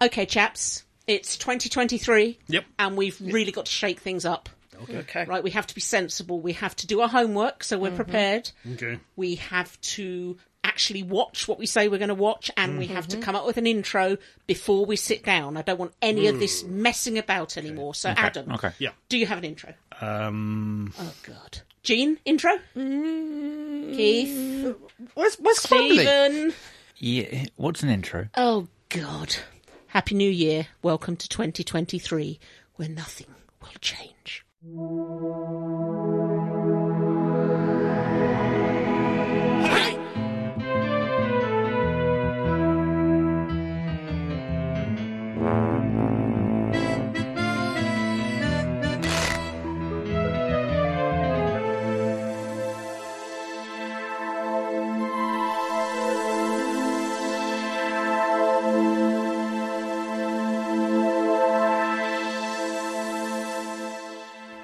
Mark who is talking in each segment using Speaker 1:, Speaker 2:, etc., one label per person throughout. Speaker 1: okay, chaps, it's 2023.
Speaker 2: Yep.
Speaker 1: And we've really got to shake things up.
Speaker 3: Okay.
Speaker 1: Right, we have to be sensible. We have to do our homework so we're prepared.
Speaker 2: Okay.
Speaker 1: We have to actually watch what we say we're going to watch and we have to come up with an intro before we sit down. I don't want any of this messing about anymore. So, Adam,
Speaker 4: Okay.
Speaker 2: Yeah.
Speaker 1: do you have an intro?
Speaker 2: Um.
Speaker 1: Oh, God. Jean, intro? Keith?
Speaker 3: Where's, where's Crumbly?
Speaker 1: Stephen?
Speaker 4: Yeah. What's an intro?
Speaker 1: Oh, God. Happy New Year. Welcome to 2023, where nothing will change.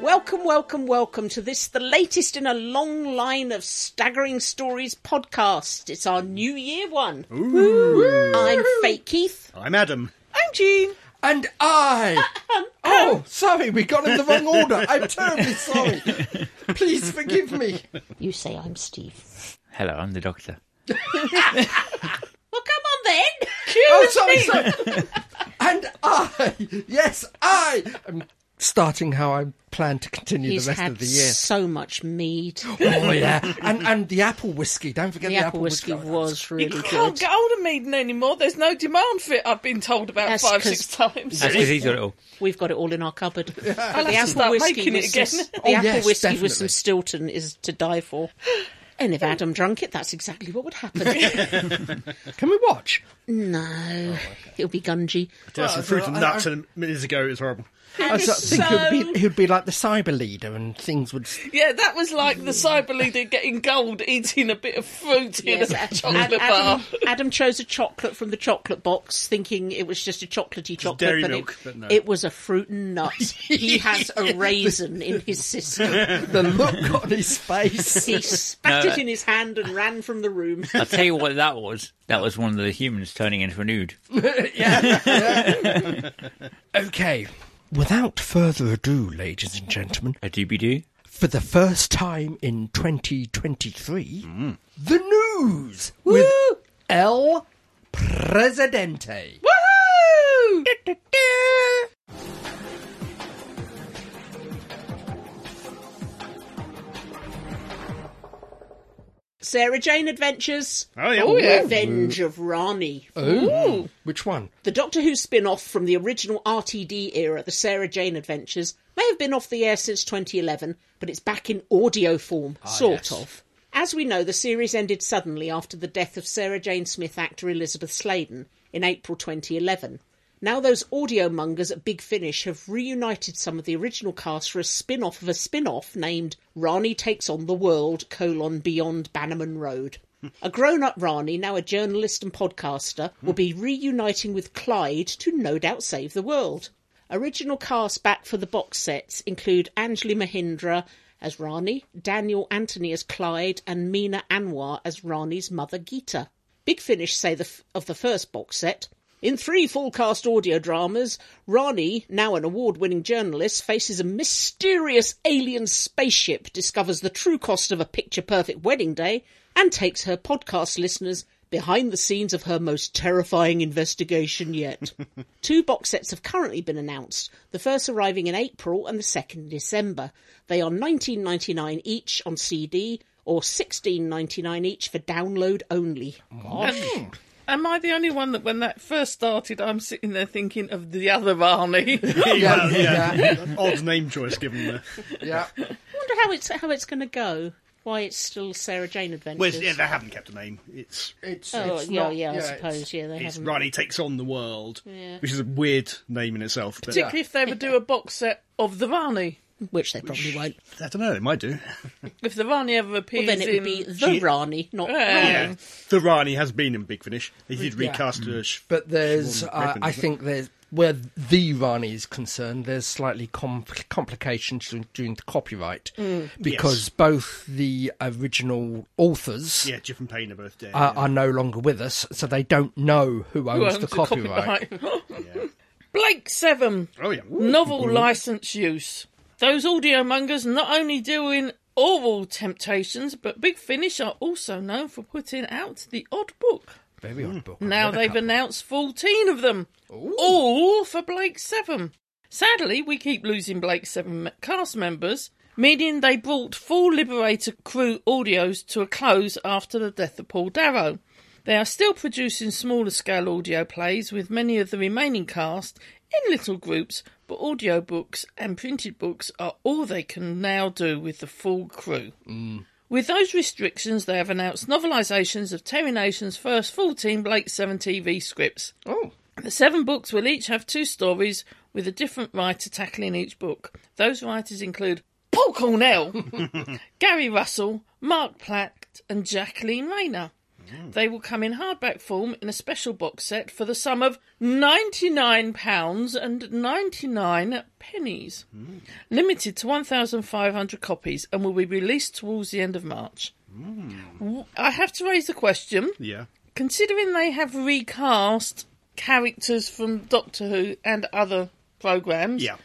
Speaker 1: Welcome, welcome, welcome to this, the latest in a long line of staggering stories podcast. It's our New Year one. I'm Fake Keith.
Speaker 2: I'm Adam.
Speaker 3: I'm Jean. And I. Oh, sorry, we got in the wrong order. I'm terribly sorry. Please forgive me.
Speaker 1: You say I'm Steve.
Speaker 4: Hello, I'm the doctor.
Speaker 1: Well, come on then.
Speaker 3: Oh, sorry, sorry. And I. Yes, I. I'm starting how I plan to continue
Speaker 1: He's
Speaker 3: the rest
Speaker 1: had
Speaker 3: of the year.
Speaker 1: so much mead.
Speaker 3: Oh, yeah. And, and the apple whiskey. Don't forget
Speaker 1: the
Speaker 3: the,
Speaker 1: apple whiskey
Speaker 3: whiskey.
Speaker 1: was really
Speaker 5: you
Speaker 1: good.
Speaker 5: can't get hold of Meaden anymore. There's no demand for it. I've been told about
Speaker 1: That's
Speaker 5: five,
Speaker 1: 'cause-
Speaker 5: six times.
Speaker 4: That's because he's got it all.
Speaker 1: We've got it all in our cupboard.
Speaker 5: I'll
Speaker 1: the
Speaker 5: have to start
Speaker 1: apple whiskey
Speaker 5: making
Speaker 1: with
Speaker 5: it again.
Speaker 1: Some, the apple
Speaker 3: Oh, yes,
Speaker 1: whiskey with
Speaker 3: definitely.
Speaker 1: some Stilton is to die for. And
Speaker 5: Oh.
Speaker 1: if Adam drunk it, that's exactly what would happen.
Speaker 3: Can we watch?
Speaker 1: no, it'll be gungy.
Speaker 2: I had some fruit and nuts and minutes ago. It was horrible.
Speaker 3: I sort of think he'd, be, he'd be like the cyber leader and things would.
Speaker 5: Yeah, that was like the cyber leader getting gold, eating a bit of fruit in a
Speaker 1: Yes,
Speaker 5: chocolate
Speaker 1: Ad-
Speaker 5: bar.
Speaker 1: Adam, Adam chose a chocolate from the chocolate box, thinking it was just a chocolatey chocolate.
Speaker 2: dairy
Speaker 1: but it-
Speaker 2: milk, but no.
Speaker 1: it was a fruit and nut. he has a raisin in his system.
Speaker 3: The look on his face.
Speaker 1: He spat
Speaker 4: No,
Speaker 1: it in his hand and ran from the room.
Speaker 4: I'll tell you what that was. That was one of the humans turning into a nude.
Speaker 3: Okay. Without further ado, ladies and gentlemen,
Speaker 4: A doobie doo.
Speaker 3: for the first time in 2023,
Speaker 2: Mm.
Speaker 3: the news with El Presidente.
Speaker 5: Woohoo!
Speaker 1: Sarah Jane Adventures.
Speaker 2: Oh yeah.
Speaker 5: Oh, yeah.
Speaker 1: Revenge of Rani.
Speaker 3: Ooh. Which one?
Speaker 1: The Doctor Who spin off from the original RTD era, the Sarah Jane Adventures, may have been off the air since 2011, but it's back in audio form, sort
Speaker 3: yes.
Speaker 1: of. As we know, the series ended suddenly after the death of Sarah Jane Smith actor Elizabeth Sladen in April 2011. Now, those audio mongers at Big Finish have reunited some of the original cast for a spin off of a spin off named Rani Takes on the World colon Beyond Bannerman Road. A grown up Rani, now a journalist and podcaster, will be reuniting with Clyde to no doubt save the world. Original cast back for the box sets include Anjali Mahindra as Rani, Daniel Anthony as Clyde, and Mina Anwar as Rani's mother Geeta. Big Finish say the f- of the first box set. In three full cast audio dramas, Rani, now an award winning journalist, faces a mysterious alien spaceship, discovers the true cost of a picture perfect wedding day, and takes her podcast listeners behind the scenes of her most terrifying investigation yet. Two box sets have currently been announced, the first arriving in April and the second in December. They are 19.99 each on CD or 16.99 each for download only.
Speaker 5: Am I the only one that, when that first started, I'm sitting there thinking of the other Arnie?
Speaker 2: Yeah, yeah. Odd name choice given there.
Speaker 3: Yeah.
Speaker 1: wonder how it's how it's going to go. Why it's still Sarah Jane
Speaker 2: Well,
Speaker 1: Adventures?
Speaker 2: yeah, they haven't kept a name. It's
Speaker 3: It's,
Speaker 1: oh
Speaker 3: it's
Speaker 1: yeah,
Speaker 3: not-
Speaker 1: yeah, I
Speaker 3: it's-
Speaker 1: suppose yeah they
Speaker 2: it's
Speaker 1: haven't.
Speaker 2: Ronnie takes on the world,
Speaker 1: Yeah.
Speaker 2: which is a weird name in itself. But uh,
Speaker 5: Particularly if they would do a box set of the Rani.
Speaker 1: Which they probably won't.
Speaker 2: I don't know. They might do.
Speaker 5: If the Rani ever appears
Speaker 1: Then it
Speaker 5: in- uh,
Speaker 1: would be the Rani, not
Speaker 5: Yeah.
Speaker 2: The Rani has been in Big Finish. They did
Speaker 3: Yeah.
Speaker 2: recast her. sh-
Speaker 4: Mm.
Speaker 3: But there's,
Speaker 2: Siobhan
Speaker 3: uh,
Speaker 2: Redmond,
Speaker 3: I
Speaker 2: isn't it?
Speaker 3: think there's where the Rani is concerned, there's slightly compl- complications during- during the copyright
Speaker 1: Mm.
Speaker 3: because
Speaker 2: Yes.
Speaker 3: both the original authors
Speaker 2: Yeah, Jip and Payne are both dead.
Speaker 4: Uh,
Speaker 3: are, are no longer with us, so they don't know who owns,
Speaker 5: Who owns
Speaker 3: the copyright.
Speaker 5: copyright?
Speaker 2: yeah.
Speaker 5: Blake Seven.
Speaker 2: Oh yeah.
Speaker 5: Novel license use. Those audio mongers not only do in oral temptations, but Big Finish are also known for putting out the odd book.
Speaker 3: Very odd book. I've
Speaker 5: Now
Speaker 3: read a
Speaker 5: they've
Speaker 3: couple.
Speaker 5: announced 14 of them, all for Blake Seven. Sadly, we keep losing Blake Seven me- cast members, meaning they brought full Liberator crew audios to a close after the death of Paul Darrow. They are still producing smaller scale audio plays with many of the remaining cast in little groups, but audio books and printed books are all they can now do with the full crew. With those restrictions, they have announced novelisations of Terry Nation's first 14 Blake 7 TV scripts.
Speaker 3: Oh,
Speaker 5: The seven books will each have two stories, with a different writer tackling each book. Those writers include Paul Cornell, Gary Russell, Mark Platt, and Jacqueline Rayner. They will come in hardback form in a special box set for the sum of £99 and 99 pennies, limited to 1,500 copies, and will be released towards the end of March. W- I have to raise the question
Speaker 2: Yeah.
Speaker 5: Hmm. considering they have recast characters from Doctor Who and other programs,
Speaker 2: Yeah.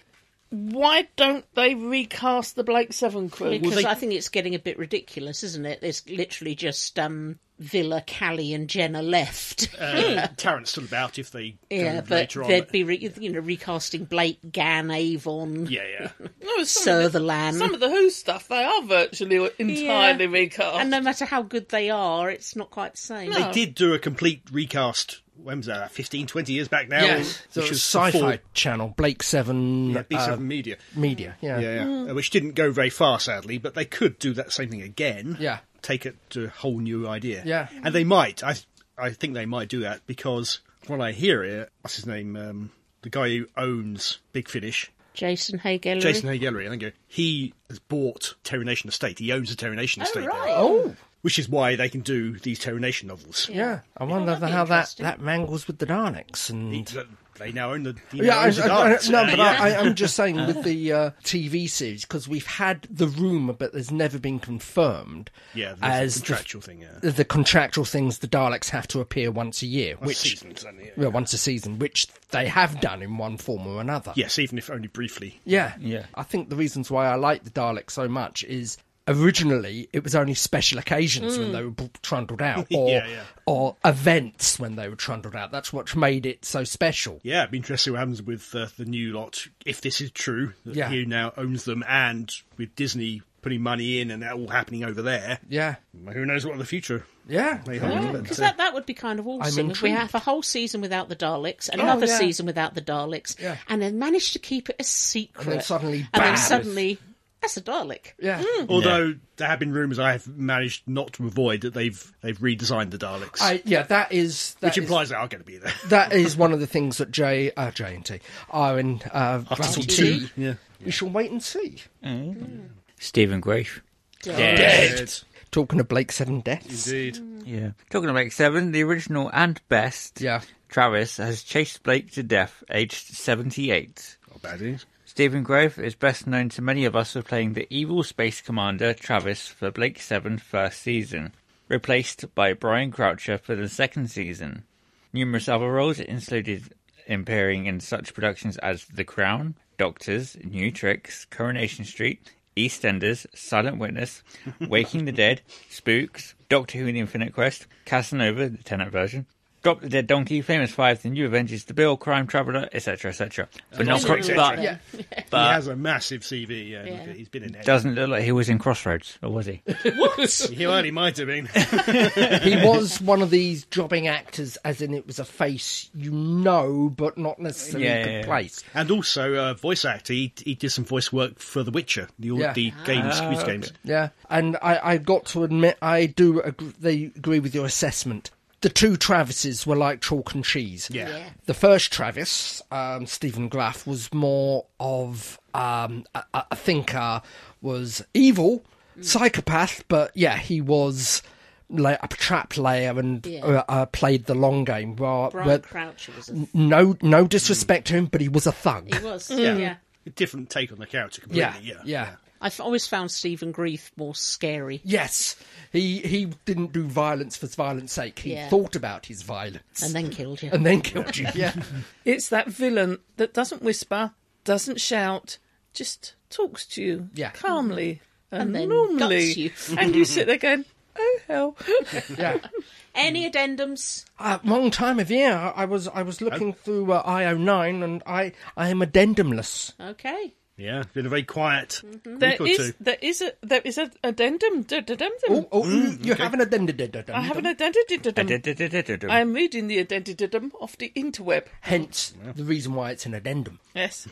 Speaker 5: why don't they recast the Blake Seven crew?
Speaker 1: Because
Speaker 2: they-
Speaker 1: I think it's getting a bit ridiculous, isn't it? It's literally just um, Villa, Callie, and Jenna left.
Speaker 2: Uh, Tarrant's still about if they
Speaker 1: yeah,
Speaker 2: go
Speaker 1: but
Speaker 2: later on.
Speaker 1: they'd be re- you know recasting Blake, Gan, Avon,
Speaker 2: Yeah, yeah.
Speaker 5: no, some, of the,
Speaker 1: Sutherland.
Speaker 5: some of the Who stuff they are virtually or entirely
Speaker 1: Yeah.
Speaker 5: recast.
Speaker 1: And no matter how good they are, it's not quite the same.
Speaker 3: Oh.
Speaker 2: They did do a complete recast. When was that? 15, 20 years back now.
Speaker 3: yes. So
Speaker 2: which
Speaker 3: it's
Speaker 2: was
Speaker 3: sci-fi
Speaker 2: before-
Speaker 3: channel, Blake Seven
Speaker 2: Yeah, B7
Speaker 3: uh,
Speaker 2: Media.
Speaker 3: Media. Yeah. Mm.
Speaker 2: Yeah, yeah. Uh, Which didn't go very far, sadly, but they could do that same thing again.
Speaker 3: Yeah.
Speaker 2: Take it to a whole new idea.
Speaker 3: Yeah.
Speaker 2: And they might. I I think they might do that because when I hear it, what's his name? Um, the guy who owns Big Finish,
Speaker 1: Jason Hay Gallery.
Speaker 2: Jason Hay Gallery, I think he- he has bought Terry Nation Estate. He owns the Terry Nation Estate, now,
Speaker 3: Oh,
Speaker 2: which is why they can do these Terry Nation novels.
Speaker 3: yeah. I wonder
Speaker 1: that'd be
Speaker 3: how that
Speaker 1: interesting.
Speaker 3: that mangles with the Daleks and.
Speaker 2: They now own the. he
Speaker 3: Yeah,
Speaker 2: now
Speaker 3: I,
Speaker 2: owns the
Speaker 3: I- I-
Speaker 2: Daleks.
Speaker 3: no,
Speaker 2: Uh,
Speaker 3: but
Speaker 2: yeah.
Speaker 3: I, I, I'm just saying with the uh, TV series because we've had the rumor, but there's never been confirmed.
Speaker 2: Yeah, there's a
Speaker 3: as
Speaker 2: contractual
Speaker 3: the,
Speaker 2: thing, yeah.
Speaker 3: the, the contractual things the Daleks have to appear once a year, which
Speaker 2: Seasons, I mean, yeah.
Speaker 3: well, once a season, which they have done in one form or another.
Speaker 2: Yes, even if only briefly.
Speaker 3: Yeah.
Speaker 4: Yeah.
Speaker 3: I think the reasons why I like the Daleks so much is originally it was only special occasions when they were b- trundled out or
Speaker 2: Mm. Yeah, yeah.
Speaker 3: or events when they were trundled out. That's what made it so special.
Speaker 2: Yeah, it'd be interesting what happens with uh, the new lot if this is true. That
Speaker 3: Yeah.
Speaker 2: He now owns them, and with Disney putting money in and that all happening over there,
Speaker 3: Yeah.
Speaker 2: who knows what the future
Speaker 3: Yeah.
Speaker 2: may hold.
Speaker 1: Because
Speaker 2: but, uh,
Speaker 1: that, that would be kind of awesome if we
Speaker 3: intrigued. Oh,
Speaker 1: have a whole season without the Daleks, another
Speaker 3: yeah.
Speaker 1: season without the Daleks,
Speaker 3: Yeah.
Speaker 1: and then manage to keep it a secret.
Speaker 3: suddenly,
Speaker 1: and
Speaker 3: bam.
Speaker 1: then suddenly, that's a Dalek.
Speaker 3: Yeah.
Speaker 2: although there have been rumours I have managed not to avoid that they've they've redesigned the Daleks,
Speaker 3: I, yeah, that is that
Speaker 2: which
Speaker 3: is-
Speaker 2: implies they are going to be there.
Speaker 3: that is one of the things that J uh, J and T are in uh,
Speaker 2: Article
Speaker 3: Article
Speaker 2: two.
Speaker 3: T.
Speaker 2: Yeah.
Speaker 3: We shall wait and see.
Speaker 4: Stephen Grafe.
Speaker 3: Talking of Blake Seven deaths.
Speaker 2: Indeed.
Speaker 4: Yeah. Talking about Seven, the original and best.
Speaker 3: Yeah.
Speaker 4: Travis has chased Blake to death, aged 78.
Speaker 2: Not bad news.
Speaker 4: Stephen Grove is best known to many of us for playing the evil space commander Travis for Blake 7's first season, replaced by Brian Croucher for the second season. Numerous other roles included appearing in such productions as The Crown, Doctors, New Tricks, Coronation Street, EastEnders, Silent Witness, Waking the Dead, Spooks, Doctor Who The Infinite Quest, Casanova, the Tenant version, Drop the Dead Donkey, Famous Five, The New Avengers, The Bill, Crime Traveller, etc., etc. But not,
Speaker 2: Lots of
Speaker 4: but,
Speaker 2: etc.
Speaker 4: but
Speaker 2: he has a massive CV. Yeah, look at- he's been in it.
Speaker 4: doesn't look like he was in Crossroads, or Oh, was he?
Speaker 2: He only might have been.
Speaker 3: he was one of these jobbing actors, as in it was a face you know, but not necessarily
Speaker 4: Yeah,
Speaker 3: a good
Speaker 4: yeah, yeah.
Speaker 3: place.
Speaker 2: And also, uh, voice actor. He, he did some voice work for The Witcher, the, old
Speaker 3: Yeah. Ah.
Speaker 2: the
Speaker 5: Ah,
Speaker 2: games, computer games.
Speaker 3: Yeah, and I, I got to admit, I do agree, they agree with your assessment. The two Travises were like chalk and cheese.
Speaker 2: Yeah.
Speaker 1: Yeah.
Speaker 3: The first Travis, um, Stephen Graff, was more of um, a, a
Speaker 1: Mm.
Speaker 3: a thinker, was evil, psychopath, but yeah, he was la- a trap layer and
Speaker 1: Yeah.
Speaker 3: uh, uh, played the long game. Well,
Speaker 1: Brian
Speaker 3: well,
Speaker 1: Croucher was a,
Speaker 3: no, no disrespect to him, but he was a thug.
Speaker 1: he was
Speaker 2: Yeah.
Speaker 1: yeah.
Speaker 2: A different take on the character completely. Yeah.
Speaker 3: yeah, yeah,
Speaker 1: I've always found Stephen Grief more scary.
Speaker 3: Yes, he he didn't do violence for violence' sake. He
Speaker 1: Yeah.
Speaker 3: thought about his violence
Speaker 1: And then killed you.
Speaker 3: and then killed you. Yeah,
Speaker 5: It's that villain that doesn't whisper, doesn't shout, just talks to you
Speaker 3: Yeah.
Speaker 5: calmly and,
Speaker 1: And then
Speaker 5: normally.
Speaker 1: guts you.
Speaker 5: and you sit there going, oh hell.
Speaker 3: yeah.
Speaker 1: Any addendums?
Speaker 3: Uh, wrong time of year. I was I was looking through uh, IO9 and I I am addendumless.
Speaker 1: Okay.
Speaker 2: Yeah. Been a very quiet
Speaker 3: Mm-hmm.
Speaker 2: week
Speaker 5: there
Speaker 2: or
Speaker 5: is
Speaker 2: two.
Speaker 5: there is a there is an addendum. d- d- addendum.
Speaker 3: Oh, oh you- you have an addendum.
Speaker 5: I have an addendum. d- d- addendum.
Speaker 4: Da-da-da-da-da-dum.
Speaker 5: I am reading the addendum off the interweb.
Speaker 3: Hence the reason why it's an addendum.
Speaker 5: Yes.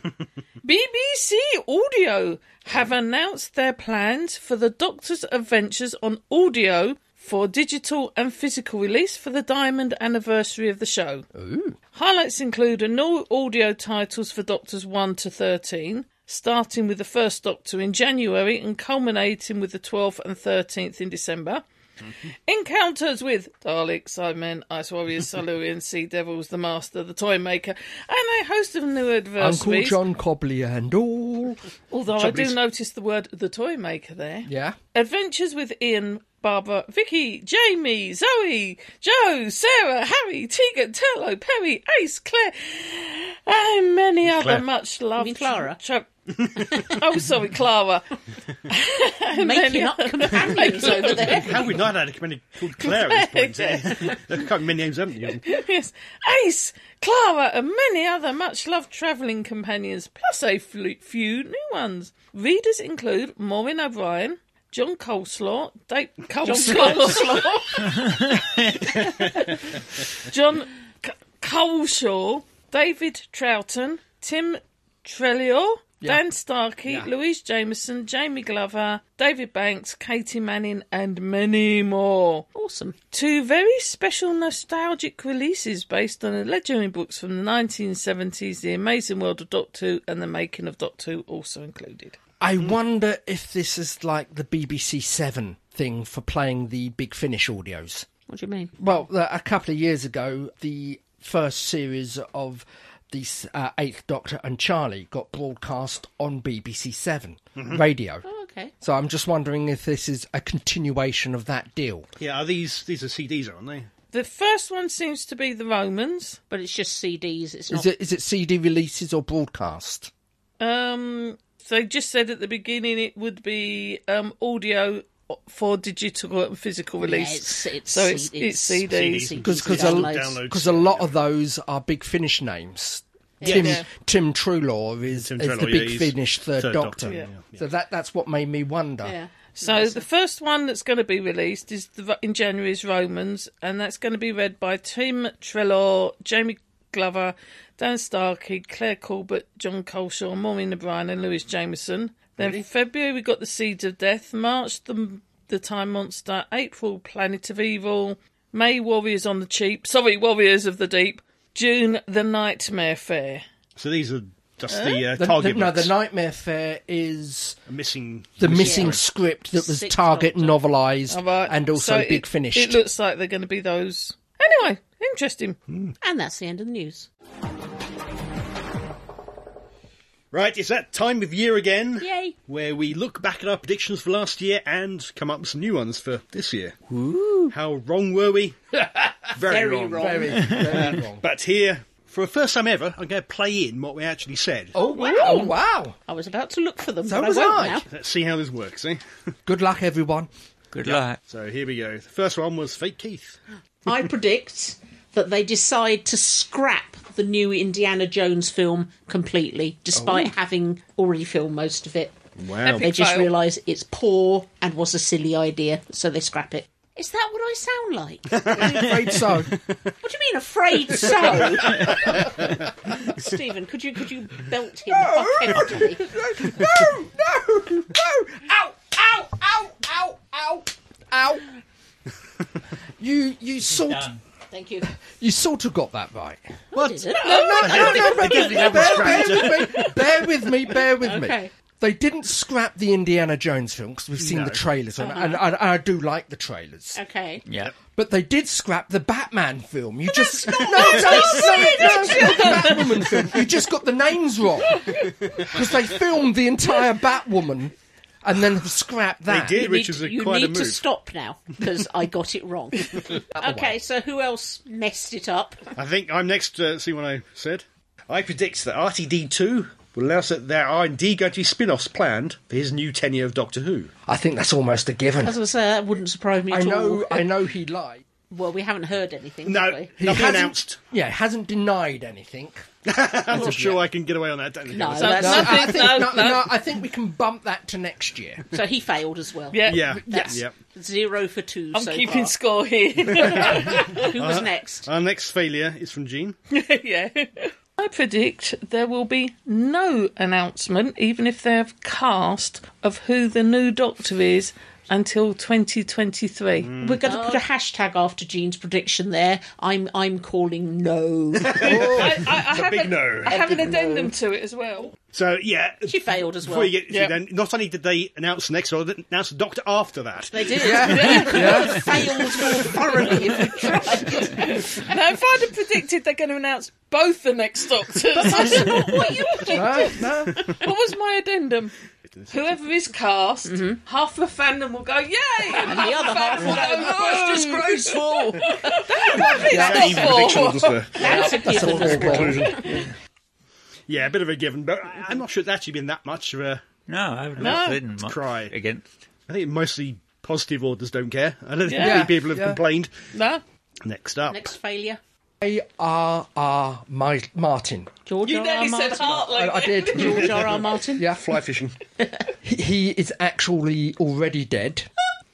Speaker 5: BBC Audio have announced their plans for the Doctor's Adventures on audio for digital and physical release for the diamond anniversary of the show. Highlights include a new audio titles for Doctors 1 to 13, starting with the first Doctor in January and culminating with the 12th and 13th in December.
Speaker 3: Mm-hmm.
Speaker 5: Encounters with Daleks, Cybermen, Ice Warriors, Silurians, Sea Devils, The Master, The Toy Maker, and a host of new
Speaker 3: Uncle
Speaker 5: adversaries.
Speaker 3: John Cobley and all.
Speaker 5: Although I do notice the word The Toy Maker there.
Speaker 3: Yeah.
Speaker 5: Adventures with Ian, Barbara, Vicky, Jamie, Zoe, Joe, Sarah, Harry, Tegan, Turlo, Perry, Ace, Claire, and many
Speaker 2: Claire.
Speaker 5: other much loved.
Speaker 1: mean Clara?
Speaker 5: tra- oh, sorry, Clara.
Speaker 1: Making up companions over there.
Speaker 2: How have we not had a committee called Claire at this point? eh? There's quite many names, haven't you?
Speaker 5: yes, Ace, Clara, and many other much loved travelling companions, plus a flu- few new ones. Readers include Maureen O'Brien, John Coleslaw, Dave Coleslaw, John C- Coleshaw, David Troughton, Tim Trellior. Dan Starkey, Louise Jameson, Jamie Glover, David Banks, Katie Manning, and many more
Speaker 1: Awesome.
Speaker 5: two very special nostalgic releases based on legendary books from the 1970s, The Amazing World of Doctor Who and The Making of Doctor Who also included.
Speaker 3: I wonder if this is like the BBC Seven thing for playing the Big Finish audios.
Speaker 1: What do you mean?
Speaker 3: Well, uh, a couple of years ago, the first series of the s- uh, Eighth Doctor and Charlie got broadcast on BBC 7
Speaker 2: Mm-hmm.
Speaker 3: radio.
Speaker 1: Oh, okay.
Speaker 3: So I'm just wondering if this is a continuation of that deal.
Speaker 2: Yeah, are these these are CDs, aren't they?
Speaker 5: The first one seems to be The Romans.
Speaker 1: But it's just CDs. It's
Speaker 3: Is
Speaker 2: Oh.
Speaker 1: not.
Speaker 3: it is it CD releases or broadcast?
Speaker 5: Um, they just said at the beginning it would be um, audio for digital and physical release.
Speaker 1: it's- it's
Speaker 5: so it's,
Speaker 1: C-
Speaker 5: it's
Speaker 1: it's
Speaker 5: CDs.
Speaker 3: Because
Speaker 1: Because
Speaker 3: a,
Speaker 1: downloads.
Speaker 2: downloads.
Speaker 3: cause a lot of those are big Finnish names. Tim
Speaker 5: Yeah.
Speaker 3: Tim Trulaw is,
Speaker 2: Tim
Speaker 3: is
Speaker 2: Trelaw,
Speaker 3: the
Speaker 2: yeah,
Speaker 3: big
Speaker 2: he's
Speaker 3: Finnish third,
Speaker 2: Third
Speaker 3: Doctor.
Speaker 2: Doctor, yeah, yeah.
Speaker 3: So that that's what made me wonder.
Speaker 1: Yeah.
Speaker 5: So the first one that's going to be released is the, in January is Romans, and that's going to be read by Tim Trelaw, Jamie Glover, Dan Starkey, Claire Corbett, John Coleshaw, Maureen O'Brien, and Lewis Jameson. Then February we got the Seeds of Death, March the the Time Monster, April Planet of Evil, May Warriors on the Cheap, sorry Warriors of the Deep, June the Nightmare Fair.
Speaker 2: So these are just the uh,
Speaker 3: The,
Speaker 2: target
Speaker 3: the- no, the
Speaker 2: books.
Speaker 3: Nightmare Fair is
Speaker 2: missing.
Speaker 3: the missing script that was
Speaker 1: Sixth
Speaker 3: Target
Speaker 1: Doctor.
Speaker 3: novelised
Speaker 5: All right,
Speaker 3: and also
Speaker 5: so it-
Speaker 3: Big Finish.
Speaker 5: It looks like they're going to be those. Anyway, interesting.
Speaker 1: And that's the end of the news.
Speaker 2: Right, it's that time of year again.
Speaker 1: Yay.
Speaker 2: Where we look back at our predictions for last year and come up with some new ones for this year. How wrong were we? Very,
Speaker 1: Very
Speaker 2: wrong.
Speaker 1: wrong.
Speaker 3: very, very wrong.
Speaker 2: But here, for the first time ever, I'm going to play in what we actually said.
Speaker 3: Oh wow! Oh, wow.
Speaker 1: I was about to look for them,
Speaker 3: So
Speaker 1: but
Speaker 3: was
Speaker 1: I won't
Speaker 3: I.
Speaker 1: now.
Speaker 2: Let's see how this works, eh?
Speaker 3: Good luck, everyone.
Speaker 4: Good luck.
Speaker 2: So here we go. The first one was Fake Keith.
Speaker 1: I predict that they decide to scrap the new Indiana Jones film completely, despite having already filmed most of it.
Speaker 2: Wow.
Speaker 1: They just
Speaker 5: Fail.
Speaker 1: realise it's poor and was a silly idea, so they scrap it. Is that what I sound like? what
Speaker 3: I'm afraid so.
Speaker 1: do you mean, afraid so? Stephen, could you could you belt him up heavily?
Speaker 3: no, no, no! Ow, ow, ow, ow, ow, ow! You, you sort,
Speaker 1: Thank you.
Speaker 3: you sort of got that right.
Speaker 1: What is it?
Speaker 3: No, no, no, no, no, no, no, bear, bear with me, bear with me, bear with me.
Speaker 1: Okay.
Speaker 3: They didn't scrap the Indiana Jones film because we've seen the trailers, on it, and, and, and I do like the trailers.
Speaker 1: Okay.
Speaker 4: Yeah.
Speaker 3: But they did scrap the Batman film. You just no,
Speaker 1: what
Speaker 3: no,
Speaker 1: they
Speaker 3: no, no, the Batwoman film. You just got the names wrong because they filmed the entire Batwoman and then have scrapped that.
Speaker 2: did.
Speaker 1: You
Speaker 2: Which
Speaker 1: need,
Speaker 2: is a-
Speaker 1: you
Speaker 2: quite a
Speaker 1: need to
Speaker 2: move.
Speaker 1: stop now because I got it wrong. okay, so who else messed it up?
Speaker 2: I think I'm next to see what I said. I predict that RTD2 will announce that there are indeed going to be spin offs planned for his new tenure of Doctor Who.
Speaker 3: I think that's almost a given.
Speaker 1: As I say, that wouldn't surprise me
Speaker 3: I
Speaker 1: at
Speaker 3: know,
Speaker 1: all.
Speaker 3: I know he lied.
Speaker 1: Well, we haven't heard anything. have
Speaker 2: No,
Speaker 1: we?
Speaker 2: nothing
Speaker 3: hasn't-
Speaker 2: announced.
Speaker 3: Yeah, hasn't denied anything.
Speaker 2: I'm not sure I can get away on that. Don't think
Speaker 1: No,
Speaker 2: I was-
Speaker 1: that's-
Speaker 5: no.
Speaker 3: I think,
Speaker 5: no,
Speaker 3: no,
Speaker 5: no.
Speaker 3: no, I think we can bump that to next year.
Speaker 1: so he failed as well.
Speaker 5: Yeah.
Speaker 2: Yeah.
Speaker 1: That's
Speaker 2: Yep.
Speaker 1: zero for two.
Speaker 5: I'm
Speaker 1: so
Speaker 5: keeping
Speaker 1: far.
Speaker 5: score here.
Speaker 1: Who was
Speaker 2: Uh-huh.
Speaker 1: next?
Speaker 2: Our next failure is from Gene.
Speaker 5: yeah. I predict there will be no announcement, even if they have cast, of who the new Doctor is until 2023.
Speaker 2: Mm.
Speaker 1: We're going to put a hashtag after Jean's prediction there. I'm I'm calling no.
Speaker 5: I, I, I have
Speaker 2: big
Speaker 5: an,
Speaker 2: no.
Speaker 5: I have an addendum to it as well.
Speaker 2: So, yeah.
Speaker 1: she failed as well.
Speaker 2: Before you get
Speaker 5: Yeah.
Speaker 2: to then, not only did they announce the next one, they announced the Doctor after that.
Speaker 1: They did.
Speaker 3: Yeah.
Speaker 1: Failed more thoroughly if you tried.
Speaker 5: And if I'd have predicted they're going to announce both the next Doctors,
Speaker 1: That's not what you predicted.
Speaker 3: No, no.
Speaker 5: what was my addendum? Whoever is cast, half the fandom will go, yay! Mm-hmm. And
Speaker 1: The other half
Speaker 5: will go, no!
Speaker 1: was disgraceful.
Speaker 2: That even prediction
Speaker 5: Oh.
Speaker 2: was just a-
Speaker 1: That's a given as well.
Speaker 2: yeah, a bit of a given, but I- I'm not sure it's actually been that much of a.
Speaker 4: No, I haven't no, written much
Speaker 2: cry.
Speaker 4: against.
Speaker 2: I think mostly positive orders don't care. I don't think
Speaker 5: Yeah.
Speaker 2: many people have
Speaker 3: Yeah.
Speaker 2: complained.
Speaker 5: No.
Speaker 2: Next up.
Speaker 1: Next failure.
Speaker 3: A.R.R. Mi- Martin.
Speaker 1: George
Speaker 5: You
Speaker 1: R. R.
Speaker 5: nearly said
Speaker 1: Martin.
Speaker 5: Hartley.
Speaker 3: I, I did.
Speaker 1: George R. R. Martin.
Speaker 3: Yeah.
Speaker 2: Fly fishing.
Speaker 3: He, he is actually already dead.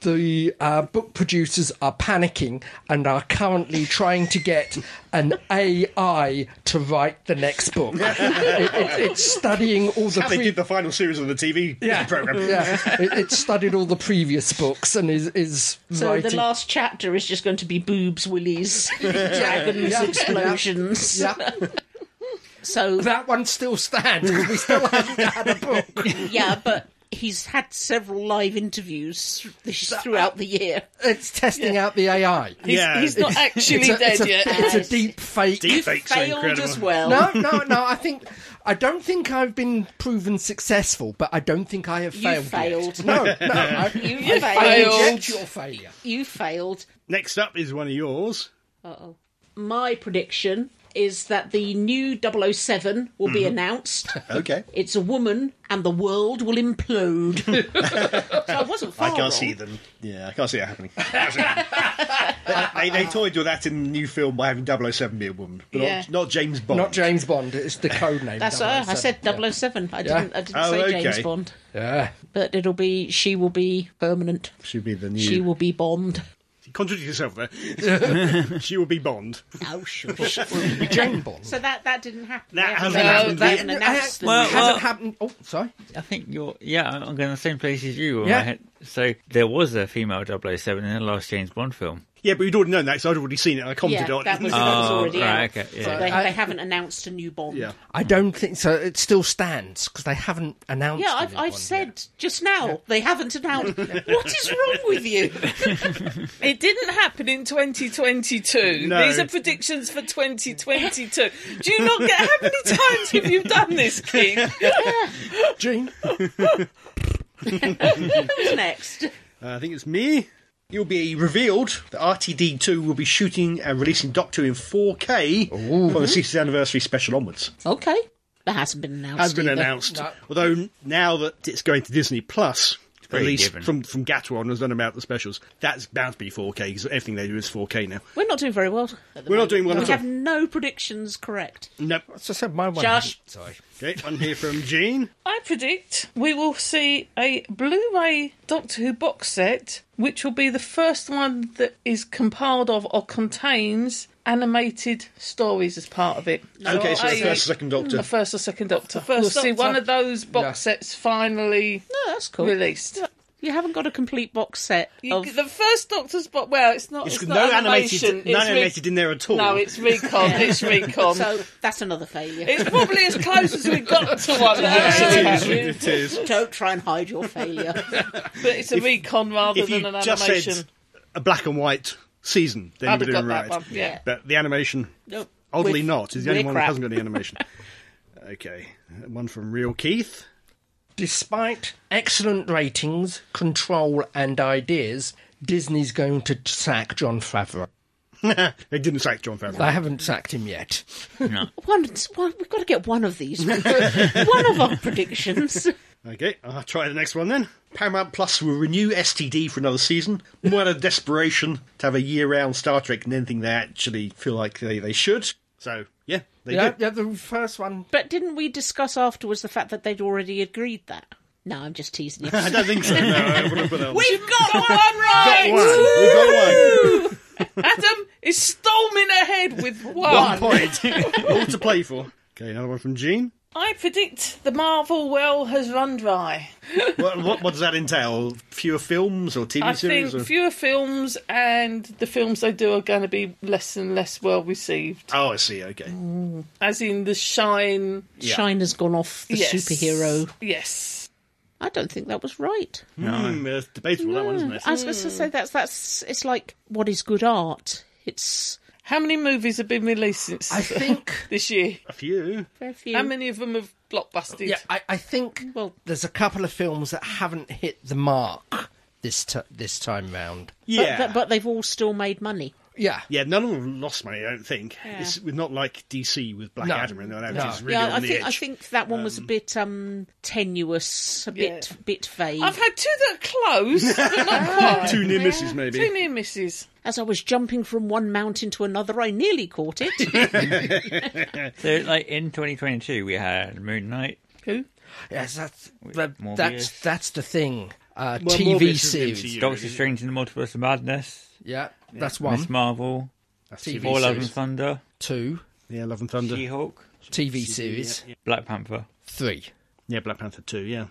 Speaker 3: The uh, book producers are panicking and are currently trying to get an AI to write the next book. It- it- it's studying all the
Speaker 2: How they
Speaker 3: pre-
Speaker 2: did the final series of the TV program.
Speaker 3: yeah, it, it studied all the previous books and is is
Speaker 1: So
Speaker 3: writing.
Speaker 1: the last chapter is just going to be boobs, willies, dragons,
Speaker 3: Yeah.
Speaker 1: explosions.
Speaker 3: Yeah.
Speaker 1: So
Speaker 3: That one still stands. 'cause We still haven't had a book.
Speaker 1: yeah, but he's had several live interviews this- throughout the year.
Speaker 3: It's testing out the AI.
Speaker 5: He's,
Speaker 2: Yeah,
Speaker 5: he's not
Speaker 2: it's-
Speaker 5: actually
Speaker 3: It's a,
Speaker 5: dead
Speaker 3: it's a,
Speaker 5: yet.
Speaker 3: it's a deep fake.
Speaker 2: Deep fakes are
Speaker 1: Failed
Speaker 2: incredible.
Speaker 1: as well.
Speaker 3: No, no, no. I think I don't think I've been proven successful, but I don't think I have
Speaker 1: You
Speaker 3: failed.
Speaker 1: failed.
Speaker 3: Yet. No, no. I,
Speaker 1: You
Speaker 3: I
Speaker 1: failed.
Speaker 5: failed.
Speaker 3: reject your failure.
Speaker 1: You failed.
Speaker 2: Next up is one of yours.
Speaker 1: Uh-oh. My prediction is that the new 007 will
Speaker 2: Mm-hmm.
Speaker 1: be announced.
Speaker 2: Okay.
Speaker 1: It's a woman, and the world will implode. so I wasn't far
Speaker 2: I can't
Speaker 1: wrong.
Speaker 2: see them. Yeah, I can't see that happening. they, they toyed with that in the new film by having 007 be a woman, but
Speaker 1: Yeah.
Speaker 2: not, not James Bond.
Speaker 3: Not James Bond. It's the code name.
Speaker 1: That's uh, I said 007. I didn't. I didn't
Speaker 2: Oh,
Speaker 1: say
Speaker 2: okay.
Speaker 1: James Bond.
Speaker 3: Yeah.
Speaker 1: But it'll be. She will be permanent.
Speaker 2: She'd be the new.
Speaker 1: She will be Bond.
Speaker 2: Contradict yourself there. she will be Bond.
Speaker 1: Oh, shush.
Speaker 3: Jane Bond.
Speaker 1: So that that didn't happen.
Speaker 2: That
Speaker 1: They
Speaker 2: hasn't
Speaker 1: haven't-
Speaker 2: happened.
Speaker 1: they haven't
Speaker 3: Yeah,
Speaker 1: announced them.
Speaker 4: Well,
Speaker 3: hasn't happened. Oh, sorry.
Speaker 4: I think you're. Yeah, I'm I'm going the same place as you.
Speaker 3: Yeah.
Speaker 4: Yeah. So there was a female 007 in the last James Bond film.
Speaker 2: Yeah, but you'd already known that because I'd already seen it. and I commented
Speaker 1: yeah,
Speaker 2: on
Speaker 1: that
Speaker 2: it.
Speaker 1: was, that was already out.
Speaker 4: right, okay, yeah.
Speaker 1: So they,
Speaker 3: I-
Speaker 1: they haven't announced a new Bond.
Speaker 2: yeah.
Speaker 3: I don't think so. It still stands because they haven't announced.
Speaker 1: Yeah,
Speaker 3: the
Speaker 1: I've,
Speaker 3: new
Speaker 1: I've
Speaker 3: one
Speaker 1: said
Speaker 3: yet.
Speaker 1: just now they haven't announced. what is wrong with you?
Speaker 5: It didn't happen in 2022.
Speaker 2: No.
Speaker 5: These are predictions for 2022. Do you not get how many times have you done this, Keith?
Speaker 3: Jane.
Speaker 1: Who's next?
Speaker 2: Uh, I think it's me. You'll be revealed that RTD2 will be shooting and releasing Doctor Who in 4K from the 60th anniversary special onwards.
Speaker 1: Okay, that hasn't been announced.
Speaker 2: has been
Speaker 1: either.
Speaker 2: announced. Although now that it's going to Disney Plus, at
Speaker 4: pretty
Speaker 2: least
Speaker 4: given.
Speaker 2: from from Gatwa on, I don't know about the specials. That's bound to be 4K because everything they do is 4K now.
Speaker 1: We're not doing very well. At the
Speaker 2: We're
Speaker 1: moment.
Speaker 2: not doing well
Speaker 1: We
Speaker 2: at
Speaker 1: have
Speaker 2: all.
Speaker 1: no predictions correct.
Speaker 2: Nope.
Speaker 3: So I said my one.
Speaker 1: Josh.
Speaker 3: Sorry.
Speaker 2: Okay, one here from Gene.
Speaker 5: I predict we will see a Blu ray Doctor Who box set, which will be the first one that is compiled of or contains animated stories as part of it.
Speaker 2: okay, so
Speaker 5: I-
Speaker 2: the first, second Doctor.
Speaker 5: A first or second Doctor. First, we'll see
Speaker 1: Doctor.
Speaker 5: one of those box
Speaker 3: Yeah.
Speaker 5: sets finally
Speaker 1: No, Oh, that's cool.
Speaker 5: released.
Speaker 1: You haven't got a complete box set
Speaker 5: You,
Speaker 1: of
Speaker 5: The first Doctor's box. Well, it's not.
Speaker 2: It's
Speaker 5: It's,
Speaker 2: got
Speaker 5: not
Speaker 2: no
Speaker 5: animation.
Speaker 2: animated- no
Speaker 5: it's re-
Speaker 2: animated in there at all.
Speaker 5: No, it's recon. It's recon.
Speaker 1: So that's another failure.
Speaker 5: It's probably as close as we got to one. actually.
Speaker 2: it is.
Speaker 1: Don't try and hide your failure.
Speaker 5: But it's a recon rather
Speaker 2: If you
Speaker 5: than an
Speaker 2: just
Speaker 5: animation.
Speaker 2: said a black and white season, then
Speaker 5: I'd
Speaker 2: you
Speaker 5: have
Speaker 2: would
Speaker 5: got
Speaker 2: doing
Speaker 5: that
Speaker 2: right.
Speaker 5: one. Yeah.
Speaker 2: But the animation,
Speaker 1: Nope.
Speaker 2: oddly
Speaker 1: We're-
Speaker 2: not, is the only
Speaker 1: we're
Speaker 2: one
Speaker 1: crap.
Speaker 2: that hasn't got any animation. okay, one from Real Keith.
Speaker 3: Despite excellent ratings, control, and ideas, Disney's going to sack John Favreau.
Speaker 2: They didn't sack John Favreau.
Speaker 3: They haven't sacked him yet.
Speaker 1: One, one, we've got to get one of these. one of our predictions.
Speaker 2: Okay, I'll try the next one then. Paramount Plus will renew STD for another season, more out of desperation to have a year-round Star Trek than anything they actually feel like they, they should. So, yeah, they
Speaker 3: Yeah,
Speaker 2: do.
Speaker 3: yeah, the first one.
Speaker 1: But didn't we discuss afterwards the fact that they'd already agreed that? No, I'm just teasing you.
Speaker 2: I don't think so. No, I wouldn't put that on.
Speaker 5: We've got one
Speaker 2: Got
Speaker 5: right.
Speaker 2: one. We've got one.
Speaker 5: Adam is storming ahead with one.
Speaker 2: One point. All to play for. Okay, another one from Gene.
Speaker 5: I predict the Marvel well has run dry.
Speaker 2: What, what, what does that entail? Fewer films or TV
Speaker 5: I
Speaker 2: series?
Speaker 5: think
Speaker 2: or-
Speaker 5: fewer films and the films they do are going to be less and less well received.
Speaker 2: Oh, I see. Okay.
Speaker 5: As in The Shine.
Speaker 1: Shine has gone off the
Speaker 5: yes.
Speaker 1: superhero.
Speaker 5: Yes.
Speaker 1: I don't think that was right.
Speaker 2: Hmm, uh, it's debatable that one, isn't it?
Speaker 1: I was going
Speaker 5: Hmm.
Speaker 1: to say that's that's it's like what is good art. It's
Speaker 5: How many movies have been released since
Speaker 3: I think.
Speaker 5: this year?
Speaker 2: A few.
Speaker 1: very few.
Speaker 5: How many of them have blockbusted?
Speaker 3: Yeah, I, I think.
Speaker 1: Well-
Speaker 3: there's a couple of films that haven't hit the mark this t- this time round.
Speaker 1: but,
Speaker 2: Yeah.
Speaker 1: but, but they've all still made money.
Speaker 3: Yeah,
Speaker 2: yeah, none of them lost money, I don't think. It's we're not like DC with Black
Speaker 3: No.
Speaker 2: Adam and all that.
Speaker 3: No.
Speaker 2: It's really
Speaker 1: yeah,
Speaker 2: on
Speaker 1: I
Speaker 2: the
Speaker 1: think
Speaker 2: edge.
Speaker 1: I think that one was a bit um, tenuous, a bit
Speaker 5: Yeah.
Speaker 1: bit vague.
Speaker 5: I've had two that are close, but not quite.
Speaker 2: Two near misses, maybe.
Speaker 5: Two near misses.
Speaker 1: As I was jumping from one mountain to another, I nearly caught it.
Speaker 4: So, like in 2022, we had Moon Knight.
Speaker 5: Who?
Speaker 3: yes, that's that,
Speaker 4: Morbius.
Speaker 3: that's that's the thing. Uh,
Speaker 2: Well,
Speaker 3: TV
Speaker 2: Morbius is
Speaker 3: series.
Speaker 2: MCU,
Speaker 4: Doctor
Speaker 2: really.
Speaker 4: Strange and the Multiverse of Madness,
Speaker 3: Yeah, that's
Speaker 4: Miss
Speaker 3: one.
Speaker 4: Marvel,
Speaker 3: TV
Speaker 4: Thor Love and
Speaker 3: series.
Speaker 4: Thunder,
Speaker 3: Two.
Speaker 2: Yeah, Love and Thunder.
Speaker 4: She Hulk,
Speaker 3: TV series.
Speaker 4: Black Panther.
Speaker 3: Three.
Speaker 2: Yeah, Black Panther 2, yeah.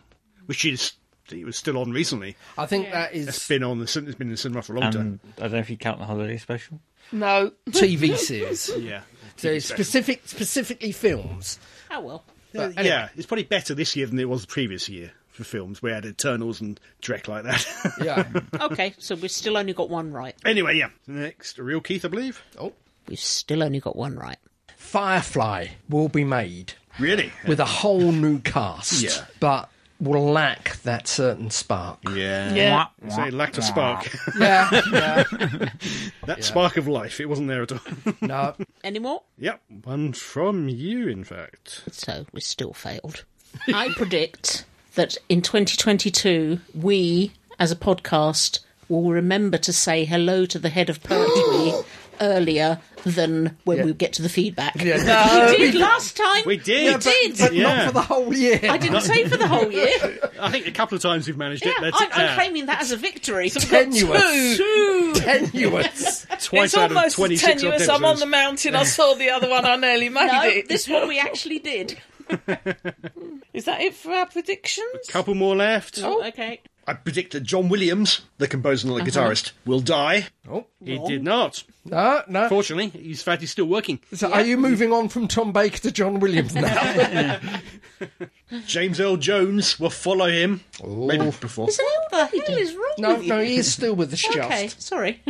Speaker 2: Which is, it was still on recently.
Speaker 3: I think that is
Speaker 2: It's been on, the, cin- it's been in the cinema for a long time.
Speaker 4: And I don't know if you count the holiday special.
Speaker 5: No.
Speaker 3: TV series.
Speaker 2: Yeah.
Speaker 3: so it's specific, specifically films.
Speaker 1: oh well.
Speaker 3: But
Speaker 2: Yeah, yeah, it's probably better this year than it was the previous year for films. We had Eternals and Drek like that.
Speaker 3: Yeah.
Speaker 1: Okay, so we've still only got one right.
Speaker 2: anyway, yeah. Next, Real Keith, I believe.
Speaker 3: oh.
Speaker 1: We've still only got one right.
Speaker 3: Firefly will be made
Speaker 2: Really?
Speaker 3: with a whole new cast.
Speaker 2: Yeah.
Speaker 3: But will lack that certain spark.
Speaker 2: Yeah.
Speaker 5: Yeah.
Speaker 4: Mwah,
Speaker 2: Say,
Speaker 4: mwah,
Speaker 2: lacked a
Speaker 4: mwah.
Speaker 2: spark.
Speaker 3: Yeah.
Speaker 2: that spark of life. It wasn't there at all.
Speaker 3: No.
Speaker 1: Any more?
Speaker 2: yep. One from you, in fact.
Speaker 1: So we still failed. I predict that in 2022, we as a podcast will remember to say hello to the head of poetry earlier than when we get to the feedback. We did last time.
Speaker 2: Uh, We did.
Speaker 1: We
Speaker 2: Yeah, but-
Speaker 1: did.
Speaker 3: But
Speaker 2: Yeah.
Speaker 3: not for the whole year.
Speaker 1: I didn't say for the whole year.
Speaker 2: I think a couple of times we've managed
Speaker 1: Yeah,
Speaker 2: it. That's,
Speaker 1: I'm, I'm
Speaker 2: uh,
Speaker 1: claiming that as a victory.
Speaker 3: Tenuous.
Speaker 5: Two.
Speaker 3: Tenuous.
Speaker 2: twice
Speaker 5: it's
Speaker 2: out of
Speaker 5: almost
Speaker 2: 26 odd
Speaker 5: tenuous. I'm on
Speaker 2: episodes.
Speaker 5: the mountain. I saw the other one. I nearly made
Speaker 1: No,
Speaker 5: it.
Speaker 1: this one we actually did.
Speaker 5: Is that it for our predictions?
Speaker 2: Couple more left.
Speaker 1: Oh, Okay.
Speaker 2: I predict that John Williams, the composer and the guitarist, will die.
Speaker 3: Oh.
Speaker 2: He did not.
Speaker 3: No, no.
Speaker 2: Fortunately, he's in fact he's still working.
Speaker 3: So are you moving on from Tom Baker to John Williams now?
Speaker 2: James Earl Jones will follow him. Maybe before.
Speaker 1: So what the hell is wrong
Speaker 3: no,
Speaker 1: with you?
Speaker 3: no, he is still with the shaft.
Speaker 1: Okay, sorry.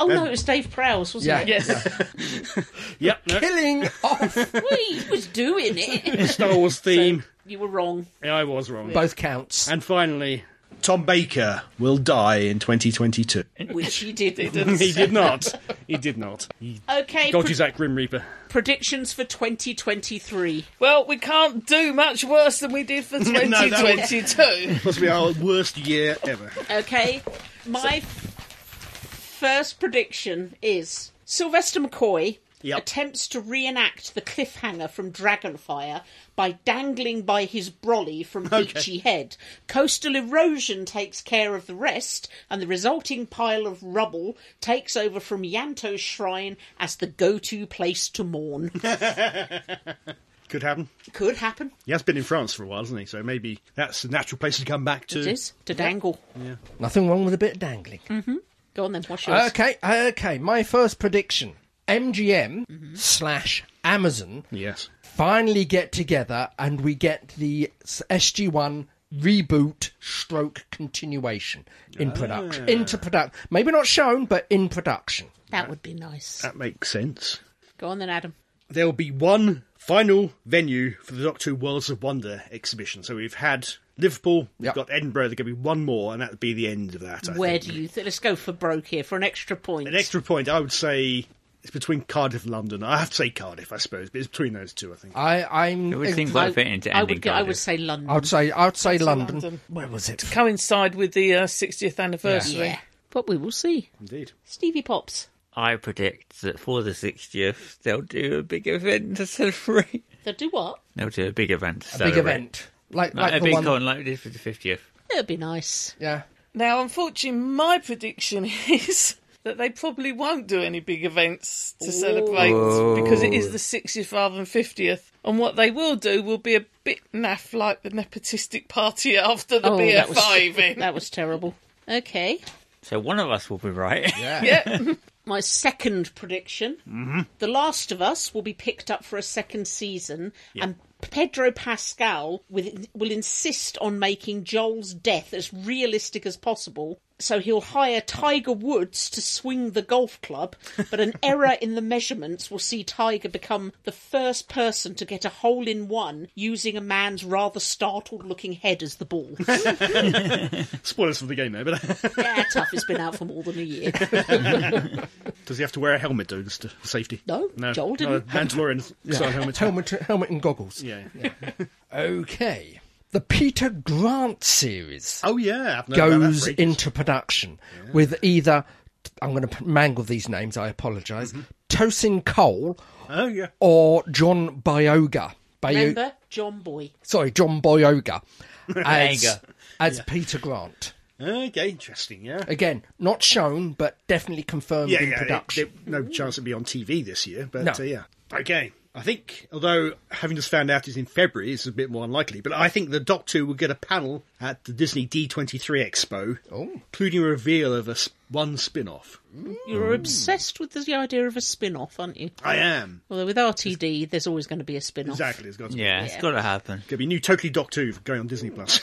Speaker 1: oh no, it was Dave Prowse, wasn't
Speaker 3: Yeah.
Speaker 1: it?
Speaker 5: Yes.
Speaker 2: Yep. no,
Speaker 3: Killing off
Speaker 1: We was doing it.
Speaker 2: Star Wars theme.
Speaker 1: you were wrong.
Speaker 2: Yeah, I was wrong.
Speaker 3: both counts.
Speaker 2: And finally, Tom Baker will die in 2022.
Speaker 1: Which he did.
Speaker 2: he did not. He did not. He
Speaker 1: Okay.
Speaker 2: dodges
Speaker 1: pre-
Speaker 2: that Grim Reaper.
Speaker 1: predictions for 2023.
Speaker 5: Well, we can't do much worse than we did for
Speaker 2: that was-
Speaker 5: 2022.
Speaker 2: Must be our worst year ever.
Speaker 1: Okay. My f- first prediction is Sylvester McCoy
Speaker 2: Yep.
Speaker 1: attempts to reenact the cliffhanger from Dragonfire by dangling by his brolly from Beachy Head. Coastal erosion takes care of the rest, and the resulting pile of rubble takes over from Yanto's shrine as the go to place to mourn.
Speaker 2: Could happen.
Speaker 1: Could happen.
Speaker 2: He has been in France for a while, hasn't he? So maybe that's a natural place to come back to.
Speaker 1: It is to dangle.
Speaker 3: Nothing wrong with a bit of dangling.
Speaker 1: Go on then. What's yours?
Speaker 3: Okay, okay. My first prediction: MGM slash Amazon
Speaker 2: Yes.
Speaker 3: finally get together, and we get the SG One reboot stroke continuation in production into production maybe not shown but in production
Speaker 1: that would be nice.
Speaker 2: That makes sense.
Speaker 1: Go on then, Adam.
Speaker 2: There will be one final venue for the Doctor Who Worlds of Wonder exhibition. So we've had Liverpool, we've
Speaker 3: Yep.
Speaker 2: got Edinburgh, there's going to be one more, and that would be the end of that. I
Speaker 1: Where
Speaker 2: think.
Speaker 1: do you? Th- let's go for broke here for an extra point.
Speaker 2: An extra point, I would say it's between Cardiff and London. I have to say Cardiff, I suppose, but it's between those two, I think.
Speaker 3: i i'm
Speaker 4: It would seem
Speaker 1: I,
Speaker 4: quite fit into
Speaker 1: I
Speaker 4: ending
Speaker 1: would. go- I would
Speaker 4: Cardiff.
Speaker 1: say London.
Speaker 3: i'd say i'd say london.
Speaker 5: London.
Speaker 3: where was it
Speaker 5: Coincide with the uh, 60th anniversary.
Speaker 1: yeah, but we will see.
Speaker 2: Indeed.
Speaker 1: Stevie Pops,
Speaker 4: I predict that for the 60th, they'll do a big event to celebrate.
Speaker 1: they'll do what?
Speaker 4: They'll do a big event to
Speaker 3: big
Speaker 4: celebrate.
Speaker 3: event like,
Speaker 4: Like,
Speaker 3: like
Speaker 4: a
Speaker 3: the
Speaker 4: big
Speaker 3: one
Speaker 4: con like we did for the 50th.
Speaker 1: It'd be nice.
Speaker 3: yeah
Speaker 5: Now, unfortunately, my prediction is that they probably won't do any big events to celebrate
Speaker 2: Oh.
Speaker 5: because it is the 60th rather than 50th. And what they will do will be a bit naff like the nepotistic party after the
Speaker 1: oh, that was
Speaker 5: BFI. in.
Speaker 1: that was terrible. Okay,
Speaker 4: So one of us will be right.
Speaker 5: yeah.
Speaker 1: my second prediction: The Last of Us will be picked up for a second season, and Pedro Pascal with, will insist on making Joel's death as realistic as possible. So he'll hire Tiger Woods to swing the golf club, but an error in the measurements will see Tiger become the first person to get a hole in one using a man's rather startled looking head as the ball.
Speaker 2: Spoilers for the game, though, but
Speaker 1: yeah, tough. It's been out for more than a year.
Speaker 2: does he have to wear a helmet, though, just to- for safety?
Speaker 1: No, Joel
Speaker 2: no,
Speaker 1: didn't.
Speaker 2: Mandalorian style helmet.
Speaker 3: helmet, helmet and goggles.
Speaker 2: Yeah.
Speaker 3: Okay. The Peter Grant series
Speaker 2: Oh, yeah. I've known about that
Speaker 3: goes
Speaker 2: for ages.
Speaker 3: into production with either, I'm going to mangle these names, I apologise,
Speaker 2: Mm-hmm.
Speaker 3: Tosin Cole
Speaker 2: Oh, yeah.
Speaker 3: or John Bioga. Bio-
Speaker 1: Remember, John Boy.
Speaker 3: Sorry, John Bioga as,
Speaker 4: Bioga.
Speaker 3: as Peter Grant.
Speaker 2: Okay, interesting, yeah.
Speaker 3: Again, not shown, but definitely confirmed
Speaker 2: yeah,
Speaker 3: in
Speaker 2: yeah.
Speaker 3: production.
Speaker 2: there- there- no chance it'd be on TV this year, but
Speaker 3: No.
Speaker 2: uh, yeah. Okay. I think, although having just found out it's in February, it's a bit more unlikely, but I think the Doctor will get a panel at the Disney D23 Expo, including a reveal of a, s- one spin off.
Speaker 1: You're
Speaker 2: Mm.
Speaker 1: obsessed with the idea of a spin off, aren't you?
Speaker 2: I am.
Speaker 1: Although with RTD, there's always going to be a spin off.
Speaker 2: Exactly. It's got to
Speaker 4: Yeah, it's got to happen.
Speaker 2: be. Gonna be new Totally Doctor Who going on Disney Plus.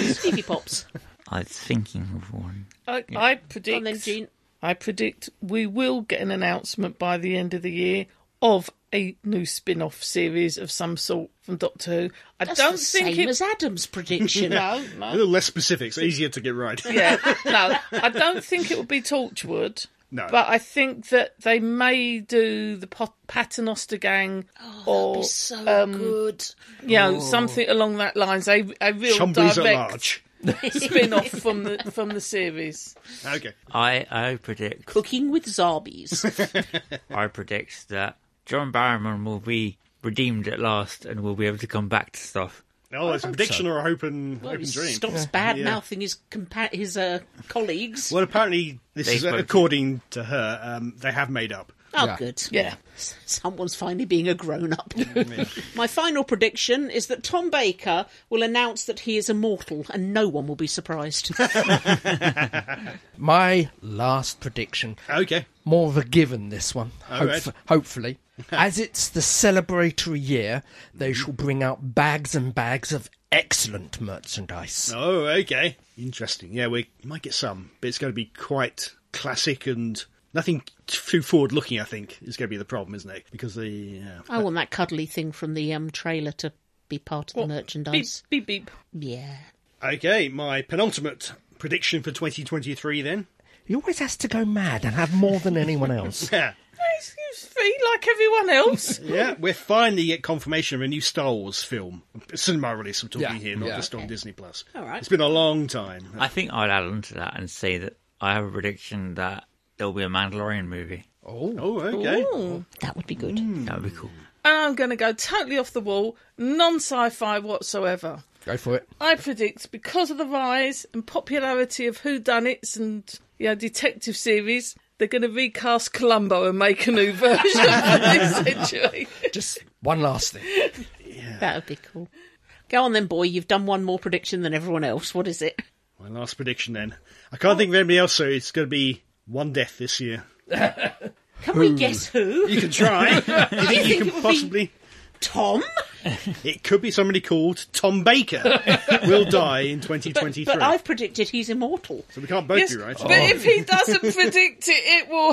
Speaker 1: Stevie Pops.
Speaker 4: I was thinking of one.
Speaker 5: I, I
Speaker 1: Go on then,
Speaker 5: predict.
Speaker 1: Gene.
Speaker 5: I predict we will get an announcement by the end of the year of a new spin-off series of some sort from Doctor Who. I
Speaker 1: That's
Speaker 5: don't
Speaker 1: the
Speaker 5: think
Speaker 1: same
Speaker 5: it
Speaker 1: as Adam's prediction.
Speaker 5: no,
Speaker 2: a
Speaker 5: no.
Speaker 2: little less specific, so easier to get right.
Speaker 5: Yeah, no, I don't think it will be Torchwood.
Speaker 2: No.
Speaker 5: But I think that they may do the Pot- Paternoster Gang or,
Speaker 1: Oh, So good.
Speaker 5: you know, something along that lines. A, a real
Speaker 2: Chombley's at
Speaker 5: direct
Speaker 2: large.
Speaker 5: spin-off from the, from the series.
Speaker 2: Okay.
Speaker 4: I, I predict
Speaker 1: Cooking with zombies.
Speaker 4: I predict that John Barrowman will be redeemed at last and will be able to come back to stuff.
Speaker 2: Oh, it's a prediction or a hope and, hope
Speaker 1: he
Speaker 2: and dream.
Speaker 1: stops bad mouthing his compa- his uh, colleagues.
Speaker 2: Well, apparently, this
Speaker 4: They
Speaker 2: is uh,
Speaker 4: both-
Speaker 2: according to her. Um, they have made up.
Speaker 1: Oh,
Speaker 3: Yeah.
Speaker 1: good.
Speaker 5: Yeah.
Speaker 1: S- Someone's finally being a grown up. My final prediction is that Tom Baker will announce that he is immortal and no one will be surprised.
Speaker 3: My last prediction
Speaker 2: Okay.
Speaker 3: more of a given this one
Speaker 2: Alright.
Speaker 3: hopef- hopefully as it's the celebratory year they
Speaker 2: Mm-hmm.
Speaker 3: shall bring out bags and bags of excellent merchandise
Speaker 2: Oh, okay. Interesting. Yeah, we might get some, but it's going to be quite classic and nothing too forward looking, I think, is going to be the problem, isn't it? Because the. Uh,
Speaker 1: I want that cuddly thing from the um, trailer to be part of the
Speaker 5: Beep,
Speaker 1: merchandise.
Speaker 5: beep, beep.
Speaker 1: Yeah.
Speaker 2: okay, my penultimate prediction for 2023 then.
Speaker 3: he always has to go mad and have more than anyone else
Speaker 2: Yeah.
Speaker 5: Excuse me, like everyone else.
Speaker 2: Yeah, we're finally get confirmation of a new Star Wars film. Cinema release, I'm talking
Speaker 3: Yeah,
Speaker 2: here, not
Speaker 3: yeah.
Speaker 2: just on Disney Plus. All
Speaker 1: right.
Speaker 2: It's been a long time.
Speaker 4: I think I'd add on to that and say that I have a prediction that there'll be a Mandalorian movie.
Speaker 2: Oh, okay.
Speaker 5: Hmm.
Speaker 1: That would be good.
Speaker 2: Mm.
Speaker 4: That would be cool.
Speaker 3: Hmm.
Speaker 5: and I'm going to go totally off the wall, non sci fi whatsoever.
Speaker 3: go for it
Speaker 5: I predict because of the rise and popularity of whodunits and you know, detective series, they're going to recast Columbo and make a new version for this century.
Speaker 3: just One last thing.
Speaker 1: That would be cool. Go on then, boy. You've done one more prediction than everyone else. What is it?
Speaker 2: My last prediction then. I can't think of anybody else, so it's going to be one death this year.
Speaker 1: Can we guess who?
Speaker 2: Hmm. You can try. you think you
Speaker 1: think
Speaker 2: can
Speaker 1: it would be-
Speaker 2: possibly?
Speaker 1: Tom?
Speaker 2: It could be somebody called Tom Baker. will die in 2023.
Speaker 1: But I've predicted he's immortal.
Speaker 2: So we can't both
Speaker 5: Yes,
Speaker 2: be right.
Speaker 5: but if he doesn't predict it, it will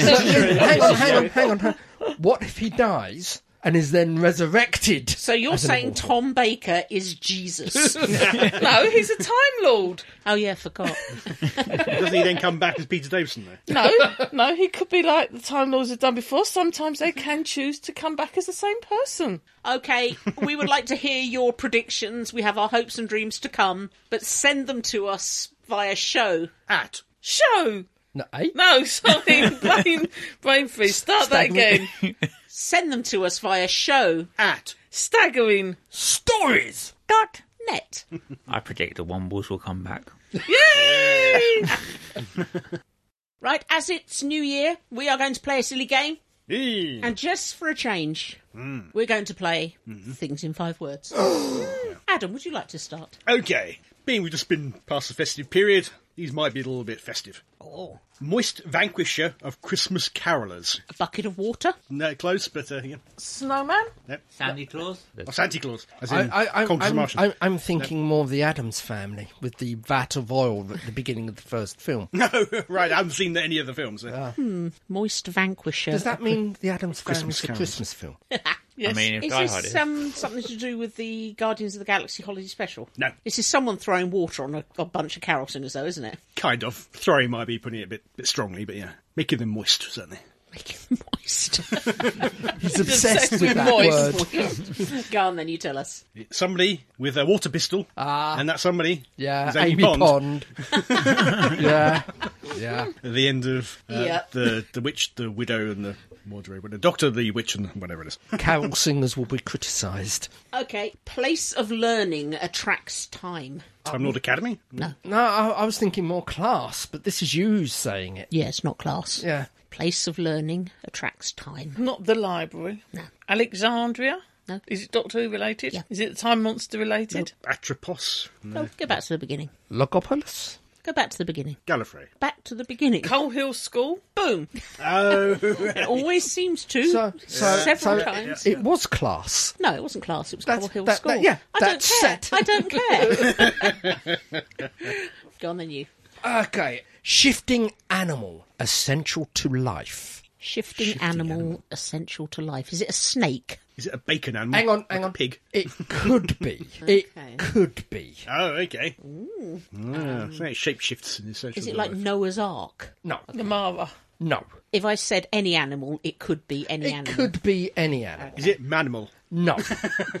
Speaker 3: hang on, hang on, hang on, hang on. What if he dies and is then resurrected?
Speaker 1: So you're
Speaker 3: as an
Speaker 1: saying
Speaker 3: immortal?
Speaker 1: Tom Baker is Jesus?
Speaker 5: no, he's a time lord.
Speaker 1: oh yeah, forgot.
Speaker 2: Doesn't he then come back as Peter Davison though?
Speaker 5: No, no, he could be like the time lords have done before. Sometimes they can choose to come back as the same person.
Speaker 1: Okay, we would like to hear your predictions. We have our hopes and dreams to come, but send them to us via show.
Speaker 2: At
Speaker 5: Show.
Speaker 3: No, eh?
Speaker 5: No, sorry, brain, brain freeze. Start that again.
Speaker 1: Send them to us via show
Speaker 2: at
Speaker 5: Staggering.
Speaker 3: Stories.
Speaker 1: dot net.
Speaker 4: I predict the Wombles will come back.
Speaker 5: Yay!
Speaker 1: Right, as it's New Year, we are going to play a silly game,
Speaker 2: Eh.
Speaker 1: and just for a change, we're going to play things in five words. Adam, would you like to start?
Speaker 2: Okay. Being we've just been past the festive period, these might be a little bit festive.
Speaker 1: Oh,
Speaker 2: Moist Vanquisher of Christmas Carolers.
Speaker 1: a bucket of water.
Speaker 2: No, close, but uh, yeah.
Speaker 5: Snowman.
Speaker 4: Sandy Claus?
Speaker 2: Oh, Santa Claus. As
Speaker 3: I,
Speaker 2: in
Speaker 3: I, I'm,
Speaker 2: Conquerors of
Speaker 3: I'm,
Speaker 2: Martian.
Speaker 3: I'm, I'm thinking more of the Adams family with the vat of oil at the beginning of the first film.
Speaker 2: No, right. I haven't seen any of the films. uh,
Speaker 1: Moist vanquisher.
Speaker 3: Does that mean the Adams family
Speaker 2: Christmas
Speaker 3: is a
Speaker 2: Carol.
Speaker 3: Christmas film?
Speaker 4: I mean, if
Speaker 1: Is
Speaker 4: Die Hard
Speaker 1: this
Speaker 4: is.
Speaker 1: um, something to do with the Guardians of the Galaxy holiday special?
Speaker 2: No.
Speaker 1: This is someone throwing water on a, a bunch of carol singers, though, isn't it?
Speaker 2: Kind of. Throwing might be putting it a bit, bit strongly, but yeah, making them moist certainly.
Speaker 1: Making them moist.
Speaker 3: He's obsessed
Speaker 5: obsessed
Speaker 3: with
Speaker 5: with
Speaker 3: that
Speaker 5: moist.
Speaker 3: word.
Speaker 1: Go on, then you tell us.
Speaker 2: It's somebody with a water pistol, and that somebody
Speaker 3: Ah. Yeah,
Speaker 2: is Amy,
Speaker 3: Amy
Speaker 2: Pond,
Speaker 3: Pond. yeah, yeah.
Speaker 2: at the end of uh,
Speaker 1: Yeah.
Speaker 2: the the witch, the widow, and the wardrobe, the doctor, the witch, and whatever it is.
Speaker 3: Carol singers will be criticised.
Speaker 1: Okay, place of learning attracts time.
Speaker 2: Time Lord Academy.
Speaker 3: No, I, I was thinking more class, but this is you saying it.
Speaker 1: Yeah, it's not class.
Speaker 3: Yeah.
Speaker 1: Place of learning attracts time.
Speaker 5: Not the library.
Speaker 1: No.
Speaker 5: Alexandria.
Speaker 1: No.
Speaker 5: Is it Doctor Who related?
Speaker 1: Yeah.
Speaker 5: Is it the Time Monster related?
Speaker 2: Atropos,
Speaker 1: Oh, go back to the beginning.
Speaker 3: Logopolis?
Speaker 1: Go back to the beginning.
Speaker 2: Gallifrey.
Speaker 1: Back to the beginning.
Speaker 5: Coal Hill School.
Speaker 1: Boom.
Speaker 2: Oh,
Speaker 1: It always seems to.
Speaker 3: So- so-
Speaker 1: several
Speaker 3: so-
Speaker 1: times.
Speaker 3: It was class.
Speaker 1: No, it wasn't class. It was
Speaker 3: That's-
Speaker 1: Coral Hill
Speaker 3: that-
Speaker 1: School.
Speaker 3: that- yeah,
Speaker 1: I don't care.
Speaker 3: that's set.
Speaker 1: I don't care. Go on then, you.
Speaker 3: Okay. Shifting animal, essential to life.
Speaker 1: Shifting, animal, essential to life. Is it a snake?
Speaker 2: is it a bacon animal?
Speaker 3: Hang on,
Speaker 2: Like
Speaker 3: hang
Speaker 2: a
Speaker 3: on.
Speaker 2: Pig.
Speaker 3: It could be.
Speaker 1: Okay.
Speaker 3: It could be.
Speaker 2: Oh, okay. Ah, so it shapeshifts in the search
Speaker 1: Um, Is
Speaker 2: of
Speaker 1: it
Speaker 2: the
Speaker 1: like
Speaker 2: life.
Speaker 1: Noah's Ark?
Speaker 3: No,
Speaker 5: Namara.
Speaker 3: no.
Speaker 1: If I said any animal, it could be any
Speaker 3: It
Speaker 1: animal.
Speaker 3: could be any animal.
Speaker 2: Is it manimal?
Speaker 3: No.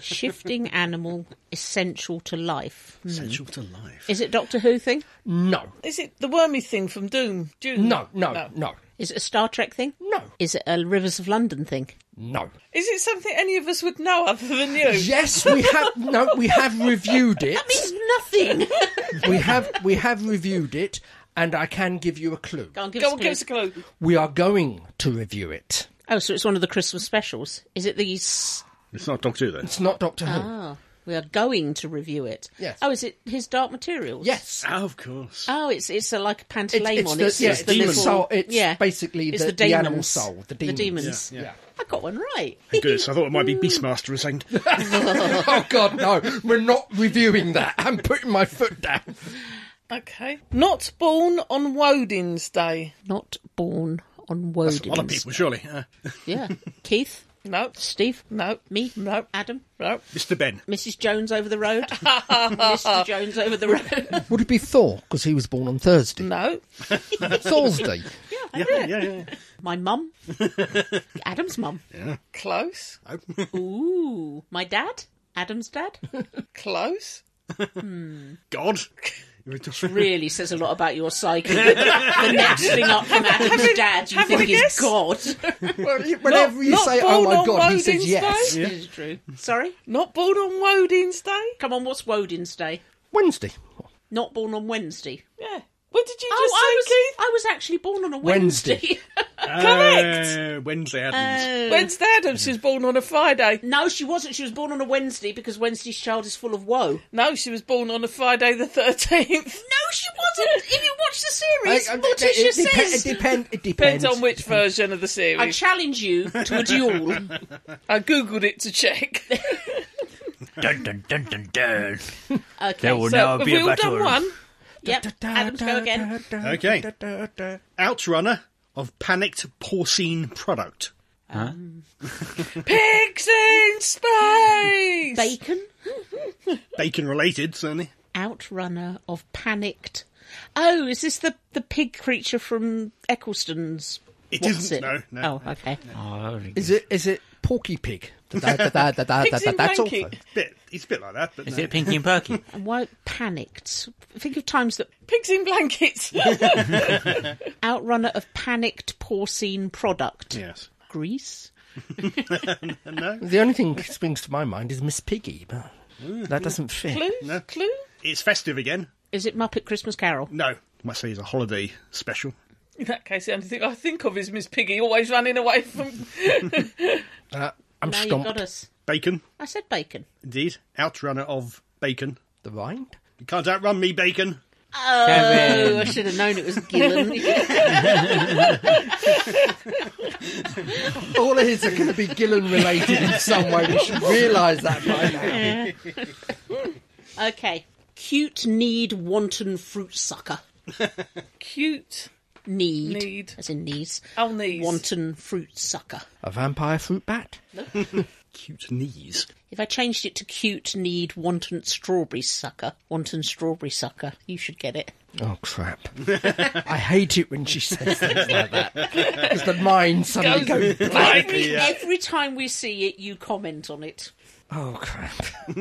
Speaker 1: Shifting animal, essential to life.
Speaker 2: Essential to life.
Speaker 1: Is it Doctor Who thing?
Speaker 3: No.
Speaker 5: Is it the wormy thing from Doom? Doom.
Speaker 3: No, no, no.
Speaker 1: Is it a Star Trek thing?
Speaker 3: No.
Speaker 1: Is it a Rivers of London thing?
Speaker 3: No.
Speaker 5: Is it something any of us would know other than you?
Speaker 3: Yes, we have no we have reviewed it.
Speaker 1: It's nothing.
Speaker 3: We have we have reviewed it and I can give you a clue.
Speaker 1: Go on, give
Speaker 5: Go
Speaker 1: us a
Speaker 5: on,
Speaker 1: clue.
Speaker 5: give us a clue.
Speaker 3: We are going to review it.
Speaker 1: Oh, so it's one of the Christmas specials. Is it the? s-
Speaker 2: It's not Doctor Who, though.
Speaker 3: It's not Doctor Who.
Speaker 1: Ah, we are going to review it.
Speaker 3: Yes.
Speaker 1: Oh, is it his Dark Materials?
Speaker 3: Yes.
Speaker 2: Oh, of course.
Speaker 1: Oh, it's it's a, like a
Speaker 3: It-
Speaker 1: Pantaleimon.
Speaker 3: it's the, yeah, it's the,
Speaker 2: demon.
Speaker 1: little-
Speaker 3: soul. It's
Speaker 1: yeah.
Speaker 3: basically
Speaker 1: It's
Speaker 3: the,
Speaker 1: the
Speaker 3: the animal
Speaker 1: demons.
Speaker 3: soul. The
Speaker 1: The
Speaker 3: demons.
Speaker 1: demons.
Speaker 3: Yeah.
Speaker 1: I got one right.
Speaker 2: Good. So I thought it might
Speaker 1: Mm.
Speaker 2: be Beastmaster or something.
Speaker 3: oh God, no! We're not reviewing that. I'm putting my foot down.
Speaker 5: Okay. Not born on Woden's Day.
Speaker 1: Not born on
Speaker 2: That's a lot of
Speaker 1: Woden's.
Speaker 2: people, surely. Uh,
Speaker 1: Yeah. Keith,
Speaker 5: No.
Speaker 1: Steve,
Speaker 5: No.
Speaker 1: me,
Speaker 5: No.
Speaker 1: Adam,
Speaker 5: No.
Speaker 2: Mr. Ben.
Speaker 1: Mrs. Jones over the road, Mr. Jones over the road.
Speaker 3: Would it be Thor? Because he was born on Thursday.
Speaker 5: No.
Speaker 3: Thursday.
Speaker 2: Yeah, yeah, yeah.
Speaker 1: My mum, Adam's mum.
Speaker 5: Close.
Speaker 1: Ooh, my dad, Adam's dad.
Speaker 5: Close.
Speaker 2: God.
Speaker 1: Really says a lot about your psyche. The, the next thing up from Adam's dad, you
Speaker 5: having a
Speaker 1: think is
Speaker 5: guess?
Speaker 1: God.
Speaker 3: Whenever you
Speaker 5: not
Speaker 3: say, "Oh
Speaker 5: born
Speaker 3: my
Speaker 5: on
Speaker 3: God," he says
Speaker 5: Woden's
Speaker 3: yes.
Speaker 5: Day?
Speaker 1: This is true. Sorry.
Speaker 5: Not born on Woden's Day.
Speaker 1: Come on, what's Woden's Day?
Speaker 3: Wednesday.
Speaker 1: Not born on Wednesday.
Speaker 5: Yeah. When did you just
Speaker 1: Oh, I
Speaker 5: say,
Speaker 1: was, I was actually born on a Wednesday.
Speaker 3: Wednesday.
Speaker 2: Correct. Uh, Wednesday
Speaker 1: Uh,
Speaker 2: Adams.
Speaker 5: Keith? Wednesday Adams was born on a Friday.
Speaker 1: No, she wasn't. She was born on a Wednesday because Wednesday's child is full of woe.
Speaker 5: No, she was born on a Friday the 13th.
Speaker 1: No, she wasn't. if you watch the series,
Speaker 3: I- I-
Speaker 1: Morticia
Speaker 3: it, depen-
Speaker 1: says.
Speaker 3: it, depend, it depends.
Speaker 5: Depends on which version of the
Speaker 1: I
Speaker 5: series.
Speaker 1: challenge you to a duel.
Speaker 5: I googled it to check.
Speaker 4: Dun, dun, dun, dun, dun.
Speaker 1: Okay,
Speaker 4: There will
Speaker 5: So,
Speaker 4: now
Speaker 5: have
Speaker 4: be
Speaker 5: we
Speaker 4: a
Speaker 5: all
Speaker 4: battle.
Speaker 5: done one?
Speaker 1: yep. Adams, go again.
Speaker 2: Okay. Outrunner of panicked porcine product.
Speaker 5: Pigs in space!
Speaker 1: Bacon,
Speaker 2: Bacon related, certainly.
Speaker 1: outrunner of panicked. Oh, is this the the pig creature from Eccleston's?
Speaker 2: It
Speaker 1: What's
Speaker 2: isn't, no, no.
Speaker 1: Oh, okay.
Speaker 4: Oh, is,
Speaker 6: Is it is it Porky Pig? Da- da- da- da- da- da-
Speaker 5: Pigs
Speaker 6: da-
Speaker 5: in
Speaker 6: That's
Speaker 5: blanket.
Speaker 6: also
Speaker 2: Bit, it's a bit like that, but no.
Speaker 4: it Pinky and Perky?
Speaker 1: And why panicked? Think of times that
Speaker 5: Pigs in blankets.
Speaker 1: outrunner of panicked porcine product.
Speaker 2: Yes.
Speaker 1: Grease.
Speaker 3: no.
Speaker 6: the only thing that springs to my mind is Miss Piggy, but that doesn't fit.
Speaker 5: Clue? Clue?
Speaker 2: It's festive again.
Speaker 1: Is it Muppet Christmas Carol?
Speaker 2: No. Might say it's a holiday special.
Speaker 5: In that case, the only thing I think of is Miss Piggy always running away from.
Speaker 6: I'm
Speaker 1: now you got
Speaker 6: stomped.
Speaker 1: us.
Speaker 2: Bacon,
Speaker 1: I said bacon.
Speaker 2: indeed. Outrunner of bacon.
Speaker 6: The rind.
Speaker 2: You can't outrun me, bacon.
Speaker 1: Oh, I should have known it was Gillen.
Speaker 3: All of his are going to be Gillen related in some way. We should realise that by now.
Speaker 1: okay. Cute need wanton fruit sucker.
Speaker 5: Cute.
Speaker 1: Need.
Speaker 5: Need.
Speaker 1: As in knees.
Speaker 5: Oh, knees.
Speaker 1: Wanton fruit sucker.
Speaker 6: A vampire fruit bat.
Speaker 2: Cute knees.
Speaker 1: If I changed it to cute need wanton strawberry sucker, wanton strawberry sucker, you should get it.
Speaker 6: Oh crap!
Speaker 3: I hate it when she says things like that. Because the mind suddenly goes.
Speaker 1: Every, every time we see it, you comment on it.
Speaker 6: Oh crap!
Speaker 2: I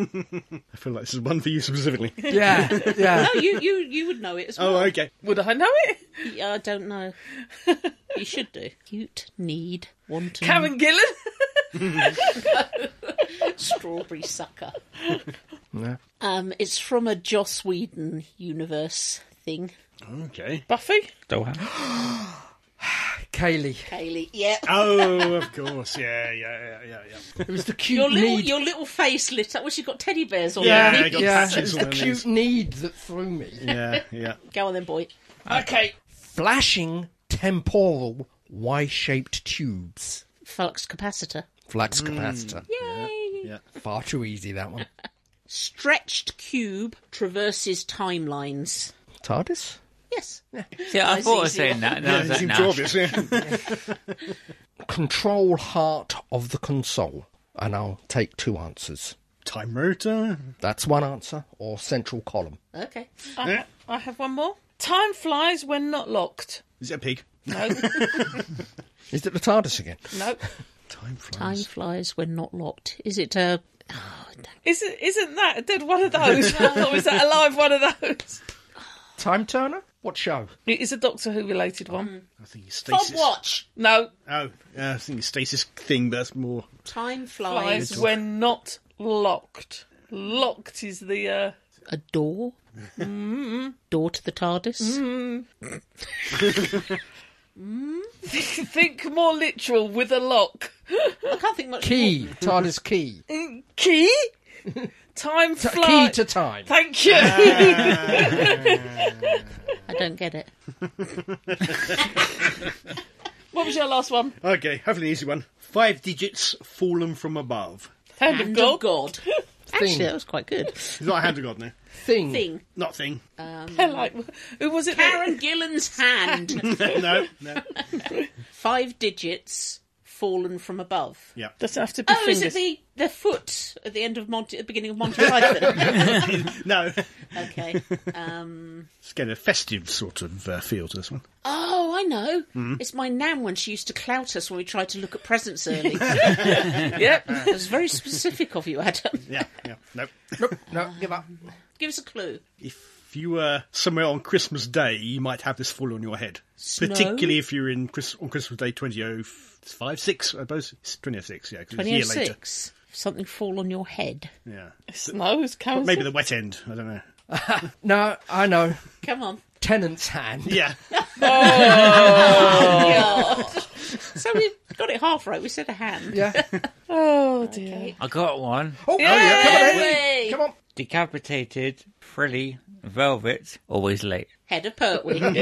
Speaker 2: feel like this is one for you specifically.
Speaker 3: Yeah, yeah.
Speaker 1: No, you, you, you would know it as well.
Speaker 2: oh, okay.
Speaker 5: Would I know it?
Speaker 1: Yeah, I don't know. you should do. Cute need wanton
Speaker 5: Karen Gillan?
Speaker 1: strawberry sucker.
Speaker 6: No.
Speaker 1: Um, it's from a Joss Whedon universe thing.
Speaker 2: Okay.
Speaker 5: Buffy?
Speaker 4: Dollhouse?
Speaker 3: Kaylee.
Speaker 1: Kaylee, yeah.
Speaker 2: Oh, of course. Yeah, yeah, yeah, yeah, yeah.
Speaker 3: It was the cute
Speaker 1: Your little,
Speaker 3: need.
Speaker 1: your little face lit up. Well, she got teddy bears on.
Speaker 2: Yeah.
Speaker 1: her.
Speaker 2: I got
Speaker 3: yeah, it
Speaker 2: patches
Speaker 3: was
Speaker 2: on
Speaker 3: the
Speaker 2: my
Speaker 3: cute
Speaker 2: knees.
Speaker 3: need that threw me.
Speaker 2: Yeah, yeah.
Speaker 1: Go on then, boy.
Speaker 5: Okay.
Speaker 6: Flashing temporal Y-shaped tubes.
Speaker 1: Flux capacitor.
Speaker 6: Flux capacitor.
Speaker 1: Yay!
Speaker 6: Far too easy that one.
Speaker 1: Stretched cube traverses timelines.
Speaker 6: TARDIS.
Speaker 1: Yes.
Speaker 4: Yeah, I
Speaker 1: That's
Speaker 4: thought I was
Speaker 1: easier.
Speaker 4: saying that. No,
Speaker 2: it
Speaker 4: that
Speaker 2: seems
Speaker 4: now.
Speaker 2: obvious, yeah.
Speaker 6: Control heart of the console. And I'll take two answers.
Speaker 2: Time rotor.
Speaker 6: That's one answer, or central column.
Speaker 1: Okay.
Speaker 5: I, I have one more. Time flies when not locked.
Speaker 2: Is it a pig?
Speaker 5: No,
Speaker 6: Is it the TARDIS again?
Speaker 5: no.
Speaker 2: Time flies.
Speaker 1: Time flies when not locked. Is it a?
Speaker 5: Isn't, isn't that a dead one of those? or is that a live one of those?
Speaker 6: Time Turner? What show?
Speaker 5: It is a Doctor Who related one.
Speaker 2: I think it's
Speaker 1: Bob
Speaker 2: stasis.
Speaker 1: Watch.
Speaker 5: No,
Speaker 2: Oh, yeah, I think it's stasis thing, but that's more.
Speaker 1: Time flies.
Speaker 5: flies when not locked. Locked is the. Uh,
Speaker 1: A door. Door to the TARDIS.
Speaker 5: think more literal with a lock. Mm,
Speaker 1: I can't think much. more.
Speaker 3: Key. TARDIS key.
Speaker 5: Key? Time
Speaker 3: T- Key
Speaker 5: flies.
Speaker 3: to time.
Speaker 5: Thank you.
Speaker 1: I don't get it.
Speaker 5: what was your last one?
Speaker 2: Okay, hopefully an easy one. Five digits fallen from above.
Speaker 5: Hand,
Speaker 1: Hand
Speaker 5: of
Speaker 1: of
Speaker 5: God.
Speaker 1: God. Actually,
Speaker 3: Thing.
Speaker 1: that was quite good.
Speaker 2: It's not a hand of God now.
Speaker 3: Thing.
Speaker 1: Thing.
Speaker 2: Not thing.
Speaker 5: They're like, who was it? that-
Speaker 1: Karen Gillan's hand.
Speaker 2: no, no.
Speaker 1: Five digits fallen from above.
Speaker 2: Yeah.
Speaker 5: Doesn't have to be
Speaker 1: Oh, is it
Speaker 5: fingers.
Speaker 1: the, the foot at the end of Monty, at the beginning of Monty Python?
Speaker 2: No.
Speaker 1: okay.
Speaker 2: It's getting a festive sort of uh, feel to this one.
Speaker 1: Oh, I know.
Speaker 2: Hmm?
Speaker 1: It's my nan when she used to clout us when we tried to look at presents early. it
Speaker 5: Yep.
Speaker 1: was very specific of you, Adam.
Speaker 2: Yeah, yeah. No.
Speaker 3: Nope, no, give up.
Speaker 1: Give us a clue.
Speaker 2: If you were somewhere on Christmas Day, you might have this fall on your head. Particularly if you're in Chris- on Christmas Day 2005, 6, I suppose. It's 2006, yeah, 'cause it's a year later.
Speaker 1: 2006. Something fall on your head.
Speaker 2: Yeah.
Speaker 5: Snow is Karen's.
Speaker 2: Maybe the wet end, I don't know.
Speaker 3: No, I know.
Speaker 1: Come on.
Speaker 3: tenant's hand.
Speaker 2: Yeah. Oh.
Speaker 1: So we got it half right. We said a hand.
Speaker 3: Yeah.
Speaker 5: Oh dear.
Speaker 4: I got one.
Speaker 3: Oh, oh, yeah. Come on,
Speaker 1: Yay!
Speaker 3: Henry. Come on.
Speaker 4: Decapitated, frilly, velvet, always late.
Speaker 1: Head of Pertwee.
Speaker 2: Late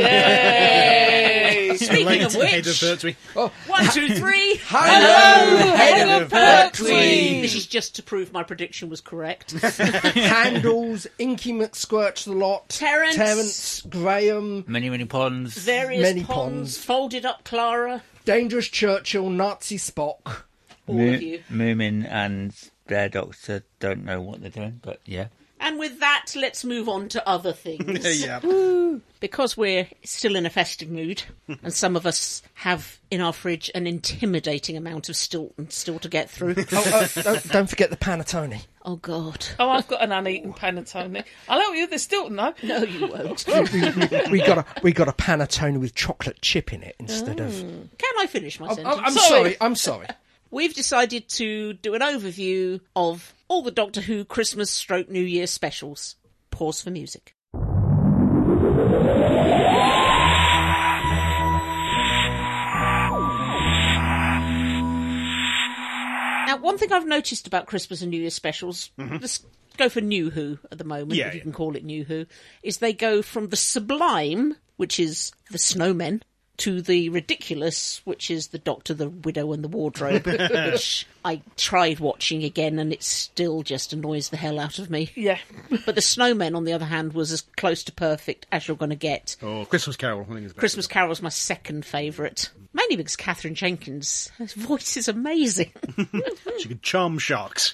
Speaker 1: Speaking of
Speaker 2: head of
Speaker 1: which,
Speaker 2: Pertwee.
Speaker 1: one, two, three.
Speaker 3: Hello, head of
Speaker 1: Pertwee. This is just to prove my prediction was correct.
Speaker 3: Handles, Inky McSquirch the lot.
Speaker 1: Terence.
Speaker 3: Terence, Graham,
Speaker 4: Many, many ponds.
Speaker 1: Various
Speaker 3: Many
Speaker 1: ponds,
Speaker 3: ponds.
Speaker 1: folded up Clara.
Speaker 3: Dangerous Churchill, Nazi Spock.
Speaker 1: All of you.
Speaker 4: Moomin and their doctor don't know what they're doing, but yeah.
Speaker 1: And with that, let's move on to other things.
Speaker 2: Yeah.
Speaker 1: Because we're still in a festive mood, and some of us have in our fridge an intimidating amount of Stilton still to get through.
Speaker 3: Oh, uh, don't, don't forget the panettone.
Speaker 1: oh, God.
Speaker 5: Oh, I've got an uneaten panettone. I'll help you with the Stilton though.
Speaker 1: No, you won't.
Speaker 3: Oh. we got a we got a panettone with chocolate chip in it instead of. Oh,
Speaker 1: Can I finish my sentence?
Speaker 3: I'm, I'm
Speaker 5: Sorry.
Speaker 3: sorry. I'm sorry.
Speaker 1: We've decided to do an overview of all the Doctor Who Christmas stroke New Year specials. Pause for music. Now, one thing I've noticed about Christmas and New Year specials, let's go for New Who at the moment,
Speaker 2: Mm-hmm. Yeah,
Speaker 1: if you
Speaker 2: yeah.
Speaker 1: can call it New Who, is they go from the sublime, which is the snowmen, to the ridiculous, which is the Doctor, the Widow, and the Wardrobe, which I tried watching again and it still just annoys the hell out of me.
Speaker 5: Yeah.
Speaker 1: But the snowmen, on the other hand, was as close to perfect as you're going to get.
Speaker 2: Or Christmas Carol. I think it's better.
Speaker 1: Christmas Carol's my second favourite, mainly because Catherine Jenkins' her voice is amazing.
Speaker 2: She could charm sharks.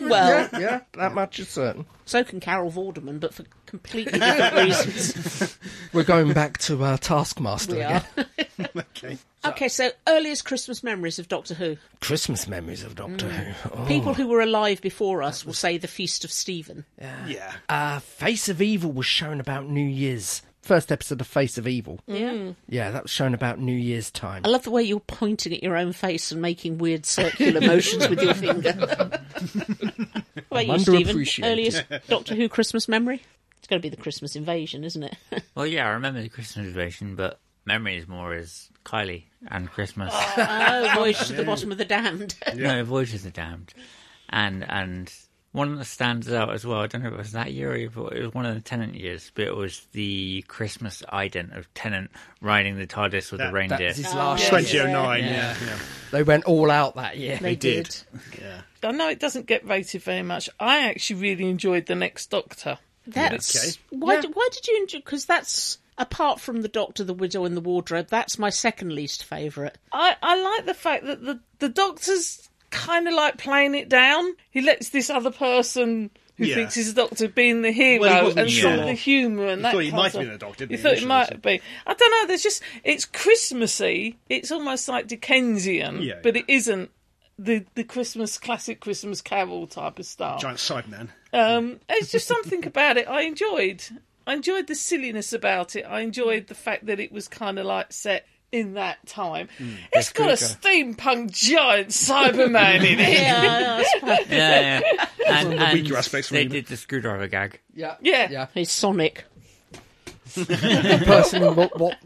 Speaker 1: well,
Speaker 3: Yeah, that much is certain.
Speaker 1: so can Carol Vorderman, but for completely different reasons.
Speaker 3: We're going back to uh, Taskmaster
Speaker 1: We
Speaker 3: again.
Speaker 1: are. okay, so earliest Christmas memories of Doctor Who.
Speaker 6: Christmas memories of Doctor Who. Oh.
Speaker 1: People who were alive before us will say the Feast of Stephen.
Speaker 2: Yeah.
Speaker 6: Uh, Face of Evil was shown about New Year's. First episode of Face of Evil.
Speaker 1: Yeah.
Speaker 6: Yeah, that was shown about New Year's time.
Speaker 1: Mm. I love the way you're pointing at your own face and making weird circular motions with your finger. what about you, Stephen?
Speaker 3: underappreciated.
Speaker 1: Earliest Doctor Who Christmas memory? It's going to be the Christmas invasion, isn't it?
Speaker 4: Well, yeah, I remember the Christmas invasion, but memories more is Kylie and Christmas.
Speaker 1: oh, voyage to the bottom of the damned.
Speaker 4: No, Voyage of the Damned. And and one that stands out as well, I don't know if it was that year or if it was one of the Tenant years, but it was the Christmas ident of Tenant riding the TARDIS with
Speaker 2: That-
Speaker 4: the
Speaker 2: that
Speaker 4: reindeer.
Speaker 3: This is last year.
Speaker 2: 2009. Yeah. yeah.
Speaker 3: They went all out that year.
Speaker 1: they
Speaker 2: did.
Speaker 1: did.
Speaker 5: I know it doesn't get rated very much. I actually really enjoyed the next Doctor.
Speaker 1: That's
Speaker 2: Okay.
Speaker 1: why.
Speaker 5: Yeah.
Speaker 1: d Why did you enjoy? Because that's apart from the Doctor, the Widow, and the Wardrobe. That's my second least favourite.
Speaker 5: I, I like the fact that the, the Doctor's kind of like playing it down. He lets this other person who
Speaker 2: Yeah.
Speaker 5: thinks he's a Doctor be in the hero
Speaker 2: Well, he wasn't
Speaker 5: and
Speaker 2: sure.
Speaker 5: sort of the humour and that.
Speaker 2: thought he
Speaker 5: kind
Speaker 2: might have
Speaker 5: of stuff.
Speaker 2: been a Doctor, didn't
Speaker 5: You
Speaker 2: he,
Speaker 5: thought he
Speaker 2: initially,
Speaker 5: might be. I don't know. There's just it's Christmassy. It's almost like Dickensian,
Speaker 2: Yeah,
Speaker 5: but
Speaker 2: yeah.
Speaker 5: it isn't. The, the Christmas classic Christmas Carol type of style.
Speaker 2: Giant Sideman.
Speaker 5: Um, it's just something about it I enjoyed. I enjoyed the silliness about it. I enjoyed the fact that it was kind of like set in that time. it's got a steampunk giant Cyberman in it.
Speaker 1: Yeah,
Speaker 4: yeah, yeah. And,
Speaker 2: the
Speaker 4: and
Speaker 2: weaker aspects for
Speaker 4: they
Speaker 2: me.
Speaker 4: did the screwdriver gag.
Speaker 3: Yeah.
Speaker 5: Yeah.
Speaker 3: Yeah.
Speaker 1: it's Sonic.
Speaker 3: Personally, what, what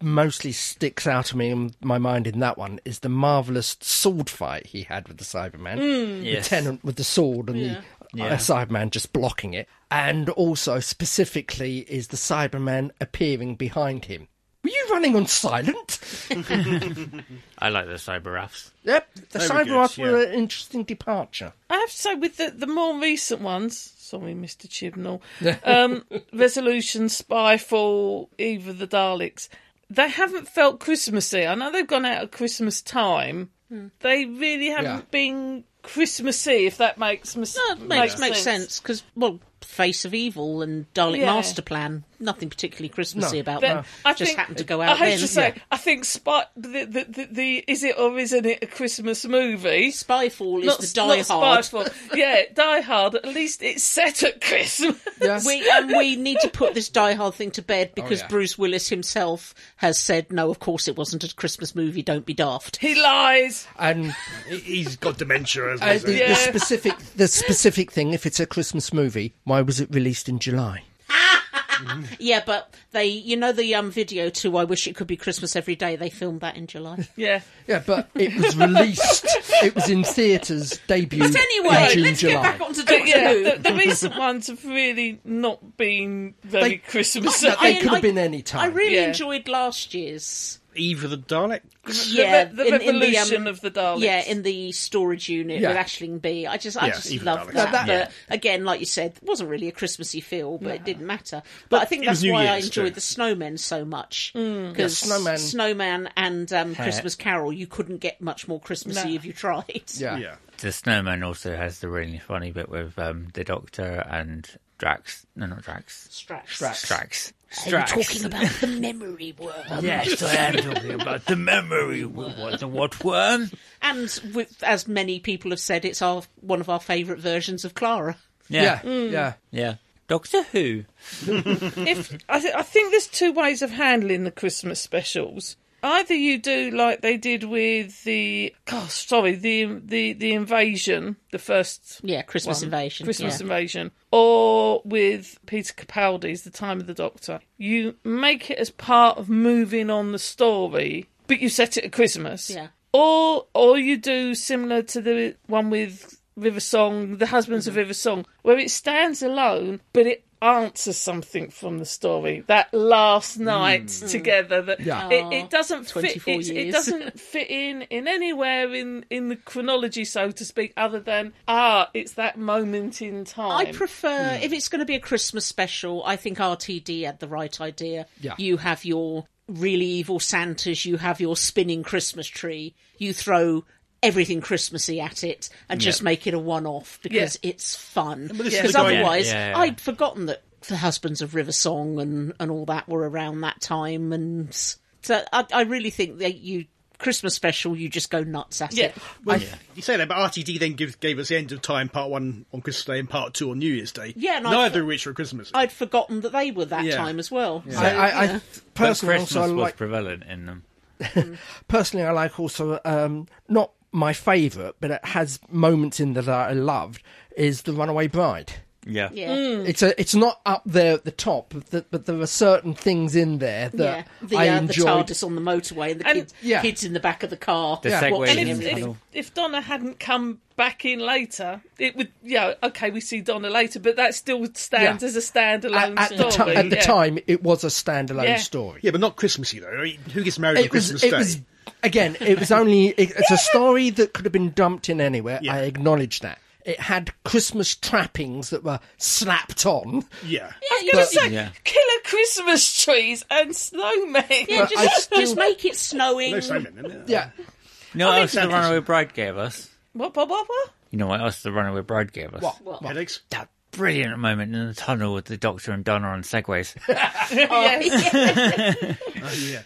Speaker 3: mostly sticks out of me in my mind in that one is the marvellous sword fight he had with the Cyberman.
Speaker 1: Mm.
Speaker 4: Yes.
Speaker 3: Tenant with the sword and the uh, Cyberman just blocking it. And also, specifically, is the Cyberman appearing behind him. Were you running on silent?
Speaker 4: I like the cyber rafts.
Speaker 3: Yep,
Speaker 2: They
Speaker 3: the
Speaker 2: were good,
Speaker 3: Cyberman were
Speaker 2: yeah.
Speaker 3: an interesting departure.
Speaker 5: I have to say, with the, the more recent ones, sorry, Mr. Chibnall, um, Resolution, Spyfall, Eve of the Daleks, they haven't felt Christmassy. I know they've gone out at Christmas time.
Speaker 1: Hmm.
Speaker 5: They really haven't
Speaker 3: Yeah.
Speaker 5: been Christmassy, if that makes, mis-
Speaker 1: No, it makes, makes sense because well, Face of Evil and Dalek
Speaker 5: Yeah.
Speaker 1: Master Plan. Nothing particularly Christmassy
Speaker 3: No.
Speaker 1: about
Speaker 5: But
Speaker 1: them.
Speaker 5: I
Speaker 1: uh, just
Speaker 5: think,
Speaker 1: happened to go out
Speaker 5: I
Speaker 1: then.
Speaker 5: hate to say, I think Spy, the, the, the, the is it or isn't it a Christmas movie?
Speaker 1: Spyfall is
Speaker 5: Not,
Speaker 1: the
Speaker 5: s-
Speaker 1: Die
Speaker 5: not
Speaker 1: Hard.
Speaker 5: Spyfall. yeah, Die Hard. At least it's set at Christmas.
Speaker 3: Yes.
Speaker 1: We and we need to put this Die Hard thing to bed because
Speaker 3: Oh, yeah.
Speaker 1: Bruce Willis himself has said, "No, of course it wasn't a Christmas movie. Don't be daft."
Speaker 5: He lies.
Speaker 3: and
Speaker 2: He- He's got dementia as
Speaker 3: uh,
Speaker 2: well.
Speaker 3: the, the
Speaker 5: Yeah.
Speaker 3: specific the specific thing, if it's a Christmas movie, why was it released in July?
Speaker 1: Yeah, but they, you know, the um video to "I Wish It Could Be Christmas Every Day." They filmed that in July.
Speaker 5: Yeah.
Speaker 3: Yeah, but it was released. it was in theaters, debuted
Speaker 1: But anyway,
Speaker 3: in June,
Speaker 1: let's
Speaker 3: July.
Speaker 1: get back onto
Speaker 5: But
Speaker 1: Doctor
Speaker 5: yeah,
Speaker 1: Who.
Speaker 5: the, the recent ones have really not been very
Speaker 3: They-
Speaker 5: Christmas.
Speaker 3: no, they
Speaker 1: I-
Speaker 3: could
Speaker 1: I-
Speaker 3: have been any time.
Speaker 1: I really
Speaker 5: Yeah.
Speaker 1: enjoyed last year's.
Speaker 2: Eve of the Dalek.
Speaker 1: Yeah,
Speaker 5: the,
Speaker 1: in- in the, um,
Speaker 5: revolution of the Daleks.
Speaker 1: Yeah, in the storage unit
Speaker 3: Yeah.
Speaker 1: with Ashling B. I just, I
Speaker 2: Yeah,
Speaker 1: just
Speaker 2: even
Speaker 1: love
Speaker 2: Daleks.
Speaker 1: that.
Speaker 3: That-
Speaker 1: But again, like you said, it wasn't really a Christmassy feel, but it didn't matter. But, I think
Speaker 2: it was
Speaker 1: that's
Speaker 2: New
Speaker 1: why I
Speaker 2: Year's,
Speaker 1: enjoyed
Speaker 2: too.
Speaker 1: the Snowmen so much because
Speaker 3: Yeah, Snowman.
Speaker 1: Snowman and um, Christmas Carol, you couldn't get much more Christmassy
Speaker 5: No.
Speaker 1: if you tried.
Speaker 3: yeah.
Speaker 2: Yeah.
Speaker 4: The snowman also has the really funny bit with um, the Doctor and Drax. No, not Drax.
Speaker 1: Strax.
Speaker 4: Strax.
Speaker 1: Are you talking about the memory worm?
Speaker 4: Yes, I am talking about the memory. What the what worm?
Speaker 1: And with, as many people have said, it's our one of our favourite versions of Clara.
Speaker 3: Yeah,
Speaker 4: Yeah, yeah.
Speaker 1: Mm.
Speaker 3: yeah.
Speaker 4: Doctor Who.
Speaker 5: if I, th- I think there's two ways of handling the Christmas specials. Either you do like they did with the gosh, sorry, the the the invasion, the first
Speaker 1: Yeah, Christmas
Speaker 5: one,
Speaker 1: Invasion.
Speaker 5: Christmas
Speaker 1: yeah.
Speaker 5: Invasion, or with Peter Capaldi's The Time of the Doctor. You make it as part of moving on the story, but you set it at Christmas.
Speaker 1: Yeah.
Speaker 5: Or or you do similar to the one with River Song, The Husbands of River Song, where it stands alone, but it answers something from the story that last night together that
Speaker 3: Yeah.
Speaker 5: it, it doesn't fit
Speaker 1: 24
Speaker 5: it's- it
Speaker 1: years.
Speaker 5: doesn't fit in in anywhere in in the chronology, so to speak, other than ah, it's that moment in time.
Speaker 1: I prefer if it's going to be a Christmas special. I think RTD had the right idea.
Speaker 3: Yeah.
Speaker 1: You have your really evil Santas. You have your spinning Christmas tree. You throw everything Christmassy at it and just make it a one-off because it's fun.
Speaker 2: this is
Speaker 1: Because
Speaker 2: the guy-
Speaker 1: otherwise,
Speaker 4: Yeah, yeah.
Speaker 1: I'd forgotten that the husbands of River Song and and all that were around that time, and so I, I really think that you. Christmas special, you just go nuts at
Speaker 5: yeah,
Speaker 1: it.
Speaker 2: Well, You say that, but RTD then give, gave us the end of time, part one on Christmas Day and part two on New Year's Day.
Speaker 1: Yeah, and I
Speaker 2: neither
Speaker 1: thought-
Speaker 2: of which are Christmas.
Speaker 1: I'd forgotten that they were that
Speaker 2: Yeah.
Speaker 1: time as well. So,
Speaker 3: I, I,
Speaker 1: yeah.
Speaker 3: I
Speaker 4: But
Speaker 3: personally
Speaker 4: Christmas
Speaker 3: also
Speaker 4: was
Speaker 3: like
Speaker 4: prevalent in them.
Speaker 3: personally I like also um, not my favourite, but it has moments in there that I loved is the Runaway Bride.
Speaker 4: Yeah.
Speaker 1: yeah.
Speaker 3: It's a, it's not up there at the top, but, th- but there are certain things in there
Speaker 1: Yeah,
Speaker 3: that
Speaker 1: the,
Speaker 3: I
Speaker 1: uh,
Speaker 3: enjoyed.
Speaker 1: the TARDIS on the motorway and the
Speaker 5: And-
Speaker 1: kids,
Speaker 3: yeah.
Speaker 1: kids in the back of the car.
Speaker 4: The
Speaker 1: yeah.
Speaker 4: segue
Speaker 1: watching
Speaker 5: and if,
Speaker 4: in the
Speaker 1: everything.
Speaker 5: if,
Speaker 4: tunnel.
Speaker 5: if Donna hadn't come back in later, it would yeah okay we see Donna later, but that still stands
Speaker 3: Yeah.
Speaker 5: as a standalone
Speaker 3: at, at the,
Speaker 5: story.
Speaker 3: ti- at the
Speaker 5: yeah.
Speaker 3: time, it was a standalone
Speaker 5: Yeah.
Speaker 3: story.
Speaker 2: yeah, but not Christmassy though. I mean, who gets married on
Speaker 3: It was,
Speaker 2: Christmas
Speaker 3: it
Speaker 2: Day?
Speaker 3: was again. It was only. It, it's a story that could have been dumped in anywhere.
Speaker 2: Yeah.
Speaker 3: I acknowledge that. It had Christmas trappings that were slapped on.
Speaker 2: Yeah.
Speaker 5: I was going
Speaker 3: But-
Speaker 5: to say
Speaker 4: Yeah.
Speaker 5: killer Christmas trees and snowmen.
Speaker 1: Yeah,
Speaker 3: I
Speaker 1: just,
Speaker 3: still-
Speaker 1: just make it snowing.
Speaker 2: No Simon. then, Yeah.
Speaker 3: Yeah,
Speaker 4: No, else the
Speaker 2: Santa's-
Speaker 4: Runaway Bride gave us.
Speaker 5: What, what, what, what?
Speaker 4: You know what else the Runaway Bride gave us?
Speaker 3: What?
Speaker 2: Headaches.
Speaker 4: That brilliant moment in the tunnel with the Doctor and Donna on segways.
Speaker 3: Oh.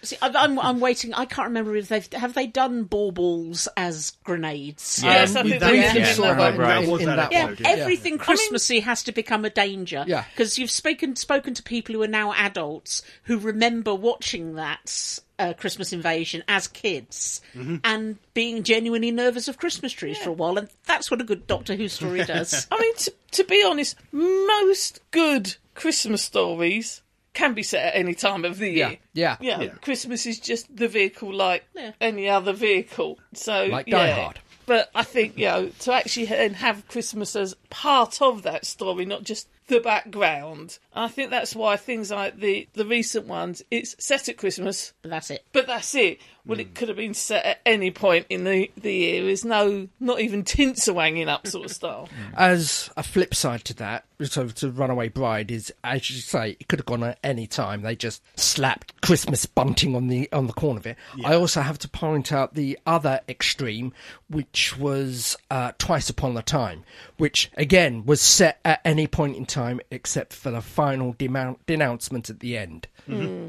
Speaker 1: See, I- I'm, I'm waiting. I can't remember if they've have they done baubles as grenades.
Speaker 5: Yes,
Speaker 3: Um,
Speaker 5: I
Speaker 3: we
Speaker 5: think
Speaker 3: briefly
Speaker 5: they have.
Speaker 4: Yeah,
Speaker 3: saw
Speaker 4: Runaway
Speaker 3: that in-
Speaker 4: Bride.
Speaker 3: in,
Speaker 2: That was
Speaker 3: in
Speaker 2: that
Speaker 3: that
Speaker 1: Yeah,
Speaker 3: one.
Speaker 2: episode,
Speaker 1: everything Christmassy has to become a danger.
Speaker 3: Yeah.
Speaker 1: because you've spoken spoken to people who are now adults who remember watching that uh, Christmas Invasion as kids
Speaker 3: Mm-hmm.
Speaker 1: and being genuinely nervous of Christmas trees for a while, and that's what a good Doctor Who story does.
Speaker 5: I mean, to, to be honest, most good Christmas stories can be set at any time of the year.
Speaker 3: Yeah, yeah.
Speaker 5: Yeah, Christmas is just the vehicle like
Speaker 1: Yeah.
Speaker 5: any other vehicle. So
Speaker 3: Like
Speaker 5: yeah.
Speaker 3: Die Hard.
Speaker 5: But I think you know to actually ha- and have Christmas as part of that story, not just the background. I think that's why things like the the recent ones, it's set at Christmas,
Speaker 1: but that's it.
Speaker 5: but that's it. Well,
Speaker 3: Hmm.
Speaker 5: it could have been set at any point in the the year. There's no not even tints are wanging up sort of style.
Speaker 3: As a flip side to that, so to Runaway Bride is, as you say, it could have gone at any time. They just slapped Christmas bunting on the on the corner of it. I also have to point out the other extreme, which was uh, Twice Upon a Time, which again was set at any point in time except for the final demount- denouncement at the end, Mm-hmm.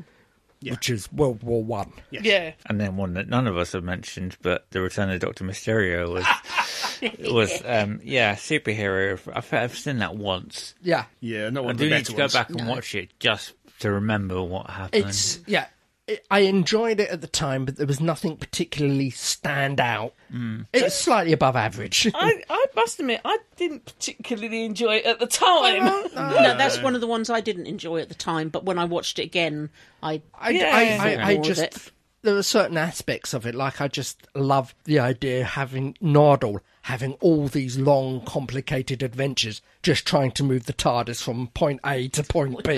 Speaker 3: which is World War One.
Speaker 5: Yeah.
Speaker 4: and then one that none of us have mentioned, but the Return of Doctor Mysterio was was um, yeah superhero. I've, I've seen that once.
Speaker 3: Yeah,
Speaker 2: Yeah, not one
Speaker 4: I
Speaker 2: of
Speaker 4: do
Speaker 2: the
Speaker 4: need
Speaker 2: better
Speaker 4: to go
Speaker 2: ones.
Speaker 4: back and watch it just to remember what happened.
Speaker 3: It's yeah. I enjoyed it at the time, but there was nothing particularly stand out. It was slightly above average.
Speaker 5: I, I must admit, I didn't particularly enjoy it at the time.
Speaker 1: No, that's one of the ones I didn't enjoy at the time, but when I watched it again, I.
Speaker 3: I,
Speaker 5: Yeah.
Speaker 3: I, I, I
Speaker 1: More of it.
Speaker 3: just there were certain aspects of it, like I just love the idea of having Nardole having all these long, complicated adventures, just trying to move the TARDIS from point A to point B.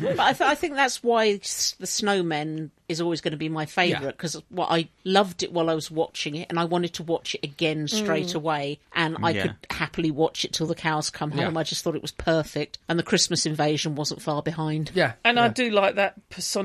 Speaker 1: But I, th- I think that's why s- The Snowmen is always going to be my favourite because what I loved it while I was watching it and I wanted to watch it
Speaker 5: Mm.
Speaker 1: again straight away and I
Speaker 4: Yeah.
Speaker 1: could happily watch it till the cows come home.
Speaker 3: Yeah.
Speaker 1: I just thought it was perfect and the Christmas invasion wasn't far behind.
Speaker 3: yeah,
Speaker 5: And I do like that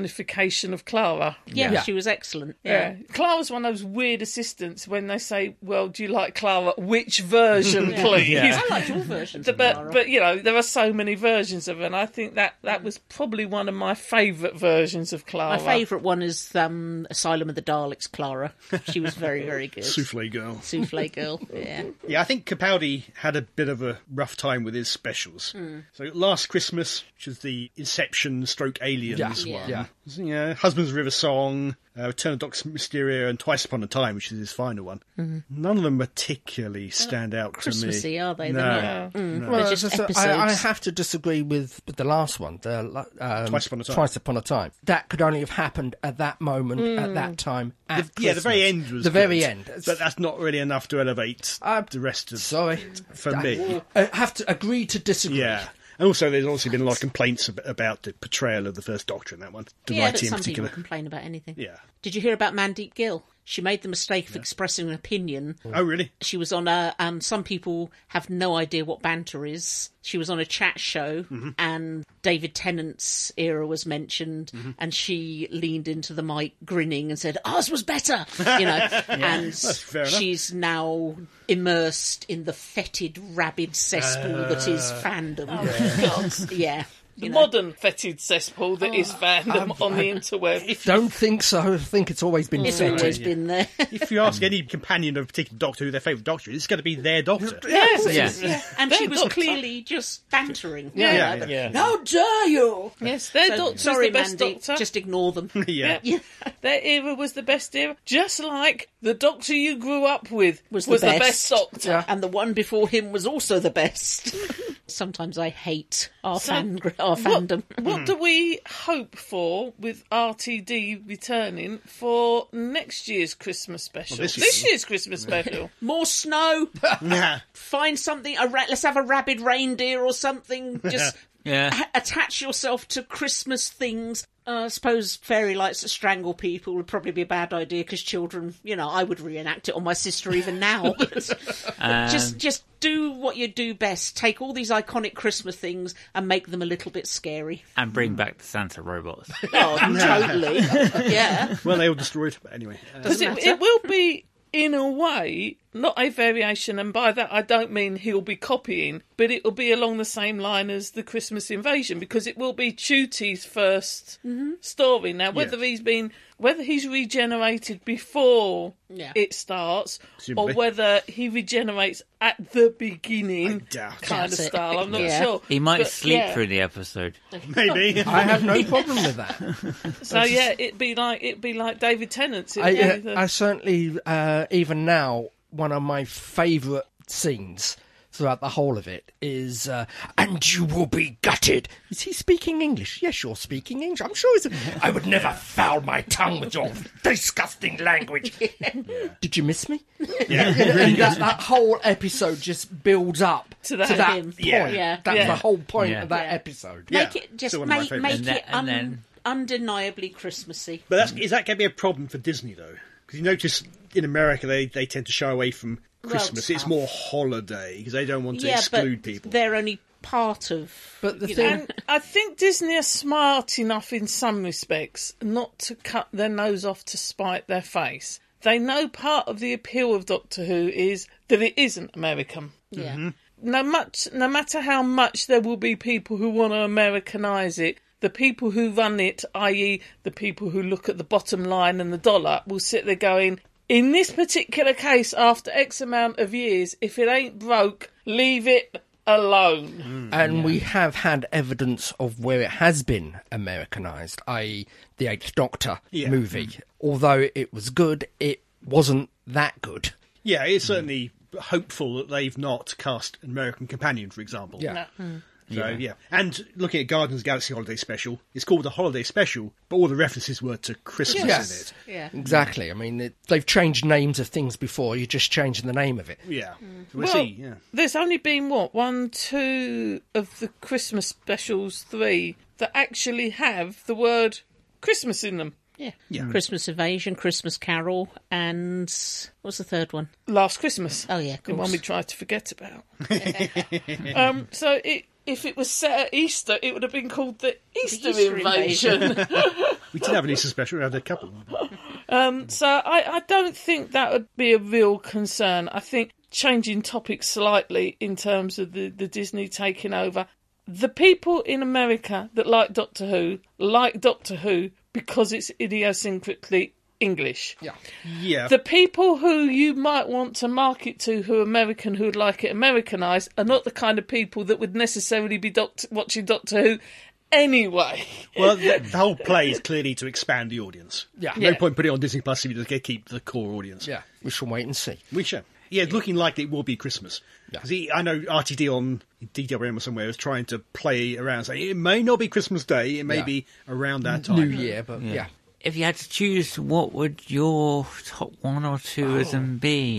Speaker 5: personification of Clara.
Speaker 1: Yeah,
Speaker 3: Yeah.
Speaker 1: she was excellent.
Speaker 5: Yeah. Clara's one of those weird assistants when they say, Well, do you like Clara? Which version, please?
Speaker 4: Yeah.
Speaker 1: I liked all versions. of
Speaker 5: But
Speaker 1: Clara.
Speaker 5: but you know, there are so many versions of her and I think that, that was probably one of my favourite versions of Clara.
Speaker 1: my favourite one is um, Asylum of the Daleks. Clara, she was very very good.
Speaker 2: Souffle girl.
Speaker 1: Souffle girl. Yeah.
Speaker 2: Yeah, I think Capaldi had a bit of a rough time with his specials. So last Christmas, which is the Inception stroke Aliens
Speaker 3: Yeah.
Speaker 2: one.
Speaker 1: Yeah.
Speaker 3: Yeah.
Speaker 2: So, Yeah, uh, Husband's River Song, uh, Return of Doctor Mysterio, and Twice Upon a Time, which is his final one. None of them particularly stand out to
Speaker 1: Mm-hmm. Christmassy, uh,
Speaker 2: me.
Speaker 1: are they?
Speaker 2: No.
Speaker 1: They're not-
Speaker 3: Well,
Speaker 1: just
Speaker 3: it's just- I, I
Speaker 1: episodes.
Speaker 3: have to disagree with, with the last one. The, la- um,
Speaker 2: Twice Upon a Time.
Speaker 3: Twice Upon a Time. That could only have happened at that moment,
Speaker 1: Mm.
Speaker 3: at that time. At
Speaker 2: Yeah, the very
Speaker 3: Christmas.
Speaker 2: end was
Speaker 3: the very
Speaker 2: good,
Speaker 3: end.
Speaker 2: but that's not really enough to elevate the rest of
Speaker 3: Sorry,
Speaker 2: for
Speaker 3: I-
Speaker 2: me.
Speaker 3: I have to agree to disagree.
Speaker 2: Yeah. And also, there's obviously been a lot of complaints ab- about the portrayal of the First Doctor in that one. The
Speaker 1: Yeah, but
Speaker 2: writing in
Speaker 1: some
Speaker 2: particular.
Speaker 1: people complain about anything.
Speaker 2: Yeah.
Speaker 1: Did you hear about Mandeep Gill? She made the mistake of expressing an opinion.
Speaker 2: Oh, really?
Speaker 1: She was on a. Um, some people have no idea what banter is. She was on a chat show,
Speaker 2: Mm-hmm.
Speaker 1: and David Tennant's era was mentioned,
Speaker 2: Mm-hmm.
Speaker 1: and she leaned into the mic, grinning, and said, "Ours was better," you know. And
Speaker 2: fair enough.
Speaker 1: she's now immersed in the fetid, rabid cesspool that is
Speaker 2: Uh,
Speaker 1: fandom. yeah.
Speaker 5: The modern fetid cesspool that
Speaker 1: Oh,
Speaker 5: is
Speaker 1: um,
Speaker 5: fandom on the interweb.
Speaker 3: Don't think so. I think it's always been
Speaker 1: It's
Speaker 3: fetid.
Speaker 1: always been there.
Speaker 2: If you ask any companion of a particular doctor who their favourite doctor is, it's going to be their doctor.
Speaker 5: Yes.
Speaker 4: Yeah.
Speaker 1: and
Speaker 5: They're
Speaker 1: she was
Speaker 5: not-
Speaker 1: clearly just bantering.
Speaker 2: Yeah,
Speaker 5: Yeah.
Speaker 2: yeah.
Speaker 1: How dare you?
Speaker 5: Yes, their
Speaker 1: So-
Speaker 5: doctor's
Speaker 1: sorry,
Speaker 5: the best
Speaker 1: Mandy.
Speaker 5: doctor.
Speaker 1: Just ignore them.
Speaker 2: Yeah.
Speaker 1: Yeah.
Speaker 5: Their era was the best era. Just like the doctor you grew up with
Speaker 1: Was
Speaker 5: was,
Speaker 1: the
Speaker 5: the,
Speaker 1: best.
Speaker 5: best. doctor.
Speaker 1: And the one before him was also the best. Sometimes I hate our,
Speaker 5: So,
Speaker 1: fan, our
Speaker 5: What,
Speaker 1: fandom.
Speaker 5: what do we hope for with RTD returning for next year's Christmas special?
Speaker 2: this
Speaker 5: this,
Speaker 2: year's-
Speaker 5: year's, Christmas special.
Speaker 1: More snow.
Speaker 2: Nah.
Speaker 1: Find something. A ra- let's have a rabid reindeer or something. Just
Speaker 4: Yeah.
Speaker 1: a- attach yourself to Christmas things. Uh, I suppose fairy lights that strangle people would probably be a bad idea because children, you know, I would reenact it on my sister even now.
Speaker 4: Um,
Speaker 1: just, just do what you do best. Take all these iconic Christmas things and make them a little bit scary.
Speaker 4: And bring back the Santa robots.
Speaker 1: Oh, totally. yeah.
Speaker 2: Well, they all destroyed. But anyway, uh,
Speaker 5: Because it, it will be, in a way, not a variation, and by that I don't mean he'll be copying, but it will be along the same line as the Christmas Invasion because it will be Tuty's 1st
Speaker 1: Mm-hmm.
Speaker 5: story. Now, whether he's been, whether he's regenerated before
Speaker 1: Yeah.
Speaker 5: it starts,
Speaker 2: Presumably.
Speaker 5: or whether he regenerates at the beginning,
Speaker 2: doubt
Speaker 5: kind
Speaker 1: it.
Speaker 5: of style. I'm not
Speaker 1: Yeah.
Speaker 5: sure.
Speaker 4: He might
Speaker 5: But,
Speaker 4: sleep
Speaker 5: yeah.
Speaker 4: through the episode.
Speaker 2: maybe.
Speaker 3: I have no problem with that.
Speaker 5: So yeah, it'd be like it'd be like David Tennant's. It'd
Speaker 3: I,
Speaker 5: be
Speaker 3: uh,
Speaker 5: the-
Speaker 3: I certainly, uh, even now, one of my favourite scenes throughout the whole of it is, uh, and you will be gutted. Is he speaking English? Yes, you're speaking English. I'm sure he's. I would never foul my tongue with your disgusting language. Did you miss me?
Speaker 2: yeah.
Speaker 3: and that, that whole episode just builds up
Speaker 5: To that.
Speaker 1: Him.
Speaker 3: point.
Speaker 1: Yeah. Yeah.
Speaker 3: That's
Speaker 5: Yeah.
Speaker 3: the whole point
Speaker 4: Yeah.
Speaker 3: of that
Speaker 1: Yeah.
Speaker 3: episode.
Speaker 2: Yeah.
Speaker 1: Make it just
Speaker 2: Still one of my
Speaker 1: make, make
Speaker 2: favourites.
Speaker 4: And
Speaker 1: it
Speaker 4: that- and
Speaker 1: un-
Speaker 4: then-
Speaker 1: undeniably Christmassy.
Speaker 2: But that's, is that going to be a problem for Disney though? Because you notice in America they, they tend to shy away from Christmas. it's
Speaker 1: tough.
Speaker 2: more holiday because they don't want to
Speaker 1: yeah,
Speaker 2: exclude
Speaker 1: but
Speaker 2: people.
Speaker 1: they're only part of.
Speaker 3: But the
Speaker 1: you
Speaker 3: thing-
Speaker 1: know.
Speaker 5: And I think Disney are smart enough in some respects not to cut their nose off to spite their face. They know part of the appeal of Doctor Who is that it isn't American.
Speaker 1: yeah.
Speaker 2: Mm-hmm.
Speaker 5: No much, no matter how much there will be people who want to Americanise it, the people who run it, i.e., the people who look at the bottom line and the dollar, will sit there going, in this particular case, after X amount of years, if it ain't broke, leave it. alone.
Speaker 6: And we have had evidence of where it has been Americanized, i.e., the Eighth Doctor
Speaker 2: Yeah. Mm.
Speaker 6: movie. Although it was good, it wasn't that good.
Speaker 2: Yeah, it's certainly hopeful that they've not cast an American Companion, for example.
Speaker 6: Yeah.
Speaker 2: So, yeah. And looking at Guardians of the Galaxy Holiday Special, it's called the Holiday Special, but all the references were to Christmas in it.
Speaker 6: Yes.
Speaker 1: Yeah.
Speaker 6: Exactly. I mean, it, they've changed names of things before. You're just changing the name of it.
Speaker 2: Yeah. So we'll, see. Yeah.
Speaker 5: there's only been what one, two of the Christmas specials, three that actually have the word Christmas in them.
Speaker 1: Yeah. Christmas Invasion, Christmas Carol, and what's the third one?
Speaker 5: Last Christmas.
Speaker 1: Oh, yeah, of
Speaker 5: the
Speaker 1: course.
Speaker 5: one we tried to forget about. um, so it. If it was set at Easter, it would have been called the Easter,
Speaker 1: Easter
Speaker 5: Invasion.
Speaker 2: We did have an Easter special, we had a couple.
Speaker 5: Um, so I, I don't think that would be a real concern. I think changing topics slightly in terms of the, the Disney taking over. The people in America that like Doctor Who like Doctor Who because it's idiosyncratically English.
Speaker 6: Yeah.
Speaker 2: Yeah.
Speaker 5: The people who you might want to market to who are American who would like it Americanized are not the kind of people that would necessarily be doct- watching Doctor Who anyway.
Speaker 2: well, the, the whole play is clearly to expand the audience.
Speaker 6: Yeah.
Speaker 2: No
Speaker 6: Yeah.
Speaker 2: point putting it on Disney Plus if you just keep the core audience.
Speaker 6: Yeah. We shall wait and see.
Speaker 2: We shall. Yeah, it's looking likely it will be Christmas. Because I know RTD on DWM or somewhere is trying to play around saying it may not be Christmas Day, it may
Speaker 6: Yeah.
Speaker 2: be around that
Speaker 1: Mm,
Speaker 2: time.
Speaker 6: New year, but yeah.
Speaker 4: If you had to choose, what would your top one or twoism be?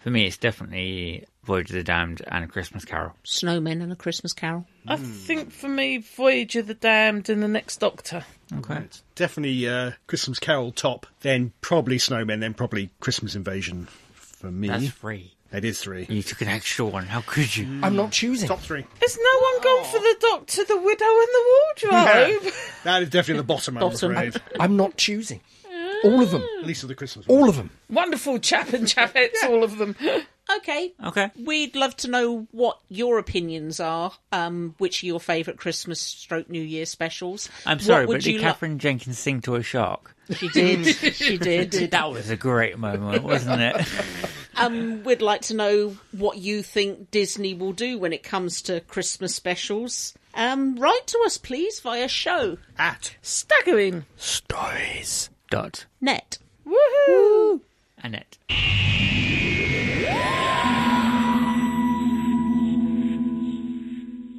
Speaker 4: For me, it's definitely Voyage of the Damned and Christmas Carol.
Speaker 1: Snowmen and a Christmas Carol.
Speaker 5: I think for me, Voyage of the Damned and the Next Doctor.
Speaker 4: Okay.
Speaker 2: Definitely uh, Christmas Carol top, then probably Snowmen, then probably Christmas Invasion for me.
Speaker 4: That's three.
Speaker 2: That is three.
Speaker 4: You took an extra one. How could
Speaker 3: Mm.
Speaker 4: you?
Speaker 6: I'm not choosing.
Speaker 2: Top three.
Speaker 5: Has no one gone for the Doctor, the Widow, and the Wardrobe?
Speaker 2: That is definitely the bottom, I'm
Speaker 1: Bottom.
Speaker 2: afraid.
Speaker 6: I'm not choosing. All of them.
Speaker 2: At least of the Christmas ones.
Speaker 6: All of them.
Speaker 5: Wonderful chap and chapettes, all of them.
Speaker 1: Okay.
Speaker 4: Okay.
Speaker 1: We'd love to know what your opinions are. Um, which are your favourite Christmas stroke New Year specials?
Speaker 4: I'm
Speaker 1: What
Speaker 4: sorry,
Speaker 1: would
Speaker 4: but did
Speaker 1: you
Speaker 4: Catherine Jenkins sing to a shark?
Speaker 1: li- she did. She did.
Speaker 4: That was a great moment, wasn't it?
Speaker 1: Um, we'd like to know what you think Disney will do when it comes to Christmas specials. Um, write to us, please, via show
Speaker 2: At.
Speaker 5: Staggering.
Speaker 6: Stories.
Speaker 4: Dot.
Speaker 1: net.
Speaker 5: Woohoo!
Speaker 4: Annette.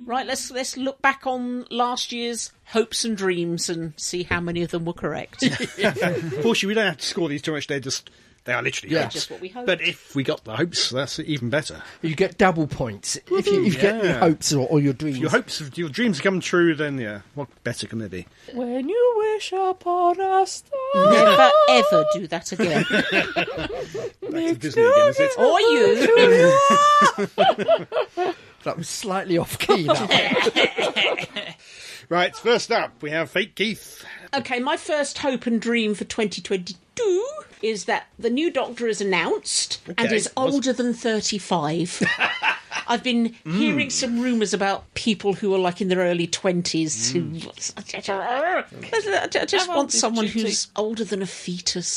Speaker 1: Right, let's let's look back on last year's hopes and dreams and see how many of them were correct.
Speaker 2: Fortunately, we don't have to score these too much. They're just. They are literally
Speaker 6: Yeah.
Speaker 2: hopes.
Speaker 1: Just what we hoped.
Speaker 2: But if we got the hopes, that's even better.
Speaker 6: You get double points if you, if you get your
Speaker 2: Yeah.
Speaker 6: hopes or, or your dreams.
Speaker 2: Your hopes, if your dreams come true, then yeah, what better can there be?
Speaker 5: When you wish upon a star.
Speaker 1: Never ever do that again.
Speaker 2: Back to Disney again, is it?
Speaker 1: or you.
Speaker 6: That was slightly off key. That.
Speaker 2: Right, first up, we have Fake Keith.
Speaker 1: Okay, my first hope and dream for 2022 is that the new doctor is announced and
Speaker 2: Okay,
Speaker 1: is
Speaker 2: was-
Speaker 1: older than 35. I've been hearing some rumours about people who are like in their early 20s who. I ju- I just
Speaker 5: How old
Speaker 1: want
Speaker 5: is
Speaker 1: someone
Speaker 5: Judy?
Speaker 1: who's older than a fetus.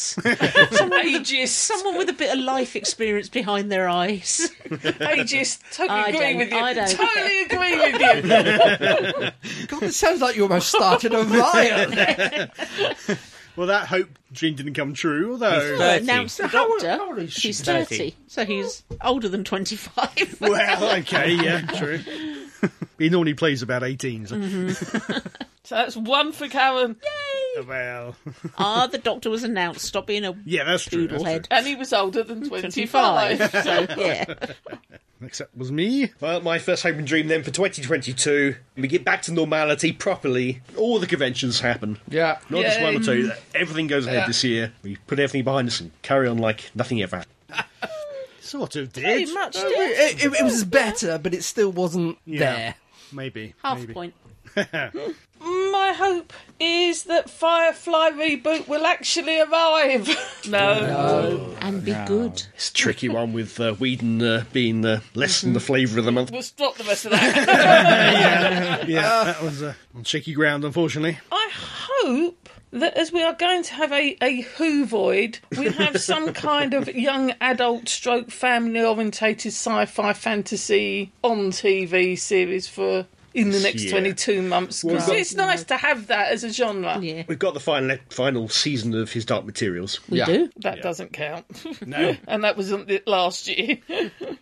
Speaker 1: someone, with a, someone with a bit of life experience behind their eyes.
Speaker 5: Ageist. Totally
Speaker 1: I
Speaker 5: agree
Speaker 1: don't-
Speaker 5: with you.
Speaker 1: I don't.
Speaker 5: Totally agree with you.
Speaker 6: God, it sounds like you almost started a riot.
Speaker 2: Well, that hope dream didn't come true, although.
Speaker 4: 30.
Speaker 1: Announced the
Speaker 6: How old-
Speaker 1: doctor.
Speaker 6: how old is she?
Speaker 1: He's
Speaker 4: 30.
Speaker 1: 30, so he's older than 25.
Speaker 2: well, okay, yeah, true. he normally plays about 18, so.
Speaker 5: So that's one for Karen.
Speaker 2: Well.
Speaker 1: Ah, the doctor was announced. Stop being a
Speaker 2: Yeah, that's true. That's true.
Speaker 1: doodlehead.
Speaker 5: And he was older than 25.
Speaker 1: 25. so, yeah.
Speaker 2: Next up was me. Well, my first hope and dream then for 2022, we get back to normality properly. All the conventions happen.
Speaker 6: yeah.
Speaker 2: Not just one or two. Everything goes ahead this year. We put everything behind us and carry on like nothing ever happened. sort of did.
Speaker 1: Pretty much did.
Speaker 6: It, it, it was better, but it still wasn't there.
Speaker 2: Maybe.
Speaker 1: Half
Speaker 2: maybe.
Speaker 1: point.
Speaker 5: My hope is that Firefly reboot will actually arrive. no.
Speaker 1: And be good.
Speaker 2: It's a tricky one with uh, Whedon uh, being uh, less than the flavour of the month.
Speaker 5: We'll stop the rest of that.
Speaker 2: Yeah, that was uh, on shaky ground, unfortunately.
Speaker 5: I hope that as we are going to have a, a who void, we have some kind of young adult stroke family orientated sci fi fantasy on TV series for in the next
Speaker 2: Yeah.
Speaker 5: 22 months.
Speaker 2: Well,
Speaker 5: Because
Speaker 2: we've got-
Speaker 5: it's nice to have that as a genre.
Speaker 1: Yeah.
Speaker 2: We've got the final final season of His Dark Materials.
Speaker 1: We
Speaker 7: Yeah.
Speaker 1: do.
Speaker 5: That doesn't count.
Speaker 2: No,
Speaker 5: and that wasn't it last year.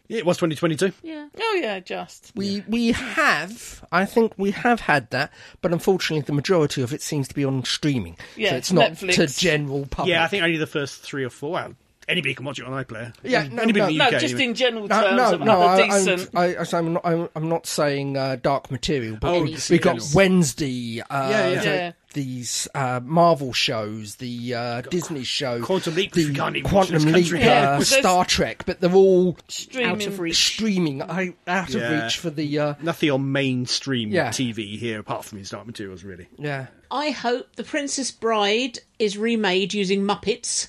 Speaker 2: it was 2022.
Speaker 1: Yeah.
Speaker 5: oh, yeah, just.
Speaker 3: We we have, I think we have had that, but unfortunately, the majority of it seems to be on streaming.
Speaker 5: Yeah,
Speaker 3: so it's not
Speaker 5: Netflix.
Speaker 3: to general public.
Speaker 2: Yeah, I think only the first three or four. Well, anybody can watch it on iPlayer.
Speaker 3: Yeah, no,
Speaker 2: anybody in the
Speaker 5: No,
Speaker 2: UK.
Speaker 5: just
Speaker 2: anyway.
Speaker 5: in general
Speaker 3: No,
Speaker 5: terms,
Speaker 3: Uh, no,
Speaker 5: of
Speaker 3: no.
Speaker 5: another
Speaker 3: I,
Speaker 5: decent.
Speaker 3: I'm, I, I'm not. I'm, I'm not saying uh, dark material, but
Speaker 2: Oh,
Speaker 3: we,
Speaker 2: just
Speaker 3: we
Speaker 2: in
Speaker 3: got
Speaker 2: general.
Speaker 3: Wednesday. Uh,
Speaker 2: Yeah, yeah.
Speaker 3: the-
Speaker 5: Yeah.
Speaker 3: These uh, Marvel shows, the uh, Disney show,
Speaker 2: Quantum Leap, which
Speaker 3: the
Speaker 2: we can't even watch in
Speaker 3: Quantum
Speaker 2: this country.
Speaker 3: Leap,
Speaker 5: Yeah,
Speaker 3: uh,
Speaker 5: but there's-
Speaker 3: Star Trek, but they're all
Speaker 5: streaming.
Speaker 1: Out of reach.
Speaker 3: streaming out, out of
Speaker 2: Yeah.
Speaker 3: reach for the. Uh,
Speaker 2: Nothing on mainstream
Speaker 3: Yeah.
Speaker 2: TV here apart from His Dark Materials, really.
Speaker 3: yeah,
Speaker 1: I hope The Princess Bride is remade using Muppets,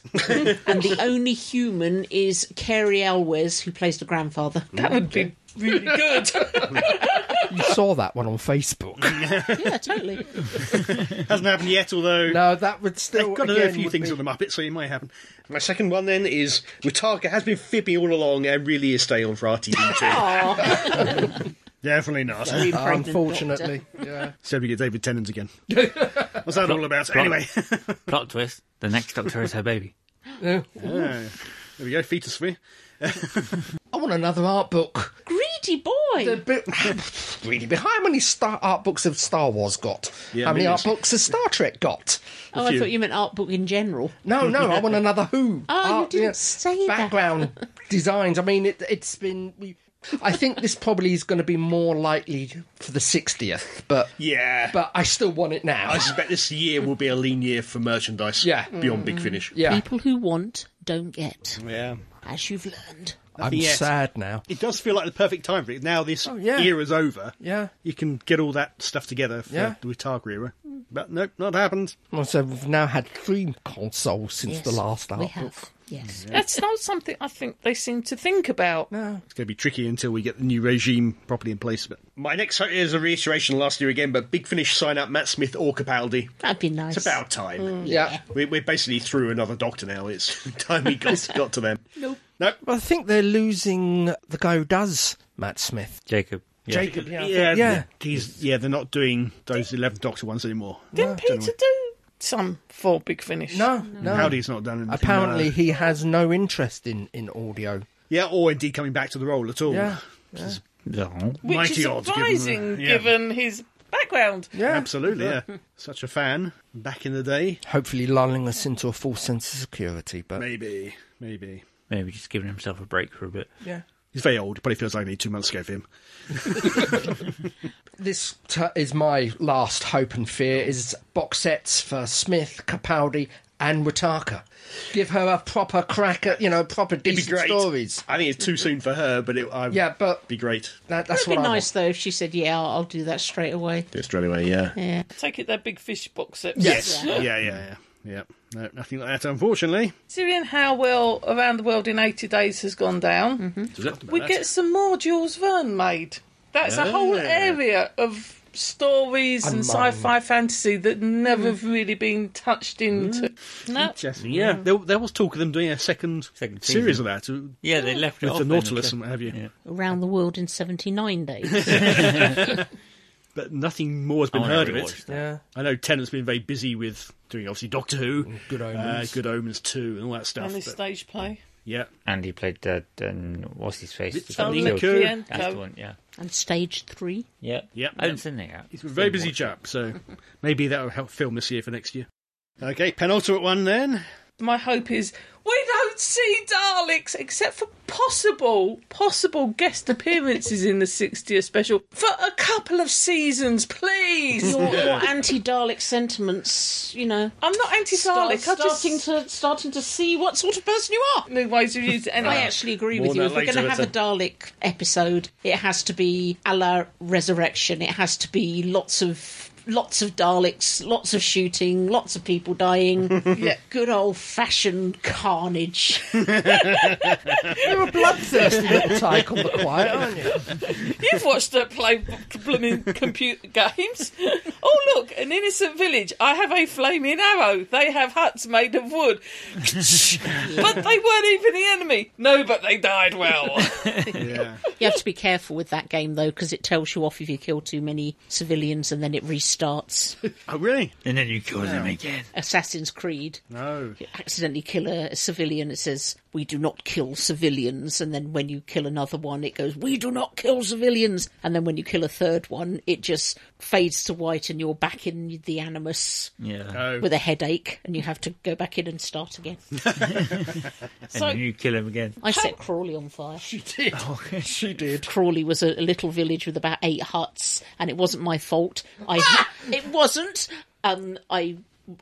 Speaker 1: and the only human is Cary Elwes, who plays the grandfather.
Speaker 5: That would be really good.
Speaker 3: you saw that one on Facebook.
Speaker 1: yeah, totally.
Speaker 2: Hasn't happened yet, although
Speaker 3: No, that would still.
Speaker 2: I've got to know
Speaker 3: again,
Speaker 2: a few
Speaker 3: would
Speaker 2: things
Speaker 3: be-
Speaker 2: on the Muppet, so it might happen. My second one then is Wataka has been fibbing all along and really is staying on for RTV.
Speaker 1: Aw,
Speaker 2: Definitely not.
Speaker 1: pregnant
Speaker 3: Unfortunately, yeah.
Speaker 2: so we get David Tennant again. What's that all about? Anyway, there
Speaker 4: Plot twist the next doctor is her baby.
Speaker 2: we go. Fetus for you.
Speaker 3: I want another art book.
Speaker 1: greedy boy.
Speaker 3: A bit- really, but how many star art books have Star Wars got?
Speaker 2: Yeah,
Speaker 3: how many art
Speaker 2: millions.
Speaker 3: books has Star Trek got?
Speaker 1: oh, I
Speaker 2: few.
Speaker 1: thought you meant art book in general.
Speaker 3: No, no, I want another Who.
Speaker 1: Oh, you
Speaker 3: Art,
Speaker 1: didn't say that.
Speaker 3: background designs. I mean, it, it's been. We, I think this probably is going to be more likely for the sixtieth, but
Speaker 2: Yeah.
Speaker 3: but I still want it now.
Speaker 2: I suspect this year will be a lean year for merchandise.
Speaker 3: Yeah.
Speaker 2: Beyond Big Finish.
Speaker 3: yeah,
Speaker 1: People who want don't get,
Speaker 2: Yeah.
Speaker 1: as you've learned.
Speaker 3: I'm
Speaker 2: yet.
Speaker 3: sad now.
Speaker 2: It does feel like the perfect time for it. Now this
Speaker 3: yeah.
Speaker 2: era's over.
Speaker 3: Yeah.
Speaker 2: You can get all that stuff together for
Speaker 3: Yeah.
Speaker 2: the Witaga era. But nope, not happened.
Speaker 3: Well, so we've now had three consoles since the last
Speaker 1: we
Speaker 3: art book.
Speaker 1: have. Yes.
Speaker 5: That's not something I think they seem to think about.
Speaker 3: Ah.
Speaker 2: It's going to be tricky until we get the new regime properly in place. But my next hope is a reiteration last year again, but Big Finish sign up Matt Smith or Capaldi.
Speaker 1: That'd be nice.
Speaker 2: It's about time.
Speaker 3: Yeah.
Speaker 2: We, we're basically through another doctor now. It's time we got, got to them. Nope. Nope.
Speaker 3: Well, I think they're losing the guy who does Matt Smith.
Speaker 4: Jacob. Yeah.
Speaker 3: Jacob, yeah.
Speaker 2: Yeah,
Speaker 3: Yeah.
Speaker 2: He's, yeah, they're not doing those 11 Doctor ones anymore.
Speaker 5: Didn't Peter do some for Big Finish?
Speaker 3: No, no.
Speaker 2: Howdy's not done anything.
Speaker 3: Apparently,
Speaker 2: no.
Speaker 3: he has no interest in, in audio.
Speaker 2: Yeah, or indeed coming back to the role at all.
Speaker 3: Yeah.
Speaker 4: No.
Speaker 5: Which
Speaker 2: Mighty
Speaker 5: is
Speaker 2: odd,
Speaker 5: surprising
Speaker 2: given- yeah.
Speaker 5: given, his background.
Speaker 3: Yeah.
Speaker 2: Absolutely, yeah. Such a fan back in the day.
Speaker 3: Hopefully, lulling us into a false sense of security. But
Speaker 2: Maybe, maybe.
Speaker 4: Maybe just giving himself a break for a bit.
Speaker 3: yeah,
Speaker 2: He's very old. Probably feels like only two months ago for him.
Speaker 3: this t- is my last hope and fear: is box sets for Smith, Capaldi, and Wataka. Give her a proper crack at you know proper decent stories.
Speaker 2: I think it's too soon for her, but it I would
Speaker 3: Yeah, but
Speaker 2: be great.
Speaker 3: that, that's
Speaker 1: It'd be
Speaker 3: what I
Speaker 1: nice
Speaker 3: want.
Speaker 1: though if she said, "Yeah, I'll, I'll do that straight away."
Speaker 2: Do it straight away, yeah.
Speaker 1: Yeah.
Speaker 5: Take it their big fish box set.
Speaker 2: Yes. Yeah, yeah, yeah. Yeah. No, nothing like that, unfortunately.
Speaker 5: Seeing how well Around the World in 80 Days has gone down,
Speaker 2: Mm-hmm.
Speaker 5: we get some more Jules Verne made. That's a whole
Speaker 2: Yeah.
Speaker 5: area of stories and,
Speaker 3: And mine.
Speaker 5: sci-fi fantasy that
Speaker 2: Mm.
Speaker 5: never have really been touched into. No.
Speaker 2: Interesting. Yeah, there, there was talk of them doing a second,
Speaker 4: Second
Speaker 2: series
Speaker 4: season.
Speaker 2: of that uh,
Speaker 4: Yeah, they left it
Speaker 2: with
Speaker 4: off
Speaker 2: the
Speaker 4: then,
Speaker 2: Nautilus
Speaker 4: okay.
Speaker 2: and what have you.
Speaker 4: Yeah.
Speaker 1: Around the world in seventy-nine days.
Speaker 2: But nothing more has been
Speaker 4: Oh, I
Speaker 2: heard
Speaker 4: wanna
Speaker 2: of
Speaker 4: rewatch
Speaker 2: it.
Speaker 4: that.
Speaker 3: Yeah.
Speaker 2: I know Tennant's been very busy with doing obviously Doctor
Speaker 4: Oh,
Speaker 2: Who,
Speaker 3: Good Omens.
Speaker 2: uh, Good Omens Two, and all that stuff.
Speaker 5: And the
Speaker 2: but-
Speaker 5: stage play.
Speaker 2: yeah,
Speaker 4: And he played uh, um, what's his face?
Speaker 2: It's
Speaker 4: The guy
Speaker 2: Charlie
Speaker 4: who killed-
Speaker 2: Coe.
Speaker 5: Coe.
Speaker 4: That's the one, yeah.
Speaker 1: and stage three.
Speaker 4: Yeah.
Speaker 2: Yep.
Speaker 4: I haven't seen that yet.
Speaker 2: he's a very busy chap. So maybe that will help film this year for next year. Okay, penultimate one then.
Speaker 5: My hope is we don't see Daleks except for possible, possible guest appearances in the 60th special for a couple of seasons, please.
Speaker 1: Your, your anti-Dalek sentiments, you know,
Speaker 5: I'm not
Speaker 1: start,
Speaker 5: anti-Dalek. I just
Speaker 1: starting to starting to see what sort of person you are.
Speaker 5: new ways of using. Anyway,
Speaker 1: I actually agree
Speaker 2: More
Speaker 1: with you.
Speaker 2: on
Speaker 1: If
Speaker 2: that
Speaker 1: we're going to
Speaker 2: later,
Speaker 1: have a Dalek episode, it has to be a la Resurrection. It has to be lots of lots of Daleks, lots of shooting, lots of people dying. yeah. Good old fashioned carnage.
Speaker 6: You're a bloodthirsty little tyke on the quiet, aren't you?
Speaker 5: You've watched her play b- blooming computer games. Oh, look, an innocent village. I have a flaming arrow. They have huts made of wood. but they weren't even the enemy. No, but they died well.
Speaker 2: Yeah.
Speaker 1: you have to be careful with that game though, because it tells you off if you kill too many civilians and then it restarts.
Speaker 2: oh, really?
Speaker 4: And then you kill them again.
Speaker 1: Assassin's Creed.
Speaker 2: No.
Speaker 1: You accidentally kill a, a civilian, it says, We do not kill civilians. And then when you kill another one, it goes, We do not kill civilians. And then when you kill a third one, it just fades to white and you're back in the animus
Speaker 4: Yeah.
Speaker 2: No.
Speaker 1: with a headache and you have to go back in and start again.
Speaker 4: and
Speaker 5: so-
Speaker 4: then you kill them again.
Speaker 1: I set Crawley on fire.
Speaker 3: She did.
Speaker 1: Crawley was a, a little village with about eight huts, and it wasn't my fault. I it wasn't. Um, I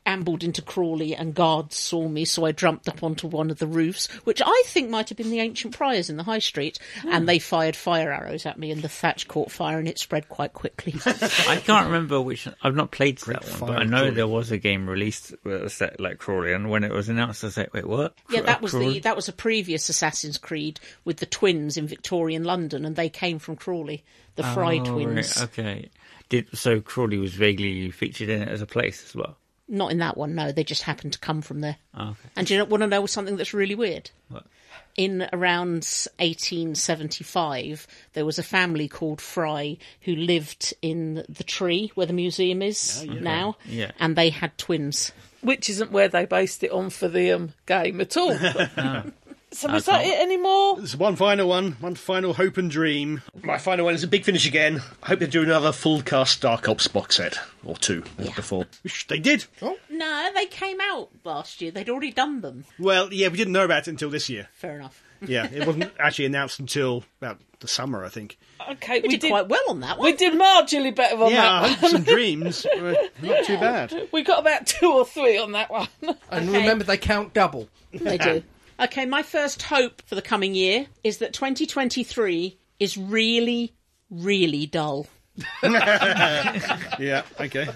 Speaker 1: ambled into Crawley, and guards saw me, so I jumped up onto one of the roofs, which I think might have been the ancient priors in the high street, and they fired fire arrows at me, and the thatch caught fire, and it spread quite quickly.
Speaker 4: I can't remember which. I've not played that one,
Speaker 2: fire
Speaker 4: but I know
Speaker 2: Crawley.
Speaker 4: there was a game released with a set like Crawley, and when it was announced, I was like, "Wait, what?"
Speaker 1: yeah, that was the
Speaker 4: Crawley?
Speaker 1: that was a previous Assassin's Creed with the twins in Victorian London, and they came from Crawley, the Fry
Speaker 4: Oh, right,
Speaker 1: twins.
Speaker 4: okay. Did so Crawley was vaguely featured in it as a place as well.
Speaker 1: Not in that one, no. They just happened to come from there.
Speaker 4: Oh, okay.
Speaker 1: And do you want to know something that's really weird?
Speaker 4: What?
Speaker 1: In around 1875, there was a family called Fry who lived in the tree where the museum is now,
Speaker 4: Oh, Yeah.
Speaker 1: and they had twins.
Speaker 5: Which isn't where they based it on for the um, game at all. So is that
Speaker 4: can't-
Speaker 5: it anymore?
Speaker 2: There's one final one, one final hope and dream. My final one is a big finish again. I hope they do another full cast Dark Ops box set or two as before, which they did.
Speaker 5: Oh.
Speaker 1: No, they came out last year. They'd already done them.
Speaker 2: Well, yeah, we didn't know about it until this year.
Speaker 1: Fair enough.
Speaker 2: Yeah, it wasn't actually announced until about the summer, I think.
Speaker 5: Okay, we,
Speaker 1: We, did, quite well on that one.
Speaker 5: We did marginally better on
Speaker 2: Yeah,
Speaker 5: that
Speaker 2: hopes and dreams were not too bad.
Speaker 5: one. We got about two or three on that one.
Speaker 3: And
Speaker 1: Okay.
Speaker 3: remember, they count double.
Speaker 1: They do. Okay, my first hope for the coming year is that 2023 is really, really dull.
Speaker 2: Yeah, okay.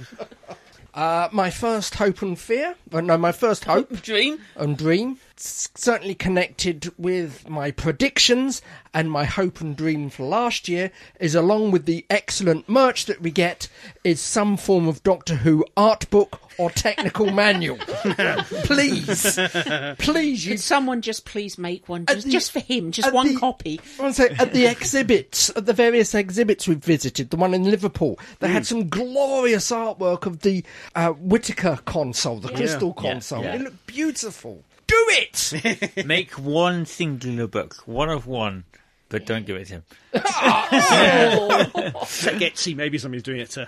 Speaker 3: Uh, my first hope and fear. uh, no, my first hope
Speaker 5: Dream.
Speaker 3: and dream. s- Certainly connected with my predictions and my hope and dream for last year is along with the excellent merch that we get is some form of Doctor Who art book or technical manual. please, please, you
Speaker 1: Could someone just please make one
Speaker 3: At
Speaker 1: just,
Speaker 3: the-
Speaker 1: just for him, just
Speaker 3: at
Speaker 1: one
Speaker 3: the-
Speaker 1: copy?
Speaker 3: I want to say at the exhibits, at the various exhibits we've visited, the one in Liverpool, they
Speaker 4: Mm.
Speaker 3: had some glorious artwork of the uh, Whitaker console, the crystal console.
Speaker 4: yeah.
Speaker 3: It looked beautiful. Do it!
Speaker 4: Make one singular book, one of one, but don't give it to him.
Speaker 2: Etsy, maybe somebody's doing it uh,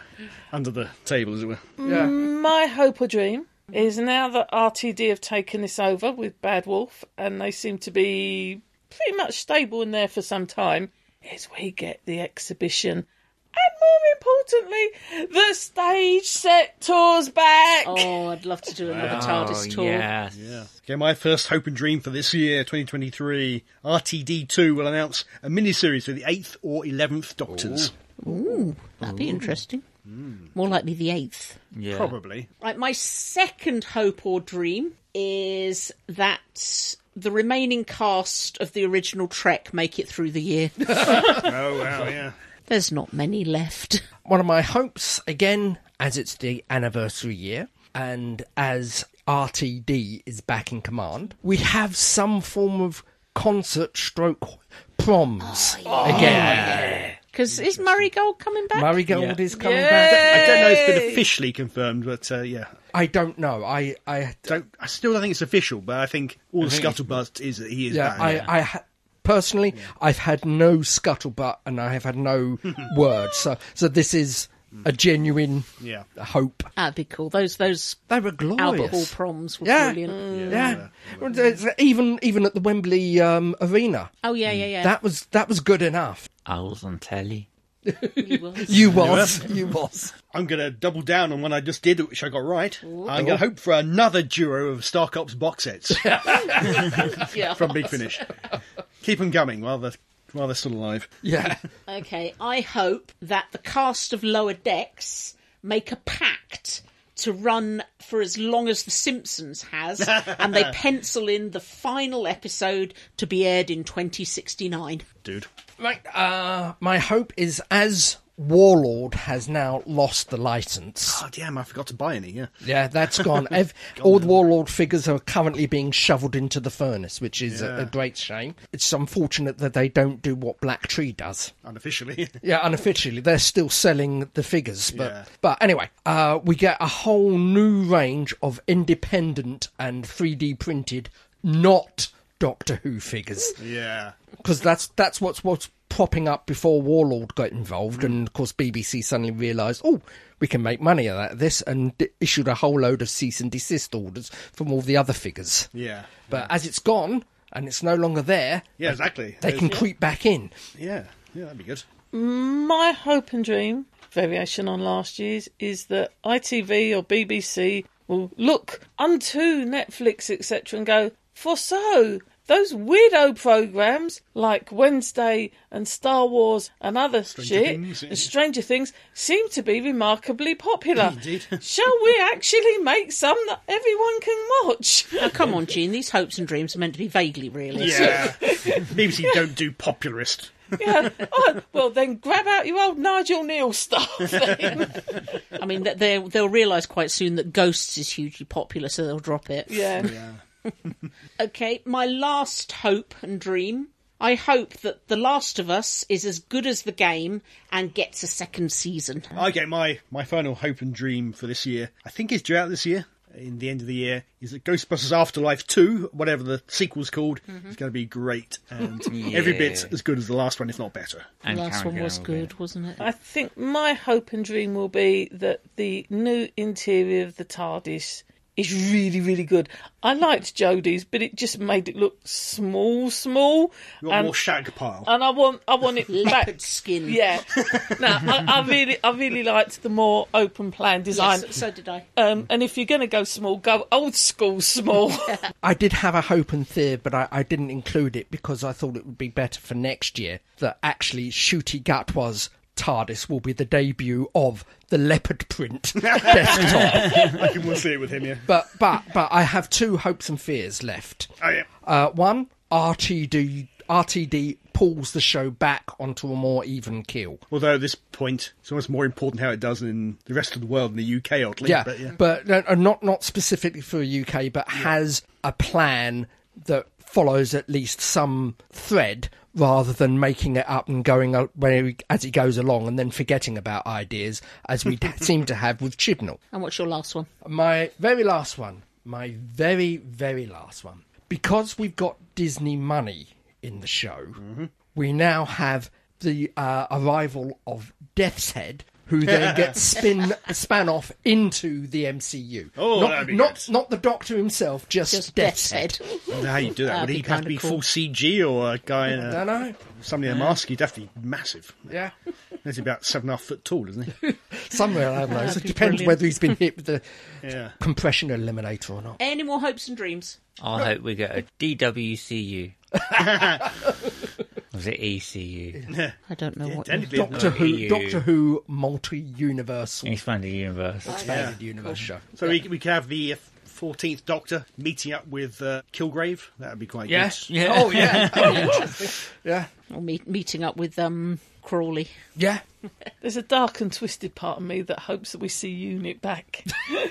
Speaker 2: under the table, as it were.
Speaker 3: yeah.
Speaker 5: My hope or dream is now that RTD have taken this over with Bad Wolf and they seem to be pretty much stable in there for some time, is we get the exhibition. And more importantly, the stage set tours back.
Speaker 1: Oh, I'd love to do another TARDIS tour.
Speaker 4: Oh, yes.
Speaker 2: Okay, my first hope and dream for this year, 2023, RTD2 will announce a miniseries for the 8th or 11th Doctors.
Speaker 1: That'd be interesting.
Speaker 3: Hmm.
Speaker 1: More likely the eighth.
Speaker 4: Yeah.
Speaker 2: Probably.
Speaker 1: Right, my second hope or dream is that the remaining cast of the original Trek make it through the year.
Speaker 2: Oh, wow, yeah.
Speaker 1: There's not many left.
Speaker 3: One of my hopes, again, as it's the anniversary year and as RTD is back in command, we have some form of concert stroke proms again.
Speaker 1: Because is Murray Gold coming back?
Speaker 3: Murray Gold
Speaker 4: Oh, Yeah.
Speaker 3: is coming back.
Speaker 2: I don't know if it's been officially confirmed, but uh, yeah.
Speaker 3: I don't know. I, I
Speaker 2: Don't, I still don't think it's official, but I think all the
Speaker 4: think it's-
Speaker 2: scuttlebutt is that he is
Speaker 3: Yeah,
Speaker 2: back.
Speaker 3: I, I ha- personally, I've had no scuttlebutt and I have had no word. So, so this is a genuine
Speaker 2: Yeah.
Speaker 3: hope.
Speaker 1: That'd be cool. Those those
Speaker 3: They were glorious.
Speaker 1: Albert Hall proms were
Speaker 3: Yeah.
Speaker 1: brilliant.
Speaker 3: yeah, Well, there's- even even at the Wembley um, Arena,
Speaker 1: Oh yeah, yeah, yeah.
Speaker 3: that was that was good enough.
Speaker 4: Owls on telly.
Speaker 1: really was.
Speaker 3: You was, you was.
Speaker 2: I'm going to double down on one I just did, which I got right. I'm going to hope for another duo of Star Cops box sets
Speaker 1: yeah.
Speaker 2: from Big Finish. Keep them coming while they're, while they're still alive.
Speaker 3: Yeah,
Speaker 1: Okay, I hope that the cast of Lower Decks make a pact to run for as long as The Simpsons has, and they pencil in the final episode to be aired in 2069.
Speaker 2: dude.
Speaker 3: Right. Uh, my hope is as Warlord has now lost the license.
Speaker 2: Oh damn! I forgot to buy any. Yeah,
Speaker 3: Yeah, that's gone. Ev- all the Warlord figures are currently being shoveled into the furnace, which is a, a great shame. It's unfortunate that they don't do what Black Tree does.
Speaker 2: unofficially.
Speaker 3: Yeah, unofficially, they're still selling the figures, but but anyway, uh, we get a whole new range of independent and 3D printed, not Doctor Who figures
Speaker 2: yeah,
Speaker 3: because that's that's what's what's propping up before Warlord got involved,
Speaker 2: Mm.
Speaker 3: and of course BBC suddenly realised, oh, we can make money out of this, and d- issued a whole load of cease and desist orders from all the other figures.
Speaker 2: yeah,
Speaker 3: But as it's gone and it's no longer there,
Speaker 2: yeah. Exactly.
Speaker 3: they can creep back in.
Speaker 2: Yeah, yeah. That'd be good.
Speaker 5: My hope and dream, variation on last year's, is that ITV or BBC will look unto Netflix, etc., and go, for so, those weirdo programs like Wednesday and Star Wars and other shit
Speaker 2: Things, yeah.
Speaker 5: and Stranger Things seem to be remarkably popular.
Speaker 2: Indeed.
Speaker 5: Shall we actually make some that everyone can watch?
Speaker 1: Now, come on, Gene, these hopes and dreams are meant to be vaguely realistic.
Speaker 2: Yeah. BBC don't do popularist.
Speaker 5: yeah. Oh, well, then grab out your old Nigel Neal stuff. Then.
Speaker 1: I mean, that they they'll realise quite soon that Ghosts is hugely popular, so they'll drop it.
Speaker 5: yeah.
Speaker 1: Okay, my last hope and dream. I hope that The Last of Us is as good as the game and gets a second season.
Speaker 2: I get my my final hope and dream for this year. I think it's due out this year. In the end of the year, is that Ghostbusters Afterlife Two, whatever the sequel's called,
Speaker 1: Mm-hmm.
Speaker 2: is going to be great and every bit as good as the last one, if not better.
Speaker 4: And
Speaker 1: the last
Speaker 4: Karen
Speaker 1: one was
Speaker 4: Gallagher.
Speaker 1: good, wasn't it?
Speaker 5: I think my hope and dream will be that the new interior of the TARDIS is really, really good. I liked Jodie's, but it just made it look small, small.
Speaker 2: You
Speaker 1: Um,
Speaker 2: want
Speaker 5: and,
Speaker 2: more shag pile?
Speaker 1: uh,
Speaker 5: and I want, I want it
Speaker 1: Leopard
Speaker 5: back.
Speaker 1: skin.
Speaker 5: Yeah. No, I, I really, I really liked the more open plan design.
Speaker 1: Yes, so did I.
Speaker 5: Um, and if you're going to go small, go old school small.
Speaker 3: I did have a hope and fear, but I, I didn't include it because I thought it would be better for next year that actually Shooty Gatwa's TARDIS will be the debut of the leopard print desktop.
Speaker 2: I can we'll see it with him. Yeah.
Speaker 3: But but but I have two hopes and fears left.
Speaker 2: Oh yeah.
Speaker 3: Uh, one, RTD RTD pulls the show back onto a more even keel.
Speaker 2: Although at this point, it's almost more important how it does in the rest of the world than the UK, oddly.
Speaker 3: Yeah,
Speaker 2: But yeah.
Speaker 3: but no, no, not not specifically for UK, but has a plan that follows at least some thread rather than making it up and going out where he- as he goes along and then forgetting about ideas as we seem to have with Chibnall.
Speaker 1: And what's your last one?
Speaker 3: My very last one, my very very last one, because we've got Disney money in the show,
Speaker 2: Mm-hmm.
Speaker 3: we now have the uh, arrival of Death's Head. Who then gets spin span off into the MCU?
Speaker 2: Oh,
Speaker 3: not,
Speaker 2: that'd be
Speaker 3: not,
Speaker 2: good.
Speaker 3: not the Doctor himself, just,
Speaker 1: Just
Speaker 3: Death's, Head.
Speaker 2: I don't know how you do that. Would
Speaker 1: That'd
Speaker 2: he
Speaker 1: be
Speaker 2: have to
Speaker 1: kinda
Speaker 2: be
Speaker 1: cool.
Speaker 2: full CG or a guy in
Speaker 3: I
Speaker 2: a,
Speaker 3: know.
Speaker 2: somebody in a mask? He'd have to be massive.
Speaker 3: Yeah,
Speaker 2: He's about seven and a half foot tall, isn't he?
Speaker 3: somewhere around those. It
Speaker 1: be
Speaker 3: depends
Speaker 1: brilliant.
Speaker 3: whether he's been hit with the
Speaker 2: Yeah.
Speaker 3: compression eliminator or not.
Speaker 1: Any more hopes and dreams?
Speaker 4: I hope we get a DWCU. was it E ECU?
Speaker 1: I don't know what.
Speaker 2: Then it'd be
Speaker 3: Doctor Who,
Speaker 4: you.
Speaker 3: Doctor Who, multi-universal
Speaker 4: Expanded universe.
Speaker 3: expanded universe show.
Speaker 2: So we, we could have the fourteenth Doctor meeting up with uh, Kilgrave. That would be quite
Speaker 3: Yes.
Speaker 2: good.
Speaker 4: Yeah.
Speaker 3: Oh yeah. yeah.
Speaker 1: Or meet, meeting up with um Crawley.
Speaker 3: Yeah.
Speaker 5: There's a dark and twisted part of me that hopes that we see Unit back.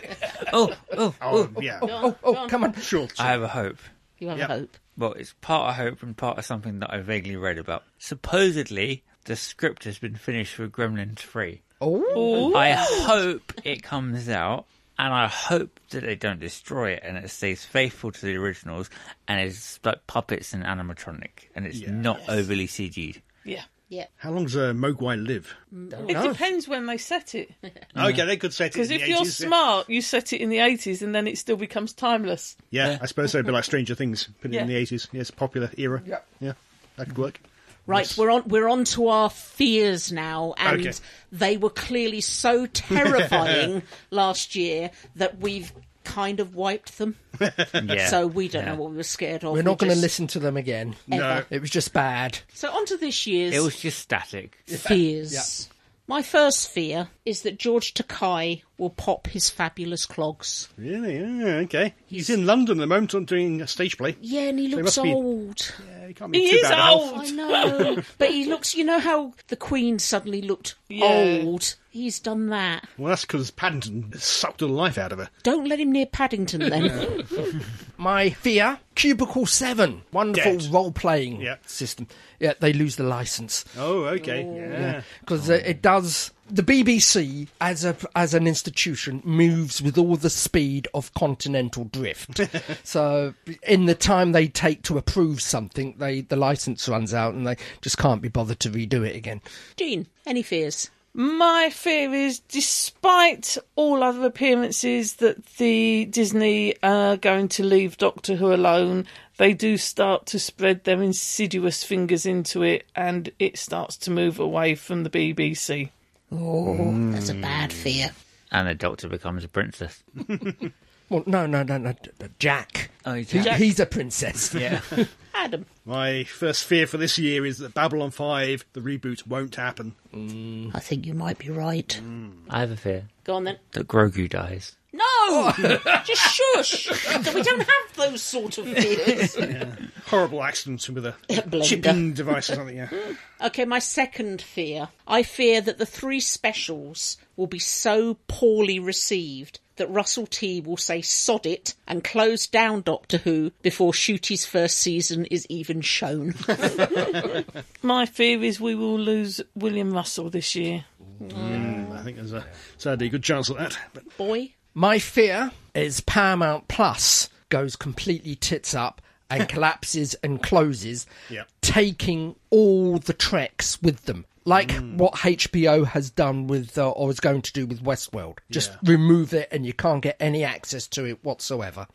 Speaker 4: Oh, oh,
Speaker 2: Oh yeah.
Speaker 3: Oh, oh, come on.
Speaker 2: Sure.
Speaker 4: I have a hope.
Speaker 1: You have
Speaker 2: Yep.
Speaker 1: a hope.
Speaker 4: Well, it's part of hope and part of something that I vaguely read about. Supposedly, the script has been finished for Gremlins 3.
Speaker 3: Oh,
Speaker 4: I hope it comes out, and I hope that they don't destroy it and it stays faithful to the originals and it's like puppets and animatronic and it's not overly CG'd.
Speaker 5: Yeah.
Speaker 1: Yeah.
Speaker 2: How long's uh, Mogwai live?
Speaker 5: It depends when they set it.
Speaker 2: Okay, they could set it
Speaker 5: Because
Speaker 2: in
Speaker 5: if
Speaker 2: the
Speaker 5: you're
Speaker 2: 80s, yeah.
Speaker 5: smart, you set it in the 80s and then it still becomes timeless.
Speaker 2: yeah, I suppose so. A bit like Stranger Things, put it in the
Speaker 5: Yeah.
Speaker 2: eighties. Yeah, it's a popular era.
Speaker 3: Yeah.
Speaker 2: yeah, that could work.
Speaker 1: Right, we're on we're on to our fears now, and
Speaker 2: Okay.
Speaker 1: they were clearly so terrifying last year that we've kind of wiped them.
Speaker 4: Yeah.
Speaker 1: So we don't
Speaker 4: Yeah.
Speaker 1: know what we were scared of.
Speaker 3: we're not
Speaker 1: We
Speaker 3: going to
Speaker 1: just-
Speaker 3: listen to them again.
Speaker 1: Ever.
Speaker 3: It was just bad.
Speaker 1: So on to this year's
Speaker 4: It was just static.
Speaker 1: fears. My first fear is that George Takai will pop his fabulous clogs.
Speaker 2: Really? Yeah, okay. He's in London at the moment on doing a stage play.
Speaker 1: Yeah, and he
Speaker 2: They
Speaker 1: looks
Speaker 2: must be-
Speaker 1: old.
Speaker 2: Yeah, he can't be
Speaker 5: He
Speaker 2: too
Speaker 5: is
Speaker 2: bad at health.
Speaker 5: old.
Speaker 1: I know. but he looks, you know how the Queen suddenly looked
Speaker 5: Yeah.
Speaker 1: old? He's done that.
Speaker 2: Well, that's because Paddington sucked all the life out of her.
Speaker 1: Don't let him near Paddington then.
Speaker 3: My fear, Cubicle 7. Wonderful
Speaker 2: Dead.
Speaker 3: role playing
Speaker 2: Yeah.
Speaker 3: system. Yeah, they lose the license.
Speaker 2: Oh, okay. Oh, yeah.
Speaker 3: because it does the BBC as a as an institution moves with all the speed of continental drift. so in the time they take to approve something, they the license runs out and they just can't be bothered to redo it again.
Speaker 1: Jean, any fears?
Speaker 5: My fear is, despite all other appearances that the Disney are going to leave Doctor Who alone, they do start to spread their insidious fingers into it, and it starts to move away from the BBC.
Speaker 1: Oh, that's a bad fear.
Speaker 4: And the Doctor becomes a princess.
Speaker 3: Well, no, no, no, no, d- d- Jack.
Speaker 4: Oh, he's
Speaker 3: He-
Speaker 4: Jack.
Speaker 3: he's a princess.
Speaker 4: Yeah.
Speaker 1: Adam,
Speaker 2: My first fear for this year is that Babylon 5, the reboot, won't happen.
Speaker 1: I think you might be right.
Speaker 4: I have a fear
Speaker 1: Go on then.
Speaker 4: that Grogu dies.
Speaker 1: No! Just shush! we don't have those sort of fears.
Speaker 2: Horrible accidents with a
Speaker 1: Blender.
Speaker 2: chipping device or something, yeah.
Speaker 1: Okay, my second fear. I fear that the three specials will be so poorly received that Russell T will say sod it and close down Doctor Who before Shooty's first season is even shown.
Speaker 5: My fear is we will lose William Russell this year.
Speaker 2: I think there's a sadly a good chance of that. But
Speaker 1: Boy,
Speaker 3: My fear is Paramount Plus goes completely tits up and collapses and closes,
Speaker 2: Yep.
Speaker 3: taking all the treks with them. Like
Speaker 4: Mm.
Speaker 3: what HBO has done with, uh, or is going to do with Westworld. Just
Speaker 2: Yeah.
Speaker 3: remove it and you can't get any access to it whatsoever.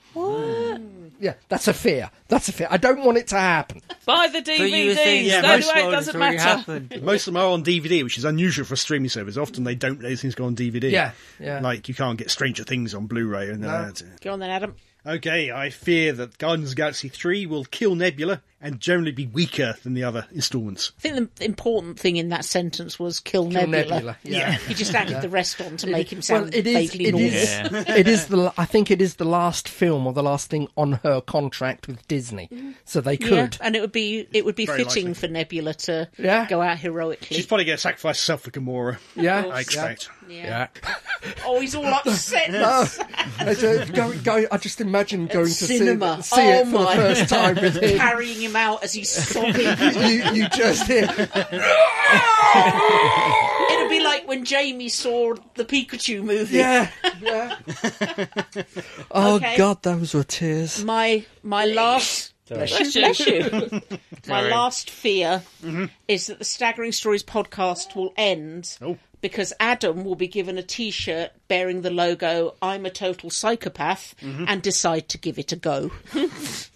Speaker 3: Yeah, that's a fear. That's a fear. I don't want it to happen.
Speaker 5: Buy the DVDs.
Speaker 2: yeah,
Speaker 5: no,
Speaker 2: most
Speaker 5: way, it doesn't matter.
Speaker 2: most of them are on DVD, which is unusual for a streaming service. Often they don't let things go on DVD.
Speaker 3: Yeah, yeah.
Speaker 2: Like you can't get Stranger Things on Blu-ray. And uh,
Speaker 1: go on then, Adam.
Speaker 2: okay, I fear that Guardians of the Galaxy 3 will kill Nebula and generally be weaker than the other installments.
Speaker 1: I think the important thing in that sentence was kill,
Speaker 3: Kill
Speaker 1: Nebula.
Speaker 3: Nebula, yeah.
Speaker 1: He just added the rest on to make him
Speaker 3: Well,
Speaker 1: sound
Speaker 3: it is.
Speaker 1: vaguely
Speaker 3: It
Speaker 1: normal.
Speaker 3: is. it is the. I think it is the last film or the last thing on her contract with Disney, so they could.
Speaker 1: Mm-hmm. Yeah, and it would be it would be
Speaker 2: Very
Speaker 1: fitting
Speaker 2: likely.
Speaker 1: for Nebula to
Speaker 3: Yeah.
Speaker 1: go out heroically.
Speaker 2: She's probably going to sacrifice herself for Gamora,
Speaker 3: Yeah,
Speaker 2: I expect.
Speaker 3: Yeah.
Speaker 1: Oh, he's all upset.
Speaker 3: I just, uh, go, go, I just imagine going to
Speaker 1: cinema.
Speaker 3: see, see
Speaker 1: Oh
Speaker 3: it for
Speaker 1: my.
Speaker 3: the first time with him.
Speaker 1: Carrying him out as he's sobbing.
Speaker 3: You, you just hear,
Speaker 1: It'd be like when Jamie saw the Pikachu movie.
Speaker 3: yeah, yeah. oh
Speaker 1: Okay.
Speaker 3: God, those were tears.
Speaker 1: My my last
Speaker 5: Bless you.
Speaker 1: bless you. my last fear
Speaker 3: Mm-hmm.
Speaker 1: is that the Staggering Stories podcast will end
Speaker 3: Oh.
Speaker 1: because Adam will be given a T-shirt bearing the logo "I'm a total psychopath"
Speaker 3: Mm-hmm.
Speaker 1: and decide to give it a go.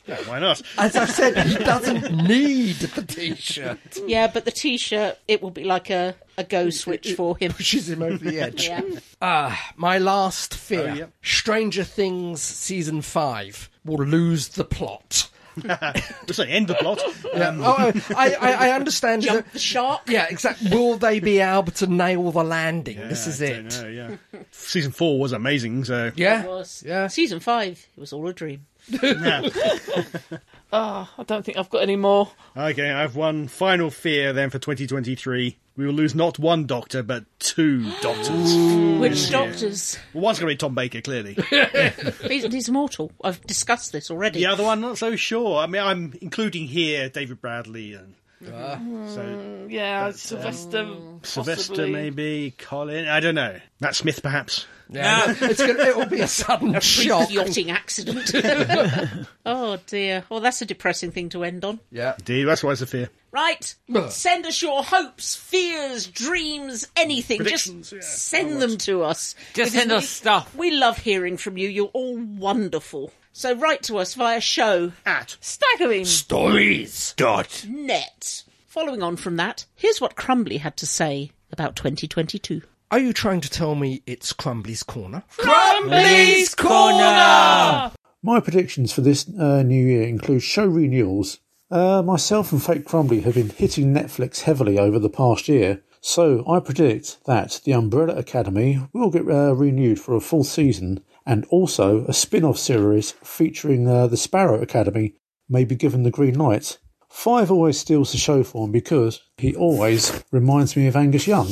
Speaker 2: Yeah, why not?
Speaker 3: As I've said, he doesn't need the T-shirt.
Speaker 1: yeah, but the T-shirt it will be like a a go switch for him.
Speaker 3: Pushes him over the edge.
Speaker 1: Yeah.
Speaker 3: Ah, my last fear:
Speaker 2: Oh, yep.
Speaker 3: Stranger Things season five will lose the plot.
Speaker 2: Just say end the plot.
Speaker 3: Yeah. Oh, I, I, I understand.
Speaker 1: Jump
Speaker 3: that-
Speaker 1: the shark.
Speaker 3: Yeah, exactly. Will they be able to nail the landing? this
Speaker 2: Yeah,
Speaker 3: is
Speaker 2: I
Speaker 3: it.
Speaker 2: don't know, yeah. Season four was amazing, so
Speaker 3: Yeah.
Speaker 1: It was.
Speaker 3: Yeah.
Speaker 1: Season five. It was all a dream.
Speaker 5: Oh, I don't think I've got any more.
Speaker 2: Okay, I have one final fear then for 2023. We will lose not one doctor, but two doctors.
Speaker 1: Which doctors?
Speaker 2: Well, one's going to be Tom Baker, clearly.
Speaker 1: He's, he's mortal. I've discussed this already.
Speaker 2: the other one, not so sure. I mean, I'm including here David Bradley and. so
Speaker 5: Yeah, Sylvester.
Speaker 2: Sylvester,
Speaker 5: possibly.
Speaker 2: maybe Colin. I don't know. Matt Smith, perhaps.
Speaker 1: Ah.
Speaker 3: Yeah, it's gonna, it'll be a sudden shock.
Speaker 1: Yachting accident. oh dear. Well, that's a depressing thing to end on.
Speaker 3: Yeah.
Speaker 2: Indeed, that's why it's a fear.
Speaker 1: Right.
Speaker 3: Ugh.
Speaker 1: Send us your hopes, fears, dreams, anything.
Speaker 2: Predictions,
Speaker 1: Just
Speaker 2: yeah.
Speaker 1: send them to us. Because
Speaker 4: Just send
Speaker 1: we-
Speaker 4: us stuff.
Speaker 1: We love hearing from you. You're all wonderful. So write to us via show
Speaker 2: At.
Speaker 5: Staggering.
Speaker 3: Stories. Dot.
Speaker 1: net. Following on from that, here's what Crumbly had to say about 2022.
Speaker 3: Are you trying to tell me it's Crumbly's Corner?
Speaker 5: Crumbly's Corner!
Speaker 8: My predictions for this uh, new year include show renewals. Uh, myself and Fake Crumbly have been hitting Netflix heavily over the past year, So I predict that the Umbrella Academy will get uh, renewed for a full season, and also a spin off series featuring uh, the Sparrow Academy may be given the green light. Five always steals the show for him because he always reminds me of Angus Young.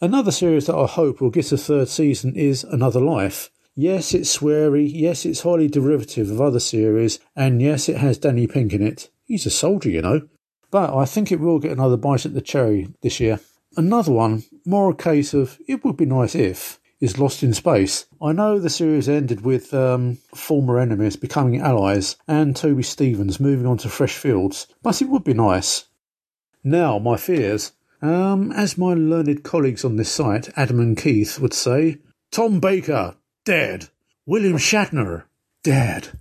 Speaker 8: Another series that I hope will get a third season is Another Life. Yes, it's sweary, yes, it's highly derivative of other series, and yes, it has Danny Pink in it. He's a soldier, you know. But I think it will get another bite at the cherry this year. Another one, more a case of it would be nice if, is Lost in Space. I know the series ended with um, former enemies becoming allies and Toby Stevens moving on to fresh fields, but it would be nice. Now, my fears. Um, as my learned colleagues on this site, Adam and Keith, would say, Tom Baker, dead. William Shatner, dead.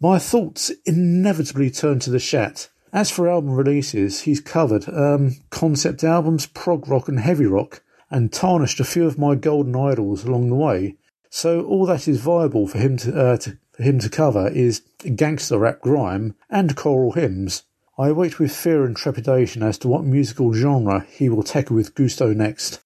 Speaker 8: My thoughts inevitably turn to the Shat. As for album releases, he's covered um, concept albums, prog rock, and heavy rock, and tarnished a few of my golden idols along the way. So all that is viable for him to, uh, to for him to cover is gangster rap, grime, and choral hymns. I wait with fear and trepidation as to what musical genre he will tackle with gusto next.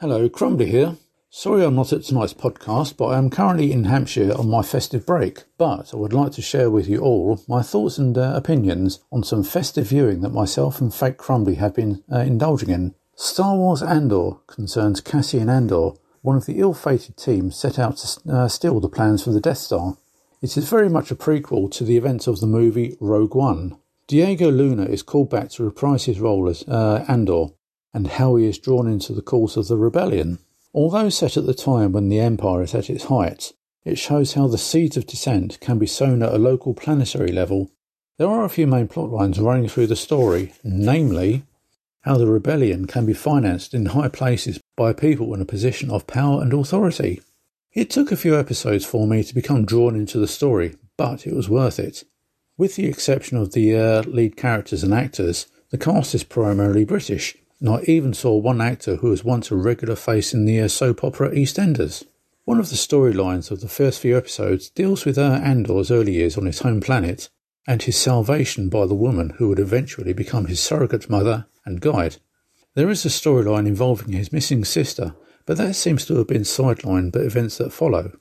Speaker 8: Hello, Crumbly here. Sorry I'm not at tonight's podcast, but I am currently in Hampshire on my festive break. But I would like to share with you all my thoughts and uh, opinions on some festive viewing that myself and Fake Crumbly have been uh, indulging in. Star Wars Andor concerns Cassian Andor, one of the ill fated teams set out to uh, steal the plans for the Death Star. It is very much a prequel to the events of the movie Rogue One. Diego Luna is called back to reprise his role as uh, Andor, and how he is drawn into the cause of the rebellion. Although set at the time when the Empire is at its height, it shows how the seeds of dissent can be sown at a local planetary level. There are a few main plot lines running through the story, namely how the rebellion can be financed in high places by people in a position of power and authority. It took a few episodes for me to become drawn into the story, but it was worth it. With the exception of the uh, lead characters and actors, the cast is primarily British, and I even saw one actor who was once a regular face in the uh, soap opera EastEnders. One of the storylines of the first few episodes deals with uh, Andor's early years on his home planet and his salvation by the woman who would eventually become his surrogate mother and guide. There is a storyline involving his missing sister, but that seems to have been sidelined by events that follow.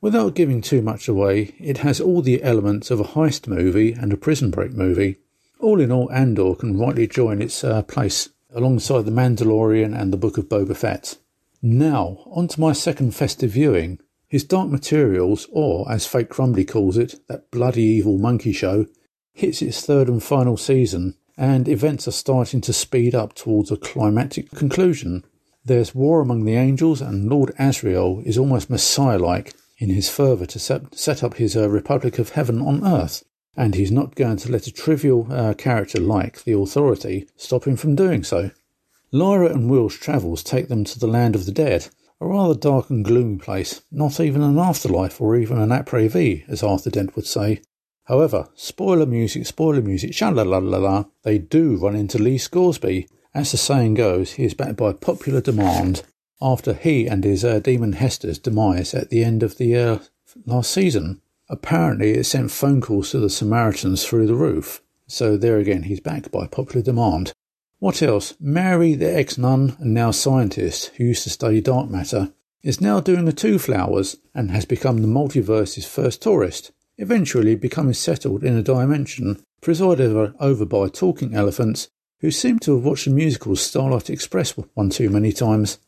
Speaker 8: Without giving too much away, it has all the elements of a heist movie and a prison break movie. All in all, Andor can rightly join its uh, place alongside The Mandalorian and The Book of Boba Fett. Now, on to my second festive viewing. His Dark Materials, or as Fake Crumbly calls it, that bloody evil monkey show, hits its third and final season, and events are starting to speed up towards a climactic conclusion. There's war among the angels, and Lord Asriel is almost messiah like in his fervour to set, set up his uh, Republic of Heaven on Earth, and he's not going to let a trivial uh, character like the Authority stop him from doing so. Lyra and Will's travels take them to the land of the dead, a rather dark and gloomy place, not even an afterlife or even an après vie, as Arthur Dent would say. However, spoiler music, spoiler music, sha la la la la, they do run into Lee Scoresby. As the saying goes, he is backed by popular demand after he and his uh, demon Hester's demise at the end of the uh, last season. Apparently, it sent phone calls to the Samaritans through the roof. So there again, he's back by popular demand. What else? Mary, the ex-nun and now scientist who used to study dark matter, is now doing the two flowers and has become the multiverse's first tourist, eventually becoming settled in a dimension presided over- over by talking elephants who seem to have watched the musical Starlight Express one too many times.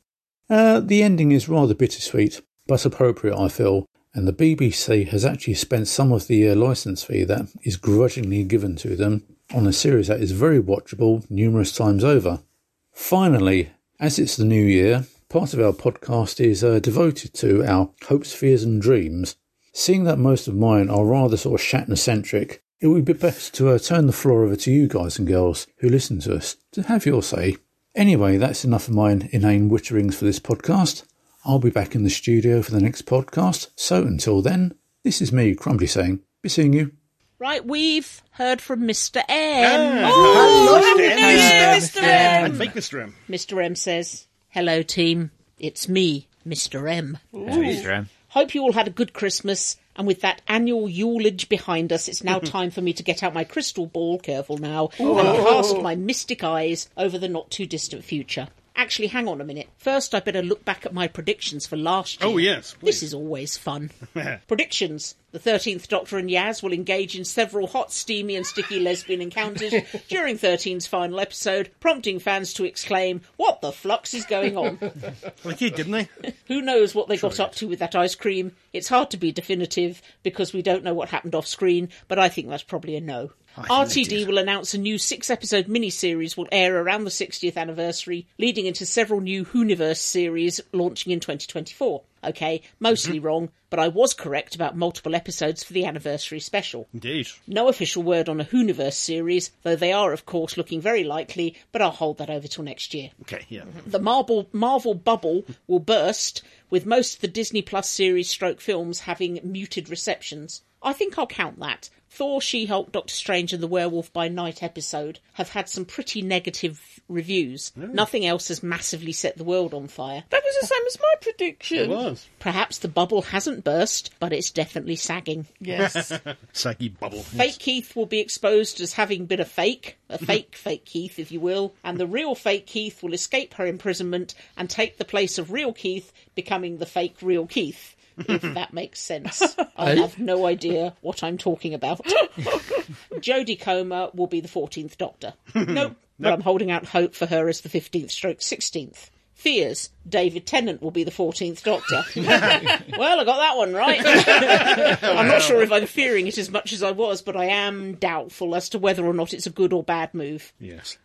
Speaker 8: Uh, the ending is rather bittersweet, but appropriate, I feel, and the BBC has actually spent some of the uh, license fee that is grudgingly given to them on a series that is very watchable numerous times over. Finally, as it's the new year, part of our podcast is uh, devoted to our hopes, fears, and dreams. Seeing that most of mine are rather sort of Shatner centric, it would be best to uh, turn the floor over to you guys and girls who listen to us to have your say. Anyway, that's enough of my inane witterings for this podcast. I'll be back in the studio for the next podcast. So until then, this is me, Crumbly, saying, be seeing you.
Speaker 1: Right, we've heard from Mr.
Speaker 2: Um,
Speaker 1: M.
Speaker 2: Ah, Oh,
Speaker 5: Mr. Ah, M.
Speaker 2: I think Mr. M.
Speaker 1: Mr. M says, Hello, team. It's me, Mr. M.
Speaker 4: Mr. M.
Speaker 1: Hope you all had a good Christmas, and with that annual Yulage behind us, it's now time for me to get out my crystal ball, careful now, and cast my mystic eyes over the not too distant future. Actually, hang on a minute. First, I better look back at my predictions for last year.
Speaker 2: Oh, yes,
Speaker 1: This
Speaker 2: please.
Speaker 1: is always fun. predictions. The 13th Doctor and Yaz will engage in several hot, steamy, and sticky lesbian encounters during 13's final episode, prompting fans to exclaim, What the flux is going on?
Speaker 2: Well, they did, didn't they?
Speaker 1: Who knows what they got up to with that ice cream? It's hard to be definitive because we don't know what happened off screen, but I think that's probably a no. RTD will announce a new six episode miniseries will air around the 60th anniversary, leading into several new Hooniverse series launching in 2024. Okay, mostly wrong, but I was correct about multiple episodes for the anniversary special.
Speaker 2: Indeed.
Speaker 1: No official word on a Hooniverse series, though they are, of course, looking very likely, but I'll hold that over till next year
Speaker 2: Okay, yeah.
Speaker 1: the Marvel Marvel bubble will burst, with most of the Disney Plus series stroke films having muted receptions. I think I'll count that. Thor, She Hulk, Doctor Strange, and the Werewolf by Night episode have had some pretty negative reviews. Nothing else has massively set the world on fire.
Speaker 5: That was the same as my prediction.
Speaker 2: It was.
Speaker 1: Perhaps the bubble hasn't burst, but it's definitely sagging.
Speaker 5: Yes.
Speaker 2: Saggy bubble.
Speaker 1: Fake Keith will be exposed as having been a fake, a fake fake Keith, if you will, and the real fake Keith will escape her imprisonment and take the place of real Keith, becoming the fake real Keith. If that makes sense. I have no idea what I'm talking about. Jodie Comer will be the 14th Doctor. Nope, but I'm holding out hope for her as the 15th stroke 16th. Fears, David Tennant will be the 14th Doctor. well, I got that one right. I'm not sure if I'm fearing it as much as I was, but I am doubtful as to whether or not it's a good or bad move.
Speaker 2: Yes.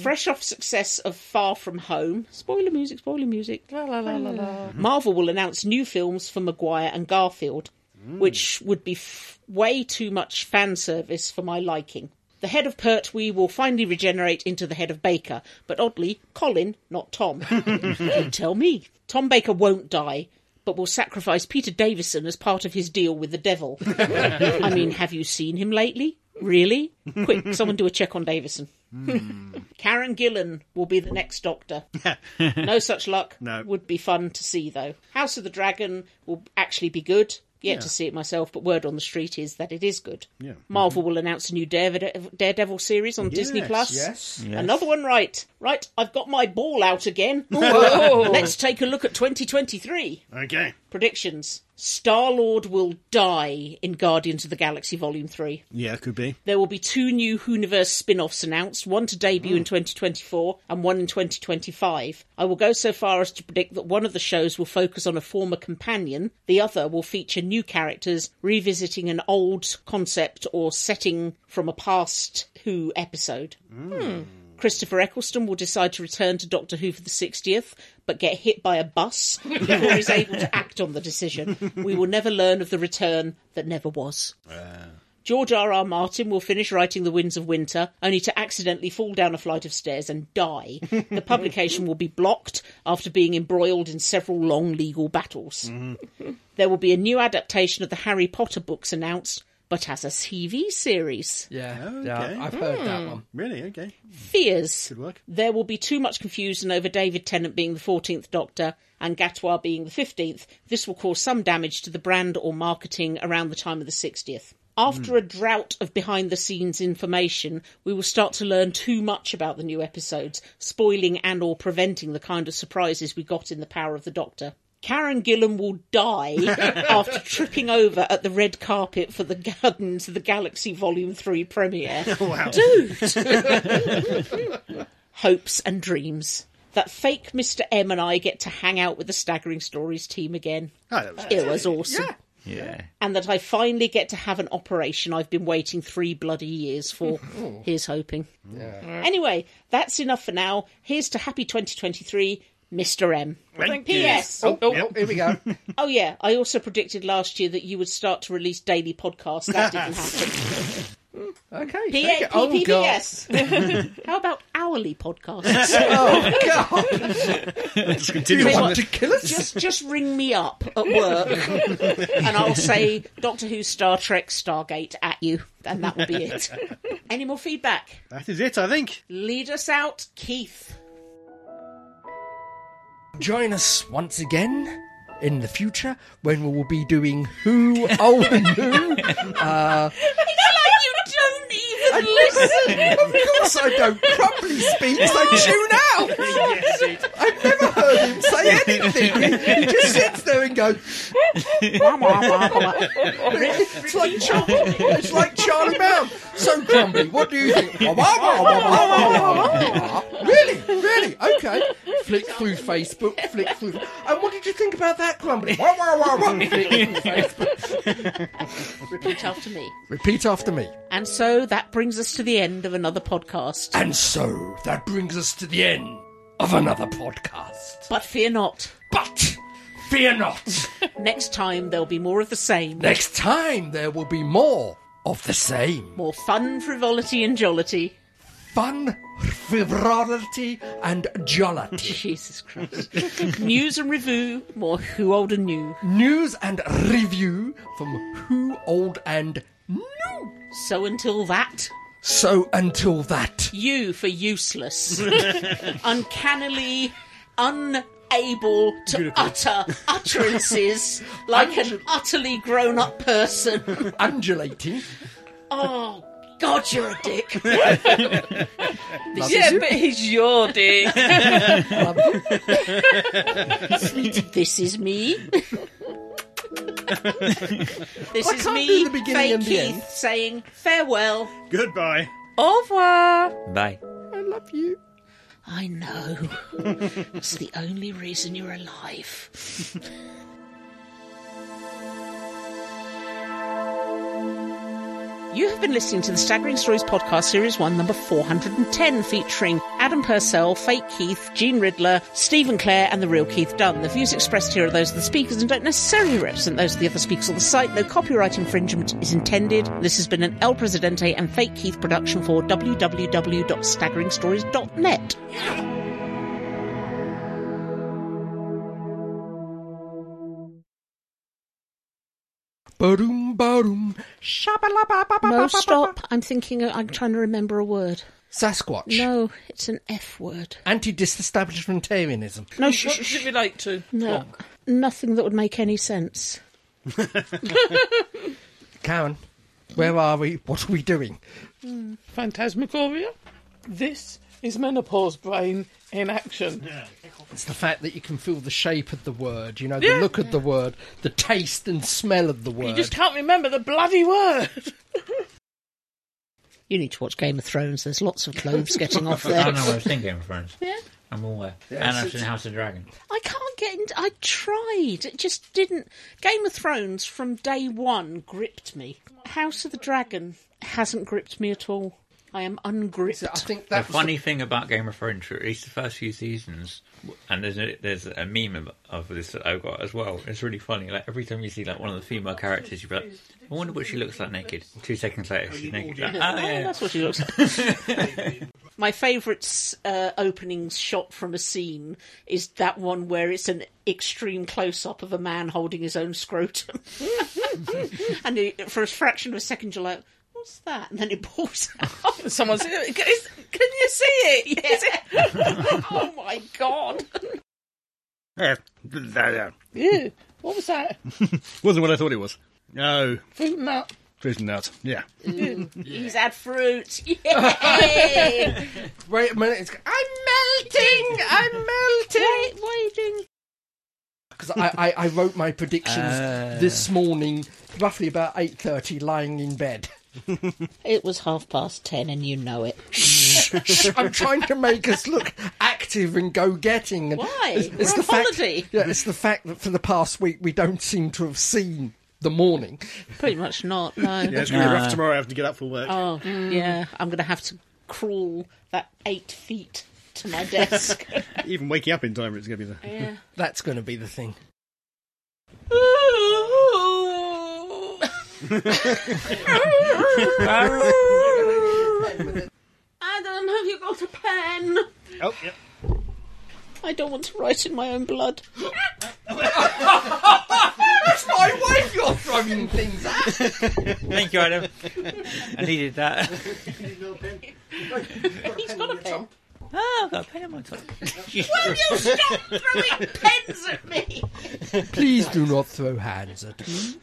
Speaker 1: Fresh off success of Far From Home, spoiler music, spoiler music,
Speaker 5: la, la, la, la, la.
Speaker 1: Marvel will announce new films for Maguire and Garfield, which would be f- way too much fan service for my liking. The head of Pertwee will finally regenerate into the head of Baker, but oddly, Colin, not Tom. Don't tell me. Tom Baker won't die, but will sacrifice Peter Davison as part of his deal with the devil. I mean, have you seen him lately? Really? Quick, someone do a check on Davison.
Speaker 2: Hmm.
Speaker 1: Karen Gillan will be the next Doctor. no such luck.
Speaker 2: No.
Speaker 1: Would be fun to see, though. House of the Dragon will actually be good. Yet to see it myself, but word on the street is that it is good.
Speaker 2: Yeah.
Speaker 1: Marvel will announce a new Daredevil, Daredevil series on Disney
Speaker 2: Yes,
Speaker 1: Plus.
Speaker 3: yes.
Speaker 1: Another one right. Right, I've got my ball out again. Let's take a look at 2023.
Speaker 2: Okay.
Speaker 1: Predictions. Star-Lord will die in Guardians of the Galaxy Volume 3.
Speaker 2: Yeah, could be.
Speaker 1: There will be two new Hooniverse spin offs announced, one to debut in 2024 and one in 2025. I will go so far as to predict that one of the shows will focus on a former companion, the other will feature new characters revisiting an old concept or setting from a past Who episode. Hmm. Christopher Eccleston will decide to return to Doctor Who for the 60th, but get hit by a bus before he's able to act on the decision. We will never learn of the return that never was. George R. R. Martin will finish writing The Winds of Winter, only to accidentally fall down a flight of stairs and die. The publication will be blocked after being embroiled in several long legal battles. There will be a new adaptation of the Harry Potter books announced, but as a TV series.
Speaker 3: Yeah,
Speaker 2: Okay.
Speaker 3: yeah I've heard
Speaker 1: Hmm.
Speaker 3: that one.
Speaker 2: Really? Okay.
Speaker 1: Fears.
Speaker 2: Good work.
Speaker 1: There will be too much confusion over David Tennant being the 14th Doctor and Gatwa being the 15th. This will cause some damage to the brand or marketing around the time of the 60th. After a drought of behind the scenes information, we will start to learn too much about the new episodes, spoiling and or preventing the kind of surprises we got in The Power of the Doctor. Karen Gillan will die after tripping over at the red carpet for the Gardens of the Galaxy Volume 3 premiere. hopes and dreams. That fake Mr. M and I get to hang out with the Staggering Stories team again.
Speaker 2: Ah, that was
Speaker 1: It was awesome.
Speaker 4: Yeah.
Speaker 1: And that I finally get to have an operation I've been waiting three bloody years for.
Speaker 2: Oh.
Speaker 1: Here's hoping. Anyway, that's enough for now. Here's to happy 2023, Mr. M.
Speaker 2: Thank
Speaker 1: P.S.
Speaker 3: Oh, oh, here we go.
Speaker 1: Oh, yeah, I also predicted last year that you would start to release daily podcasts. That didn't happen.
Speaker 3: Okay.
Speaker 1: P-
Speaker 3: thank you. Oh, God.
Speaker 1: P.P.P.S. How about hourly podcasts?
Speaker 3: Oh, God.
Speaker 2: Let's continue
Speaker 1: Tell you
Speaker 2: on.
Speaker 1: what,
Speaker 3: to kill us?
Speaker 1: Just, just ring me up at work, and I'll say Doctor Who, Star Trek, Stargate at you, and that will be it. Any more feedback?
Speaker 2: That is it, I think.
Speaker 1: Lead us out, Keith.
Speaker 3: Join us once again in the future when we will be doing Who Oh and Who.
Speaker 5: It's like you don't even listen.
Speaker 3: Of course I don't. Properly speaks, I tune out. I've never heard him say anything. He, he just sits there and goes. it's like Char- it's like Charlie Brown. So Crumbly, what do you think? really, really, okay. Flick through Facebook, flick through. And what did you think about that, Crumbly? Flick through Facebook.
Speaker 1: Repeat after me.
Speaker 3: Repeat after me.
Speaker 1: And so that brings us to the end of another podcast.
Speaker 3: And so that brings us to the end of another podcast.
Speaker 1: But fear not,
Speaker 3: But fear not.
Speaker 1: next time there'll be more of the same.
Speaker 3: Next time there will be more of the same.
Speaker 1: More fun, frivolity, and jollity.
Speaker 3: Fun, frivolity, and jollity.
Speaker 1: Jesus Christ. News and review, more who old and new.
Speaker 3: News and review from Who Old and New.
Speaker 1: So until that,
Speaker 3: So until that,
Speaker 1: you for useless, uncannily unable to utter utterances like an utterly grown up person.
Speaker 3: undulating.
Speaker 1: Oh, God, you're a dick.
Speaker 5: Yeah, but he's your dick.
Speaker 1: This is me. this is
Speaker 3: can't
Speaker 1: me,
Speaker 3: do the beginning
Speaker 1: Faye
Speaker 3: and the
Speaker 1: Keith,
Speaker 3: end.
Speaker 1: saying farewell.
Speaker 2: Goodbye.
Speaker 5: Au revoir.
Speaker 4: Bye.
Speaker 3: I love you.
Speaker 1: I know. it's the only reason you're alive. You have been listening to the Staggering Stories podcast, series one, number 410, featuring Adam Purcell, Fake Keith, Gene Riddler, Stephen Clare, and the real Keith Dunn. The views expressed here are those of the speakers and don't necessarily represent those of the other speakers on the site. No copyright infringement is intended. This has been an El Presidente and Fake Keith production for www.staggeringstories.net.
Speaker 3: Baroom, baroom.
Speaker 1: No, stop. I'm thinking, I'm trying to remember a word.
Speaker 3: Sasquatch.
Speaker 1: No, it's an F word.
Speaker 3: Anti-disestablishmentarianism.
Speaker 1: No, sh-
Speaker 5: What does it relate to?
Speaker 1: no. Nothing that would make any sense.
Speaker 3: Karen, where are we? What are we doing?
Speaker 5: Phantasmagoria? This is menopause brain in action.
Speaker 3: It's the fact that you can feel the shape of the word, you know,
Speaker 5: Yeah.
Speaker 3: the look of the word, the taste and smell of the word.
Speaker 5: You just can't remember the bloody word.
Speaker 1: You need to watch Game of Thrones. There's lots of clothes getting off
Speaker 4: I
Speaker 1: there.
Speaker 4: don't know what I was thinking, friends.
Speaker 1: Yeah.
Speaker 4: I'm aware. and I've seen House of Dragon.
Speaker 1: I can't get into. I tried. It just didn't. Game of Thrones from day one gripped me. House of the Dragon hasn't gripped me at all. I am ungripped.
Speaker 3: I think
Speaker 4: The
Speaker 3: that's
Speaker 4: funny thing about Game of Thrones, for at least the first few seasons, and there's a, there's a meme of, of this that I've got as well. It's really funny. Like every time you see like one of the female characters, you're like, I wonder what she looks like naked. Two seconds later, she's naked. Like, oh
Speaker 1: Oh,
Speaker 4: yeah.
Speaker 1: that's what he looks like. My favourite uh, opening shot from a scene is that one where it's an extreme close up of a man holding his own scrotum. and he, for a fraction of a second, you're like, what's that? And then it pulls out.
Speaker 5: Someone's. Is, can you see it? Is it?
Speaker 1: oh my god.
Speaker 2: Wasn't
Speaker 5: Ew. What was that?
Speaker 2: what I thought it was. No,
Speaker 5: Fruit nut.
Speaker 2: fruit and nuts. Yeah.
Speaker 1: He's had fruit. Yay!
Speaker 3: Wait a minute. It's, I'm melting. I'm melting. Waiting. Because I, I, I wrote my predictions this morning, roughly about eight thirty, lying in bed.
Speaker 1: it was half past ten and you know it.
Speaker 3: I'm trying to make us look active and go getting. And
Speaker 1: Why? We're on
Speaker 3: fact,
Speaker 1: holiday.
Speaker 3: Yeah, it's the fact that for the past week we don't seem to have seen the morning.
Speaker 1: Pretty much not, no.
Speaker 2: Yeah, it's going to be rough tomorrow. I have to get up for work.
Speaker 1: Oh, yeah. I'm going to have to crawl that eight feet to my desk.
Speaker 2: Even waking up in time, it's going to be the.
Speaker 1: yeah.
Speaker 3: That's going to be the thing.
Speaker 1: Adam, have you got a pen?
Speaker 2: Oh, yeah.
Speaker 1: I don't want to write in my own blood.
Speaker 3: It's my wife. You're throwing things at.
Speaker 4: Thank you, Adam. I needed that.
Speaker 1: He's got a pen.
Speaker 4: Oh, I've got a pen on my top.
Speaker 1: Will you stop throwing pens at me?
Speaker 3: Please do not throw hands at me.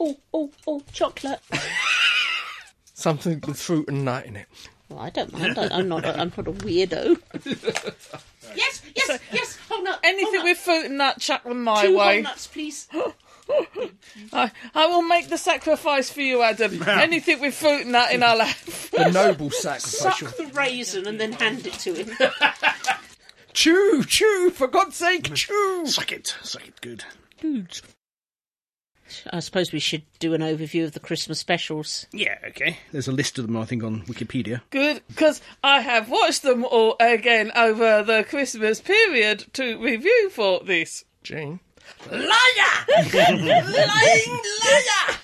Speaker 1: Oh, oh, oh, chocolate.
Speaker 3: Something with fruit and nut in it.
Speaker 1: Well, I don't mind. I, I'm not. A, I'm not a weirdo. yes, yes, yes. Whole nut.
Speaker 5: Anything
Speaker 1: whole nut.
Speaker 5: with fruit and nut, chuck them my
Speaker 1: two
Speaker 5: way.
Speaker 1: whole nuts, please.
Speaker 5: I, I will make the sacrifice for you, Adam. Anything with fruit and nut in our life.
Speaker 3: The noble sacrifice.
Speaker 1: Suck the raisin and then hand it to him.
Speaker 3: Chew, chew, for God's sake, chew.
Speaker 2: Suck it, suck it good.
Speaker 1: I suppose we should do an overview of the Christmas specials.
Speaker 2: Yeah, okay. There's a list of them, I think, on Wikipedia.
Speaker 5: Good, because I have watched them all again over the Christmas period to review for this.
Speaker 3: Jane.
Speaker 5: Liar! Lying liar!